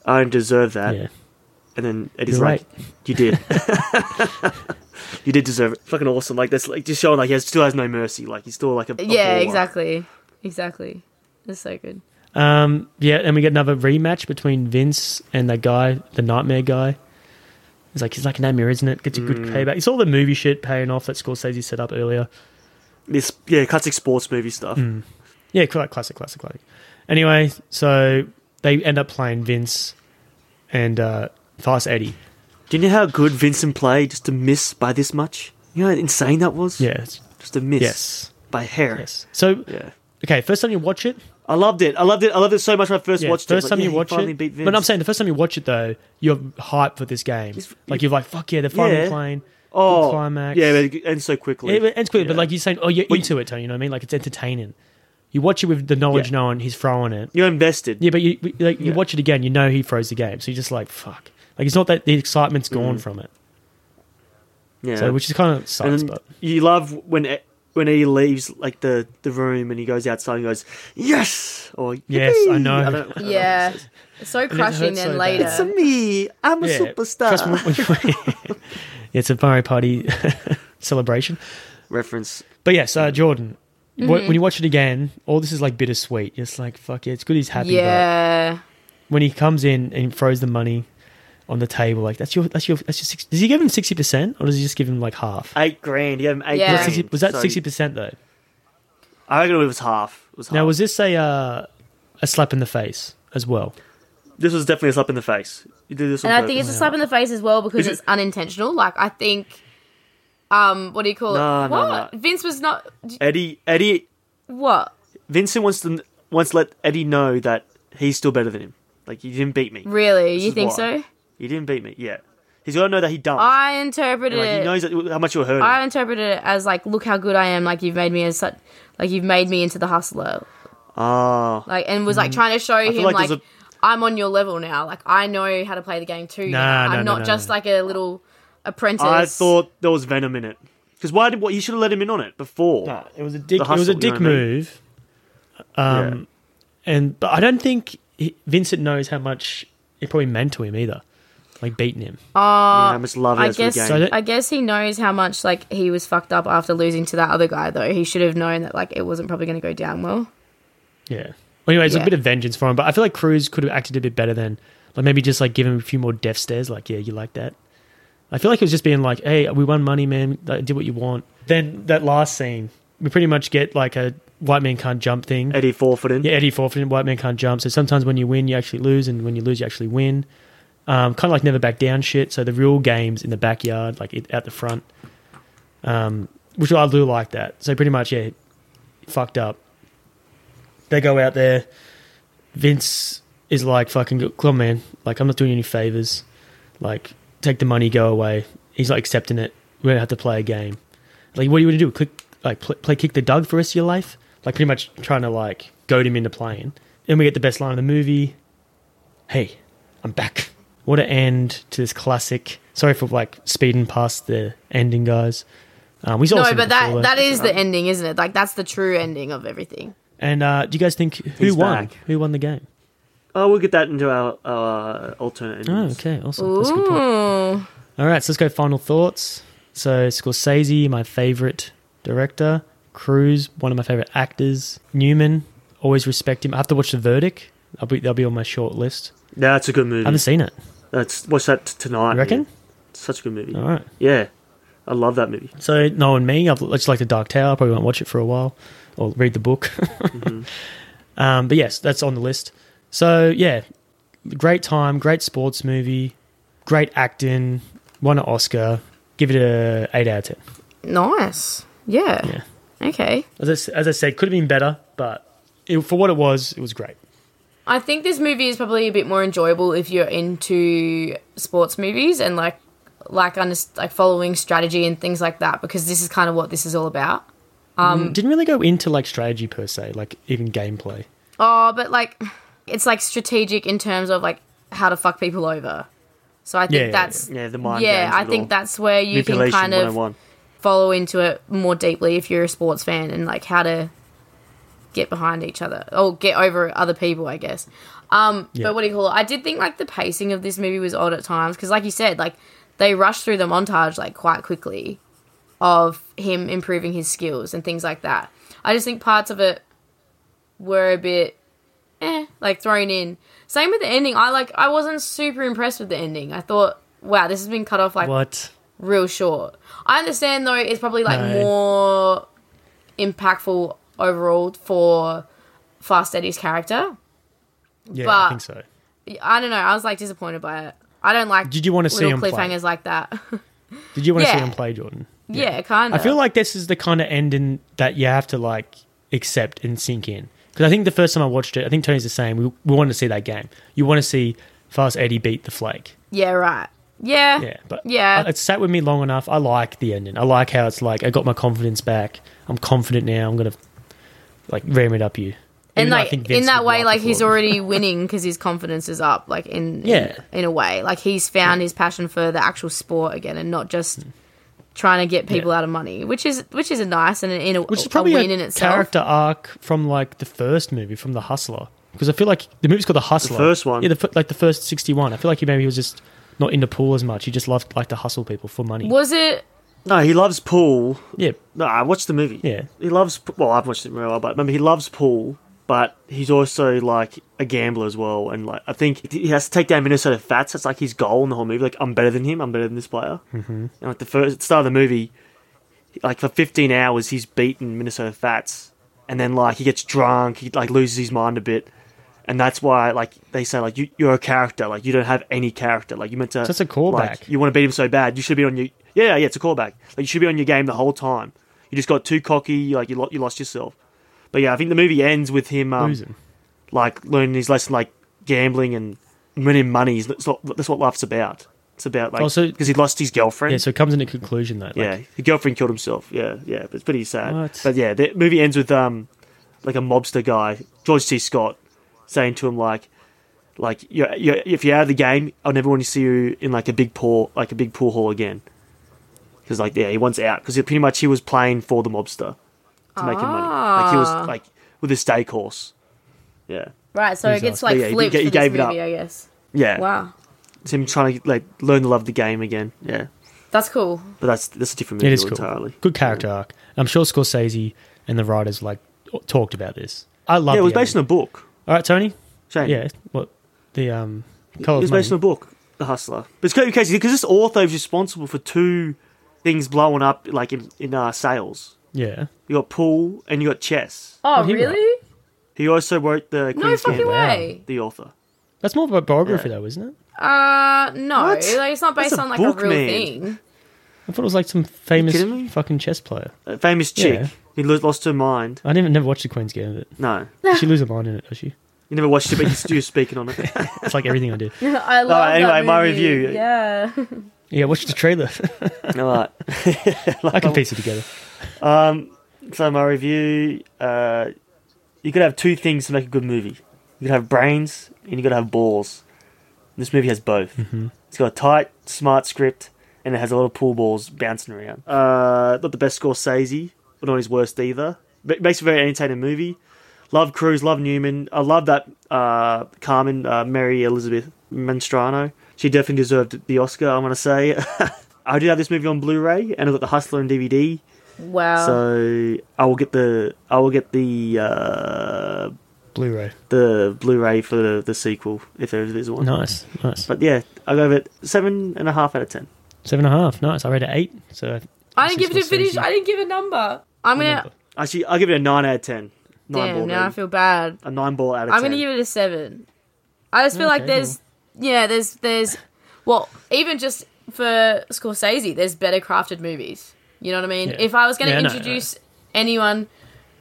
"I don't deserve that," and then Eddie's
You're
like,
<laughs>
"You did, <laughs> you did deserve it." Fucking awesome! Like that's like just showing like he has, still has no mercy. Like he's still like a a
Yeah,
baller.
exactly. Exactly. That's so
<laughs>
good.
Um, yeah, and we get another rematch between Vince and that guy, the Nightmare guy. It's like he's like a nightmare, isn't it? Gets a good
Mm.
payback. It's all the movie shit paying off that Scorsese set up earlier.
This yeah, classic sports movie stuff.
Mm. Yeah, cl- classic, classic, classic. Anyway, so they end up playing Vince and uh, Fast Eddie.
Do you know how good Vincent played just to miss by this much? You know how insane that was.
Yes,
just a miss.
Yes.
by hair.
Yes. So
yeah.
Okay, first time you watch it.
I loved it. I loved it. I loved it so much when I first
Yeah,
watched it.
first
Like,
time
yeah,
you
he
watch
finally
it,
beat Vince.
but I'm saying the first time you watch it though, you're hyped for this game. like you're like, fuck yeah, they're finally
Yeah.
playing.
Oh,
Good climax.
yeah, but it ends so quickly.
Yeah, but- and it's good, but like you're saying, oh, you're into it, Tony. You know what I mean? Like it's entertaining. You watch it with the knowledge knowing he's throwing it.
You're invested.
Yeah, but you you- like, you
Yeah.
watch it again, you know he froze the game, so you're just like, fuck. Like it's not that the excitement's gone
Mhm.
from it.
yeah,
So which is kind of
And
sucks,
then
but
you love when E- when he leaves like the, the room and he goes outside and goes yes or
Yes, I
"Yippee!"
know.
don't-
Yeah. It's so
it
crushing then
hurts so bad.
later.
It's
me. I'm
Yeah, trust me, when you- It's a Mario Party <laughs> celebration.
Reference.
But yes, uh, Jordan, wh-
Mhm.
when you watch it again, all this is like bittersweet. It's like, fuck yeah, it's good he's happy. but
yeah.
when he comes in and throws the money on the table, like that's your, that's your, that's your, six, does he give him 60% or does he just give him like half?
Eight grand. Yeah, eight
Was that
grand.
60 was that
So-
60% though?
I reckon it was half. It was half.
Now, was this a, uh, a slap in the face as well?
This was definitely a slap in the face. You did this.
And I think it's a slap in the face as well because
Is it-
it's unintentional. Like I think, um, what do you call
No,
it?
no,
what Vince was not.
Eddie. Eddie.
What
Vincent wants to wants to let Eddie know that he's still better than him. Like you didn't beat me.
really?
This
you
is
think
why.
so?
You didn't beat me. Yeah. He's got to know that he dumped.
I interpreted
And, like, he
it.
knows that, how much you're hurting.
I interpreted it as like, look how good I am. Like you've made me as such. Like you've made me into the hustler.
oh.
Like and was like trying to show
I feel
him
like
like,
there's
I'm on your level now. Like I know how to play the game too.
Nah,
now.
no,
I'm
no,
not
no,
just
no.
like a little apprentice.
I thought there was venom in it. Because why did what you should have let him in on it before?
Nah, it was a dick. it was a dick move. Um, and but I don't think he, Vincent knows how much it probably meant to him either, like beating him.
Uh,
how much love he
I
has for the
guess
game. So that-
I guess he knows how much like he was fucked up after losing to that other guy though. He should have known that like it wasn't probably going to go down well.
Yeah. Well, anyway, it's a
Yeah.
bit of vengeance for him, but I feel like Cruz could have acted a bit better than, like maybe just like give him a few more death stares. Like, yeah, you like that. I feel like it was just being like, hey, we won money, man. Like, did what you want. Then that last scene, we pretty much get like a white man can't jump thing.
Eddie forfeited.
Yeah, Eddie forfeited. White man can't jump. So sometimes when you win, you actually lose, and when you lose, you actually win. Um, kind of like never back down shit. So the real games in the backyard, like it, out the front, um, which I do like that. So pretty much, yeah, fucked up. They go out there. Vince is like, fucking, come on, man. Like, I'm not doing you any favors. Like, take the money, go away. He's like accepting it. We don't have to play a game. Like, what are you going to do? Click, like, pl- play kick the dog for the rest of your life? Like, pretty much trying to, like, goad him into playing. Then we get the best line of the movie. Hey, I'm back. What an end to this classic. Sorry for, like, speeding past the ending, guys. Um, we saw
no,
this
but that
before,
that is
though.
the ending, isn't it? Like that's the true ending of everything.
And uh, do you guys think who
He's
won?
back.
Who won the game?
Oh, we'll get that into our, our uh, alternate.
Oh,
endings.
okay, awesome. That's a good point. All right, so let's go final thoughts. So Scorsese, my favorite director. Cruz, one of my favorite actors. Newman, always respect him. I have to watch The Verdict. I'll be, that'll be on my short list.
Yeah, it's a good movie.
I haven't seen it.
That's watch that t- tonight.
You reckon?
man. It's such a good movie.
All right.
Yeah, I love that movie.
So knowing me, I've, I just like The Dark Tower. I probably won't watch it for a while or read the book. <laughs> um, but yes, that's on the list. So yeah, great time, great sports movie, great acting, won an Oscar. Give it a eight out of ten.
Nice. Yeah. Okay.
As I, s- as I said, could have been better, but it, for what it was, it was great.
I think this movie is probably a bit more enjoyable if you're into sports movies and like like under, like following strategy and things like that because this is kind of what this is all about. Um,
Mm, didn't really go into like strategy per se, like even gameplay.
Oh, but like, it's like strategic in terms of like how to fuck people over. So I
Yeah,
think
yeah,
that's
yeah. Yeah, the mind
Yeah,
games
I
of it all.
think that's where you can
Manipulation
kind of
101.
follow into it more deeply if you're a sports fan and like how to get behind each other or get over other people, I guess. Um,
Yeah.
But what do you call it? I did think like the pacing of this movie was odd at times because, like you said, like they rushed through the montage like quite quickly of him improving his skills and things like that. I just think parts of it were a bit eh, like thrown in. Same with the ending. I like I wasn't super impressed with the ending. I thought, wow, this has been cut off like
what?
real short. I understand though it's probably like
No.
more impactful overall for Fast Eddie's character.
Yeah, I
But-
think so.
I don't know. I was like disappointed by it. I don't like
Did you wanna see
little
him play?
cliffhangers like that. <laughs>
Did you want to see
Yeah.
him play, Jordan?
yeah, kind of.
I feel like this is the kind of ending that you have to like accept and sink in. Because I think the first time I watched it, I think Tony's the same. We, we want to see that game. You want to see Fast Eddie beat the Flake.
yeah, right. Yeah.
Yeah, but
yeah.
I- it sat with me long enough. I like the ending. I like how it's like I got my confidence back. I'm confident now. I'm gonna like ram it up you.
and
Even though I
like
think
in
Vince
that
would
way,
laugh
like
before
he's
it. <laughs>
already winning because his confidence is up. Like in in-
Yeah.
in, a way, like he's found his passion for the actual sport again, and not
Hmm.
just trying to get people out of money, which is which is a nice and in a,
which is
a
probably
win
a
in itself.
character arc from like the first movie, from The Hustler. Because I feel like the movie's called The Hustler.
first one.
yeah, the, fir- like the first sixty-one. I feel like he maybe was just not into pool as much. He just loved like to hustle people for money.
Was it?
No, he loves pool.
Yeah.
No, I watched the movie.
Yeah.
He loves. Well, I've watched it very well, but remember, he loves pool, but he's also like a gambler as well. And like, I think he has to take down Minnesota Fats. That's like his goal in the whole movie. Like, I'm better than him. I'm better than this player.
Mhm.
And at the first at the start of the movie, like for 15 hours, he's beaten Minnesota Fats, and then like he gets drunk, he like loses his mind a bit, and that's why like they say like you, you're a character, like you don't have any character, like you meant to.
So it's a callback.
like, you want to beat him so bad, you should be on your yeah yeah it's a callback. Like you should be on your game the whole time. You just got too cocky, you, like you lo- you lost yourself. But yeah, I think the movie ends with him um,
Losing.
like learning his lesson, like gambling and winning money. is- That's what, that's what life's about. It's about like
Oh,
because
so-
he lost his girlfriend.
Yeah, so it comes into conclusion though. Like,
Yeah, the girlfriend killed himself. Yeah, yeah, but it's pretty sad.
What?
But yeah, the movie ends with um, like a mobster guy, George C. Scott, saying to him like, like you're, you're, if you're out of the game, I'll never want to see you in like a big pool, like a big pool hall again. Because like yeah, he wants out because pretty much he was playing for the mobster to make him money. Like he
Ah.
was like with a stake horse. Yeah,
Right, so it
Bizarre.
gets like
But yeah, he
flipped
ga- he
for this
gave it up.
movie, I guess.
yeah.
Wow,
It's him trying to like learn to love the game again. Yeah,
that's cool.
but that's that's a different
it
movie
is cool.
entirely.
Good character arc. I'm sure Scorsese and the writers like talked about this. I love.
yeah, it was
the
based on a book.
All right, Tony.
Shane.
Yeah. What the um?
It
Color
was
of Money.
based on a book, The Hustler. But it's kind of crazy because this author is responsible for two things blowing up, like in in uh, sales.
Yeah.
You got pool and you got chess.
Oh,
What he wrote?
really?
He also wrote the
No
Queen's
fucking
Gambit,
way.
The author.
That's more of a biography though, isn't it?
Uh, no,
What?
like it's not
That's
based
a
on like
book,
a real
man. <laughs>
thing.
I thought it was like some famous
kidding me?
fucking chess player.
A famous chick.
Yeah.
He lo- lost her mind.
I never never watched the
<laughs>
Queen's Gambit.
No,
Did she lose her mind in it? Does she?
you never watched it, but you're still speaking
<laughs>
on it.
It's like everything I do.
I love
Alright, anyway,
that
my
movie.
review. <laughs>
Yeah. <laughs>
Yeah, watch the trailer. <laughs>
All right.
I can piece it together.
Um, so my review, uh, you could have two things to make a good movie. You could have brains and you gotta have balls. This movie has both.
Mhm.
It's got a tight, smart script, and it has a lot of pool balls bouncing around. Uh, not the best Scorsese, but not his worst either. But it makes a very entertaining movie. Love Cruise, love Newman. I love that uh, Carmen, uh, Mary Elizabeth Manstrano. She definitely deserved the Oscar, I'm going to say. <laughs> I do have this movie on Blu ray, and I've got The Hustler on DVD.
Wow.
So I will get the I will get the uh,
Blu-ray.
the Blu-ray for the, the sequel if there is one.
Nice, nice.
But yeah, I will go it seven and a half out of ten.
Seven and a half. Nice. I rated eight. So
I didn't
This
give it
is
a finish.
Scorsese.
I didn't give a number. I'm gonna.
Actually, I'll give it a nine out of ten. Nine
Damn,
ball.
now I
baby.
feel bad.
a nine ball out of
I'm
10
gonna give it a seven. I just feel like
Okay,
there's, yeah, there's there's, well, even just for Scorsese, there's better crafted movies. You know what I mean?
Yeah.
If I was gonna
Yeah, no, no.
introduce anyone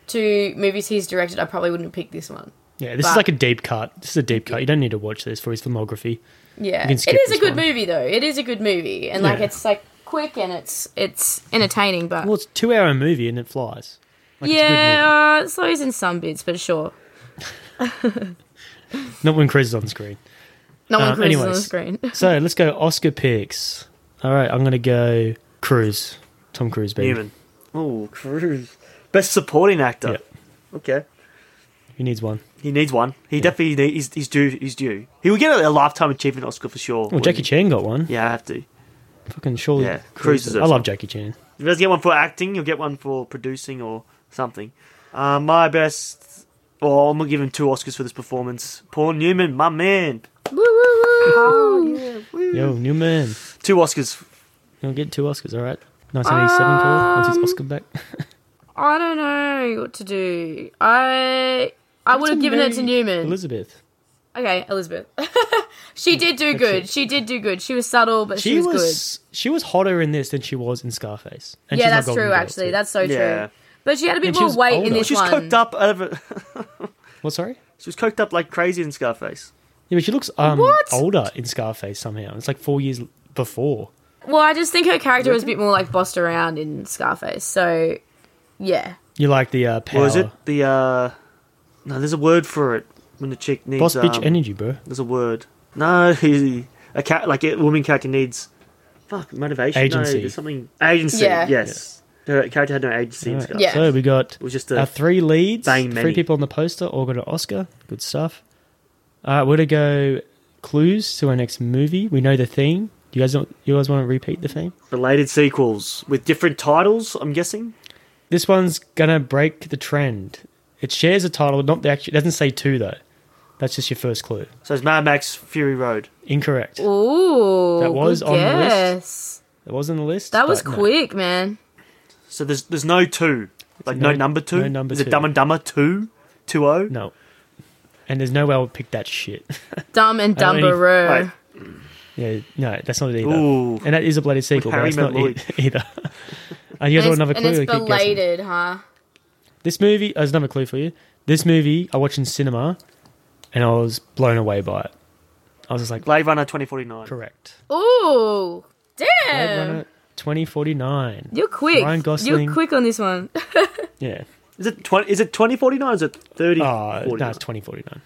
to movies he's directed, I probably wouldn't pick this one.
yeah, this is
But-
like a deep cut. This is a deep cut. You don't need to watch this for his filmography.
Yeah,
You can
it
skip
is a
this
good
one.
movie though. It is a good movie, and like
Yeah.
it's like quick and it's it's entertaining, but
Well, it's a two-hour movie and it flies. Like, it's a good
yeah, uh, it slows in some bits, but sure.
Not when Chris is
<laughs>
on screen.
No one cruises on the
Uh, anyways,
screen. <laughs>
so let's go Oscar picks. All right, I'm going to go Cruise. Tom Cruise, baby.
Newman. Oh, Cruise. Best supporting actor. Okay,
He needs one. Oh,
he needs one. He definitely need, he's, he's due. He's due. He will get a, a lifetime achievement Oscar for sure.
Well, Jackie Chan got one.
Yeah, I have to. If
Fucking surely.
Yeah, Cruise
Cruise.
deserves
I love
one.
Jackie Chan.
he doesn't get one for acting, you'll get one for producing or something. Uh, my best. Well, I'm gonna give him two Oscars for this performance. Paul Newman, my man.
Woo, woo, woo. Mm.
Yo, new man.
Two Oscars.
You'll get two Oscars. All right. 1987,
Uh,
Paul. Wants his Oscar back.
I don't know what to do. I I would have given it to Newman.
Elizabeth.
Okay, Elizabeth. <laughs> she did do good. She did do good. She was subtle, but she,
she
was,
was, she was hotter in this than she was in Scarface.
good.
And
Yeah,
she's my
that's
Golden
true.
Girl,
Actually,
too.
that's so
Yeah.
true. But she had a bit
And she
more
was
weight in
older.
this
She
She's
one.
coked up over. <laughs>
What? Sorry.
she was coked up like crazy in Scarface.
Yeah, but she looks um,
What?
older in Scarface somehow. It's like four years l- before.
Well, I just think her character was a bit more like bossed around in Scarface. So, yeah.
You like the uh, power.
Or is it the? uh No, there's a word for it when the chick needs.
Boss bitch
um,
energy, bro.
There's a word. No, a cat like a woman character needs. Fuck motivation. No,
Agency.
there's something agency.
Yeah.
Yes. Her character had no agency in
Alright,
Scarface.
Yeah.
So we got
It was just a
our three leads,
bang
three
many.
people on the poster, all got an Oscar. Good stuff. All right, we're to Uh, go clues to our next movie. We know the theme. Do you guys don't, you guys want to repeat the theme?
Related sequels with different titles, I'm guessing.
This one's gonna break the trend. It shares a title, not the actual. It doesn't say two though. That's just your first clue.
So it's Mad Max Fury Road.
Incorrect.
Ooh.
That was
good
on the list.
guess.
That was on the list.
That was
but no.
quick, man.
So there's there's no two, like no,
no-
number two.
no number
Is
two.
it Dumb and Dumber two, two oh? o?
No. And there's no way I would pick that shit.
Dumb and
I don't even-
Dumberoo.
yeah, no, that's not it either.
Ooh.
And that is a bloody sequel, but
Harry
that's not
met
it <laughs> either. Uh, you guys want
and
another
it's,
clue?
and
I
it's
keep guessing.
belated, huh?
This movie, uh, there's another clue for you. This movie, I watched in cinema, and I was blown away by it. I was just like,
Blade Runner twenty forty nine.
Correct.
Ooh.
Blade
Damn.
Runner 2049.
You're quick.
Ryan Gosling.
You're quick on this one.
Yeah.
Is it twenty? Is it twenty forty nine? Is it thirty?
Oh, no,
49?
it's 2049.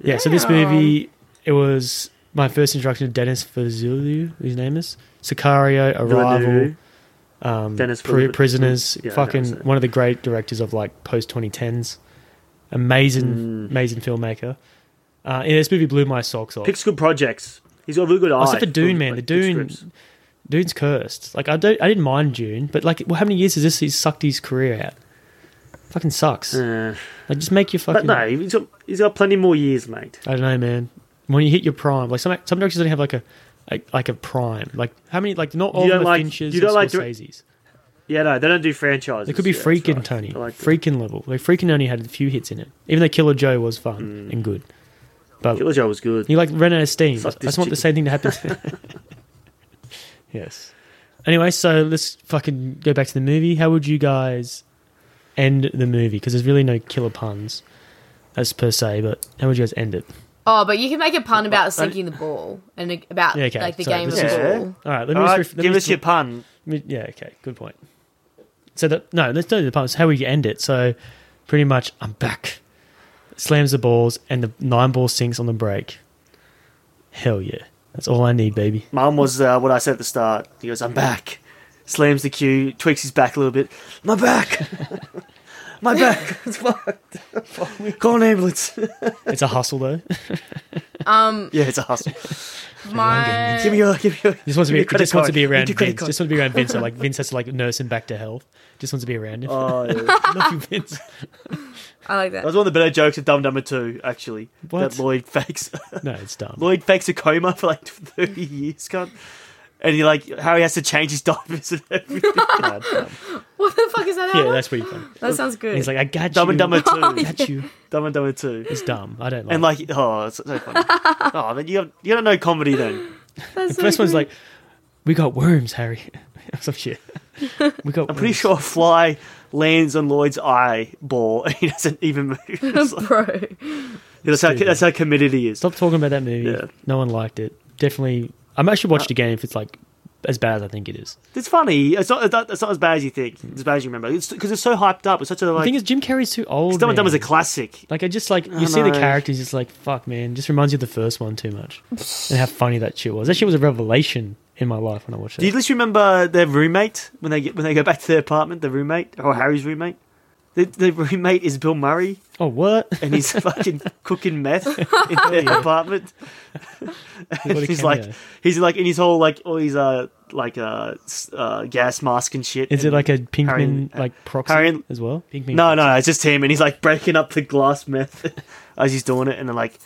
Yeah, so this movie, it was my first introduction to Dennis Villeneuve, his name is. Sicario, Arrival,
Villeneuve.
um,
Dennis
Pri-
Villeneuve.
Prisoners,
Yeah, I know
fucking
his name.
one of the great directors of like post 2010s. Amazing,
Mm.
amazing filmmaker. Uh, yeah, this movie blew my socks off.
Picks good projects. He's got a really good eye.
Except for Dune,
Good,
man. The
like, good
Dune,
scripts.
Dune's cursed. Like I don't, I didn't mind Dune, but like, well, how many years has this? He's sucked his career out. Fucking sucks.
Yeah.
Like, just make your
But
fucking.
no, he's got he's got plenty more years, mate.
I don't know, man. When you hit your prime, like some some directors don't have like a like, like a prime. Like how many? Like not all
You
of
don't
the
like-
Finches
you don't
and
like dir-
Scorsese's.
Yeah, no, they don't do franchises.
They could be
yeah, that's
freaking
right.
Tony,
I like that.
freaking level. Like freaking only had a few hits in it. Even though Killer Joe was fun and good, but
Mm. Killer Joe was good.
You like ran out of steam.
Fuck
I
this
just want the same thing to
<laughs>
happen. yes. Anyway, so let's fucking go back to the movie. How would you guys end the movie? Because there's really no killer puns, as per se. But how would you guys end it?
oh, but you can make a pun about sinking the ball and a- about
Yeah, okay.
like the
sorry,
game of
this is-
ball.
All right, let me
All
just ref-
right,
let me
give
just-
us your pun.
let me- Yeah, okay, good point. So that no, let's do the puns. How would you end it? So pretty much, I'm back. Slams the balls and the nine ball sinks on the break. Hell yeah, that's all I need, baby.
Mum was uh, what I said at the start. He goes, "I'm back." Slams the cue, tweaks his back a little bit. My back, <laughs> my back. <laughs> It's fucked. Call an ambulance. <laughs>
It's a hustle though. <laughs>
Um,
yeah, it's a hustle.
my
give me your, give me your.
Uh, Just wants to
give me
be.
your credit
Just wants to
card.
be around
Give me your
Vince. Just wants to be around Vince.
<laughs>
So like Vince has to like nurse him back to health. Just wants to be around him. <laughs>
credit card. Oh, yeah.
Love you, Vince.
I like
That
that.
was one of the better jokes of Dumb and Dumber Two, actually.
What?
That Lloyd fakes.
No, it's dumb.
<laughs> Lloyd fakes a coma for like thirty years, cunt. And he like Harry has to change his <laughs> diapers and
<laughs>
everything.
Nah, it's dumb.
What the fuck is that?
Yeah,
Alan?
that's pretty fun.
that sounds good.
And he's like, I got
Dumb
you.
and Dumber Two,
I got you.
Dumb and Dumber Two,
It's dumb. I don't like.
and like oh, it's so funny. oh, then you you don't know comedy then.
it. the first one's like, we got worms, Harry. <laughs> Some shit. We got.
I'm pretty sure a fly lands on Lloyd's eyeball and he doesn't even move. <laughs>
<laughs>
It's like-
bro.
that's, how, that's how committed he is.
Stop talking about that movie.
Yeah. Uh,
No one liked it. Definitely. I'm actually watched again if it's like as bad as I think it is.
It's funny. It's not, it's not as bad as you think. It's as bad as you remember. Because it's, so hyped up. It's such a
The
like.
thing is, Jim Carrey's too old.
Dumb and Dumber's a
man.
classic.
Like I just like you
I
see the
know.
characters, it's like fuck, man. Just reminds you of the first one too much, and how funny that shit was. That shit was a revelation in my life when I watched
Do you
it.
at least remember their roommate when they get when they go back to their apartment? The roommate or Harry's roommate? The, the roommate is Bill Murray,
Oh what?
and <laughs> he's fucking cooking meth in their apartment.
<laughs> What a
he's
cameo.
like, he's like in his whole like all these uh like uh, s- uh gas mask and shit.
is it
and-
like a
Harry
Pinkman
and-
like proxy
Harry and-
as well? Pinkman.
No, no, no, it's just him, and he's like breaking up the glass meth <laughs> as he's doing it, and then like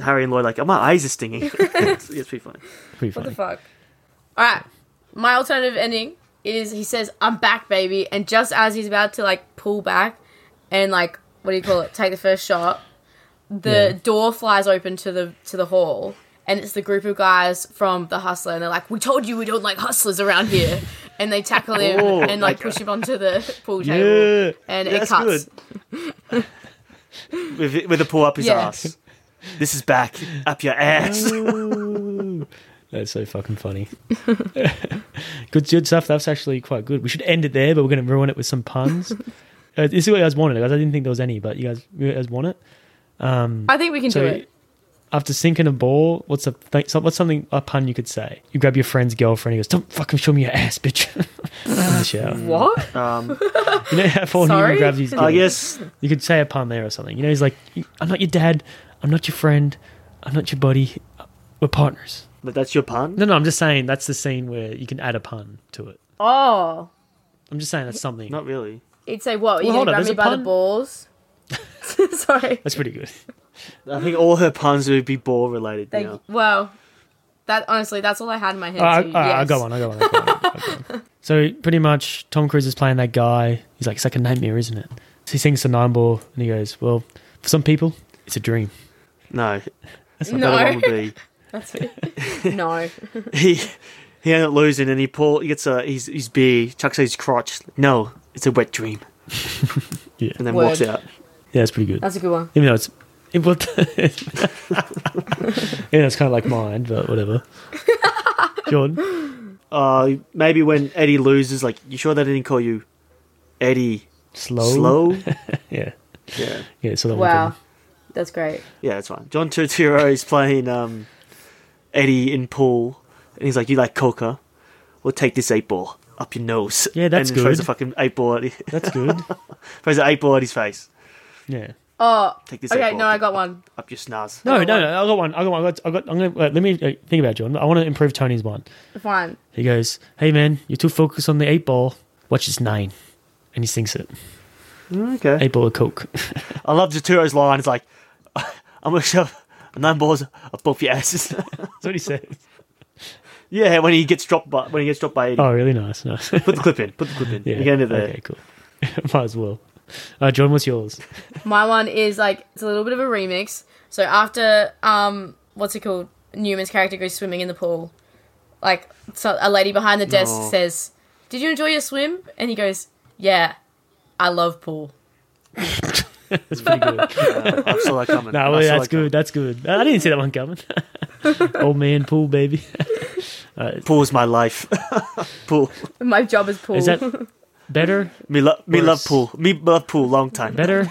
Harry and Lloyd like, oh, my eyes are stinging. <laughs> it's, it's pretty funny.
Pretty
What the
funny.
fuck? All right. My alternative ending is he says, "I'm back, baby," and just as he's about to like pull back and like what do you call it, take the first shot, the
Yeah.
door flies open to the to the hall, and it's the group of guys from the hustler, and they're like, "We told you we don't like hustlers around here," and they tackle him
Oh,
and like
like-
push him onto the <laughs> pool
Yeah.
table, and it
That's
cuts.
good. with with a pull up his
Yeah.
ass. This is back up
<laughs>
your ass.
Ooh. <laughs> That's so fucking funny. good, good stuff. That's actually quite good. We should end it there, but we're going to ruin it with
<laughs>
some puns. uh, this is what you guys wanted, guys. I didn't think there was any, but you guys, you guys want it.
I think we can
So
do it.
after sinking a ball, what's a th- so- what's something a pun you could say? You grab your friend's girlfriend. He goes, "Don't fucking show me your ass, bitch." <laughs> In
<laughs>
the shower. <laughs>
What?
Um,
You know how Paul
Sorry?
Newman grabs his.
I
girl?
guess
you could say a pun there or something. You know, he's like, "I'm not your dad. I'm not your friend. I'm not your buddy. We're partners.
But that's your pun?
No, no, I'm just saying that's the scene where you can add a pun to it.
Oh,
I'm just saying that's something.
Not really.
it'd say what? Are you
Well, hold
gonna
on,
grab
there's
me
a
by the
pun?
balls? <laughs> Sorry.
That's pretty
<laughs>
good.
I think all her puns would be ball related
Thank
now.
you. Well, that honestly, that's all I had in my head.
All right,
too.
all right, I
Yes.
got one. uh, I got one. I got one, I got
<laughs>
one. So pretty much, Tom Cruise is playing that guy. He's like, it's like a nightmare, isn't it? So he sings the nine ball, and he goes, "Well, for some people, it's a dream."
No,
<laughs>
that's
The better one would be
That's it. <laughs> no.
he he ended up losing, and he pull he gets a his his beer, chucks at his crotch. No, it's a wet dream.
<laughs> yeah,
and then
Word.
walks out.
Yeah, that's pretty good.
That's a good one.
Even though it's, <laughs> it, well, you know, it's kind of like mine,
<laughs>
but whatever. Jordan,
uh, maybe when Eddie loses, like you sure they didn't call you Eddie
Slow?
Slow,
<laughs> yeah,
yeah,
yeah. So that
Wow, that's great.
yeah. That's fine. John Turturro is playing um, Eddie in pool, and he's like, "You like coca? Well, take this eight ball up your nose."
Yeah, that's
and Throws a
good.
fucking eight ball. At his, <laughs>
that's good.
throws an eight ball at his face.
Yeah.
Oh,
Take this
okay.
eight
No,
ball.
I got one.
Up your snaz.
No, no, no. I got one. I got one. I got. I got. I'm gonna uh, let me uh, think about it, Jordan. I want to improve Tony's one.
Fine.
He goes, "Hey man, you're too focused on the eight ball. Watch it's nine, and he sings it.
Okay.
Eight ball of coke. <laughs>
I love Jaturo's line. It's like, <laughs> I'm going to shove nine balls up both your asses. <laughs> That's
what he says.
Yeah, when he gets dropped by when he gets dropped by Eddie.
oh, really nice, nice. <laughs> Put
the clip in. Put the clip in. You can end it there.
Okay, cool. <laughs> Might as well. Uh, Jordan, what's yours?
My one is like it's a little bit of a remix. So after um, what's it called? Newman's character goes swimming in the pool. Like so a lady behind the desk
No.
says, "Did you enjoy your swim?" And he goes, "Yeah, I love pool."
That's pretty good.
I saw
<laughs>
that coming.
No,
I saw
that's
that coming.
good. That's good. Uh, I didn't see that one coming. <laughs> Old man pool, baby. <laughs>
Pool is my life. <laughs> pool.
My job is pool.
Is that better?
Me, lo- me
Worse.
love pool. Me love pool. Long time.
Better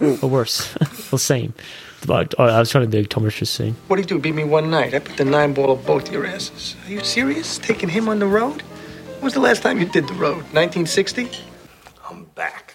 or worse? <laughs> well, same. But I I was trying to do a optometrist scene.
What do you do? Beat me one night. I put the nine ball of both your asses. Are you serious? Taking him on the road? When was the last time you did the road? 1960? I'm back.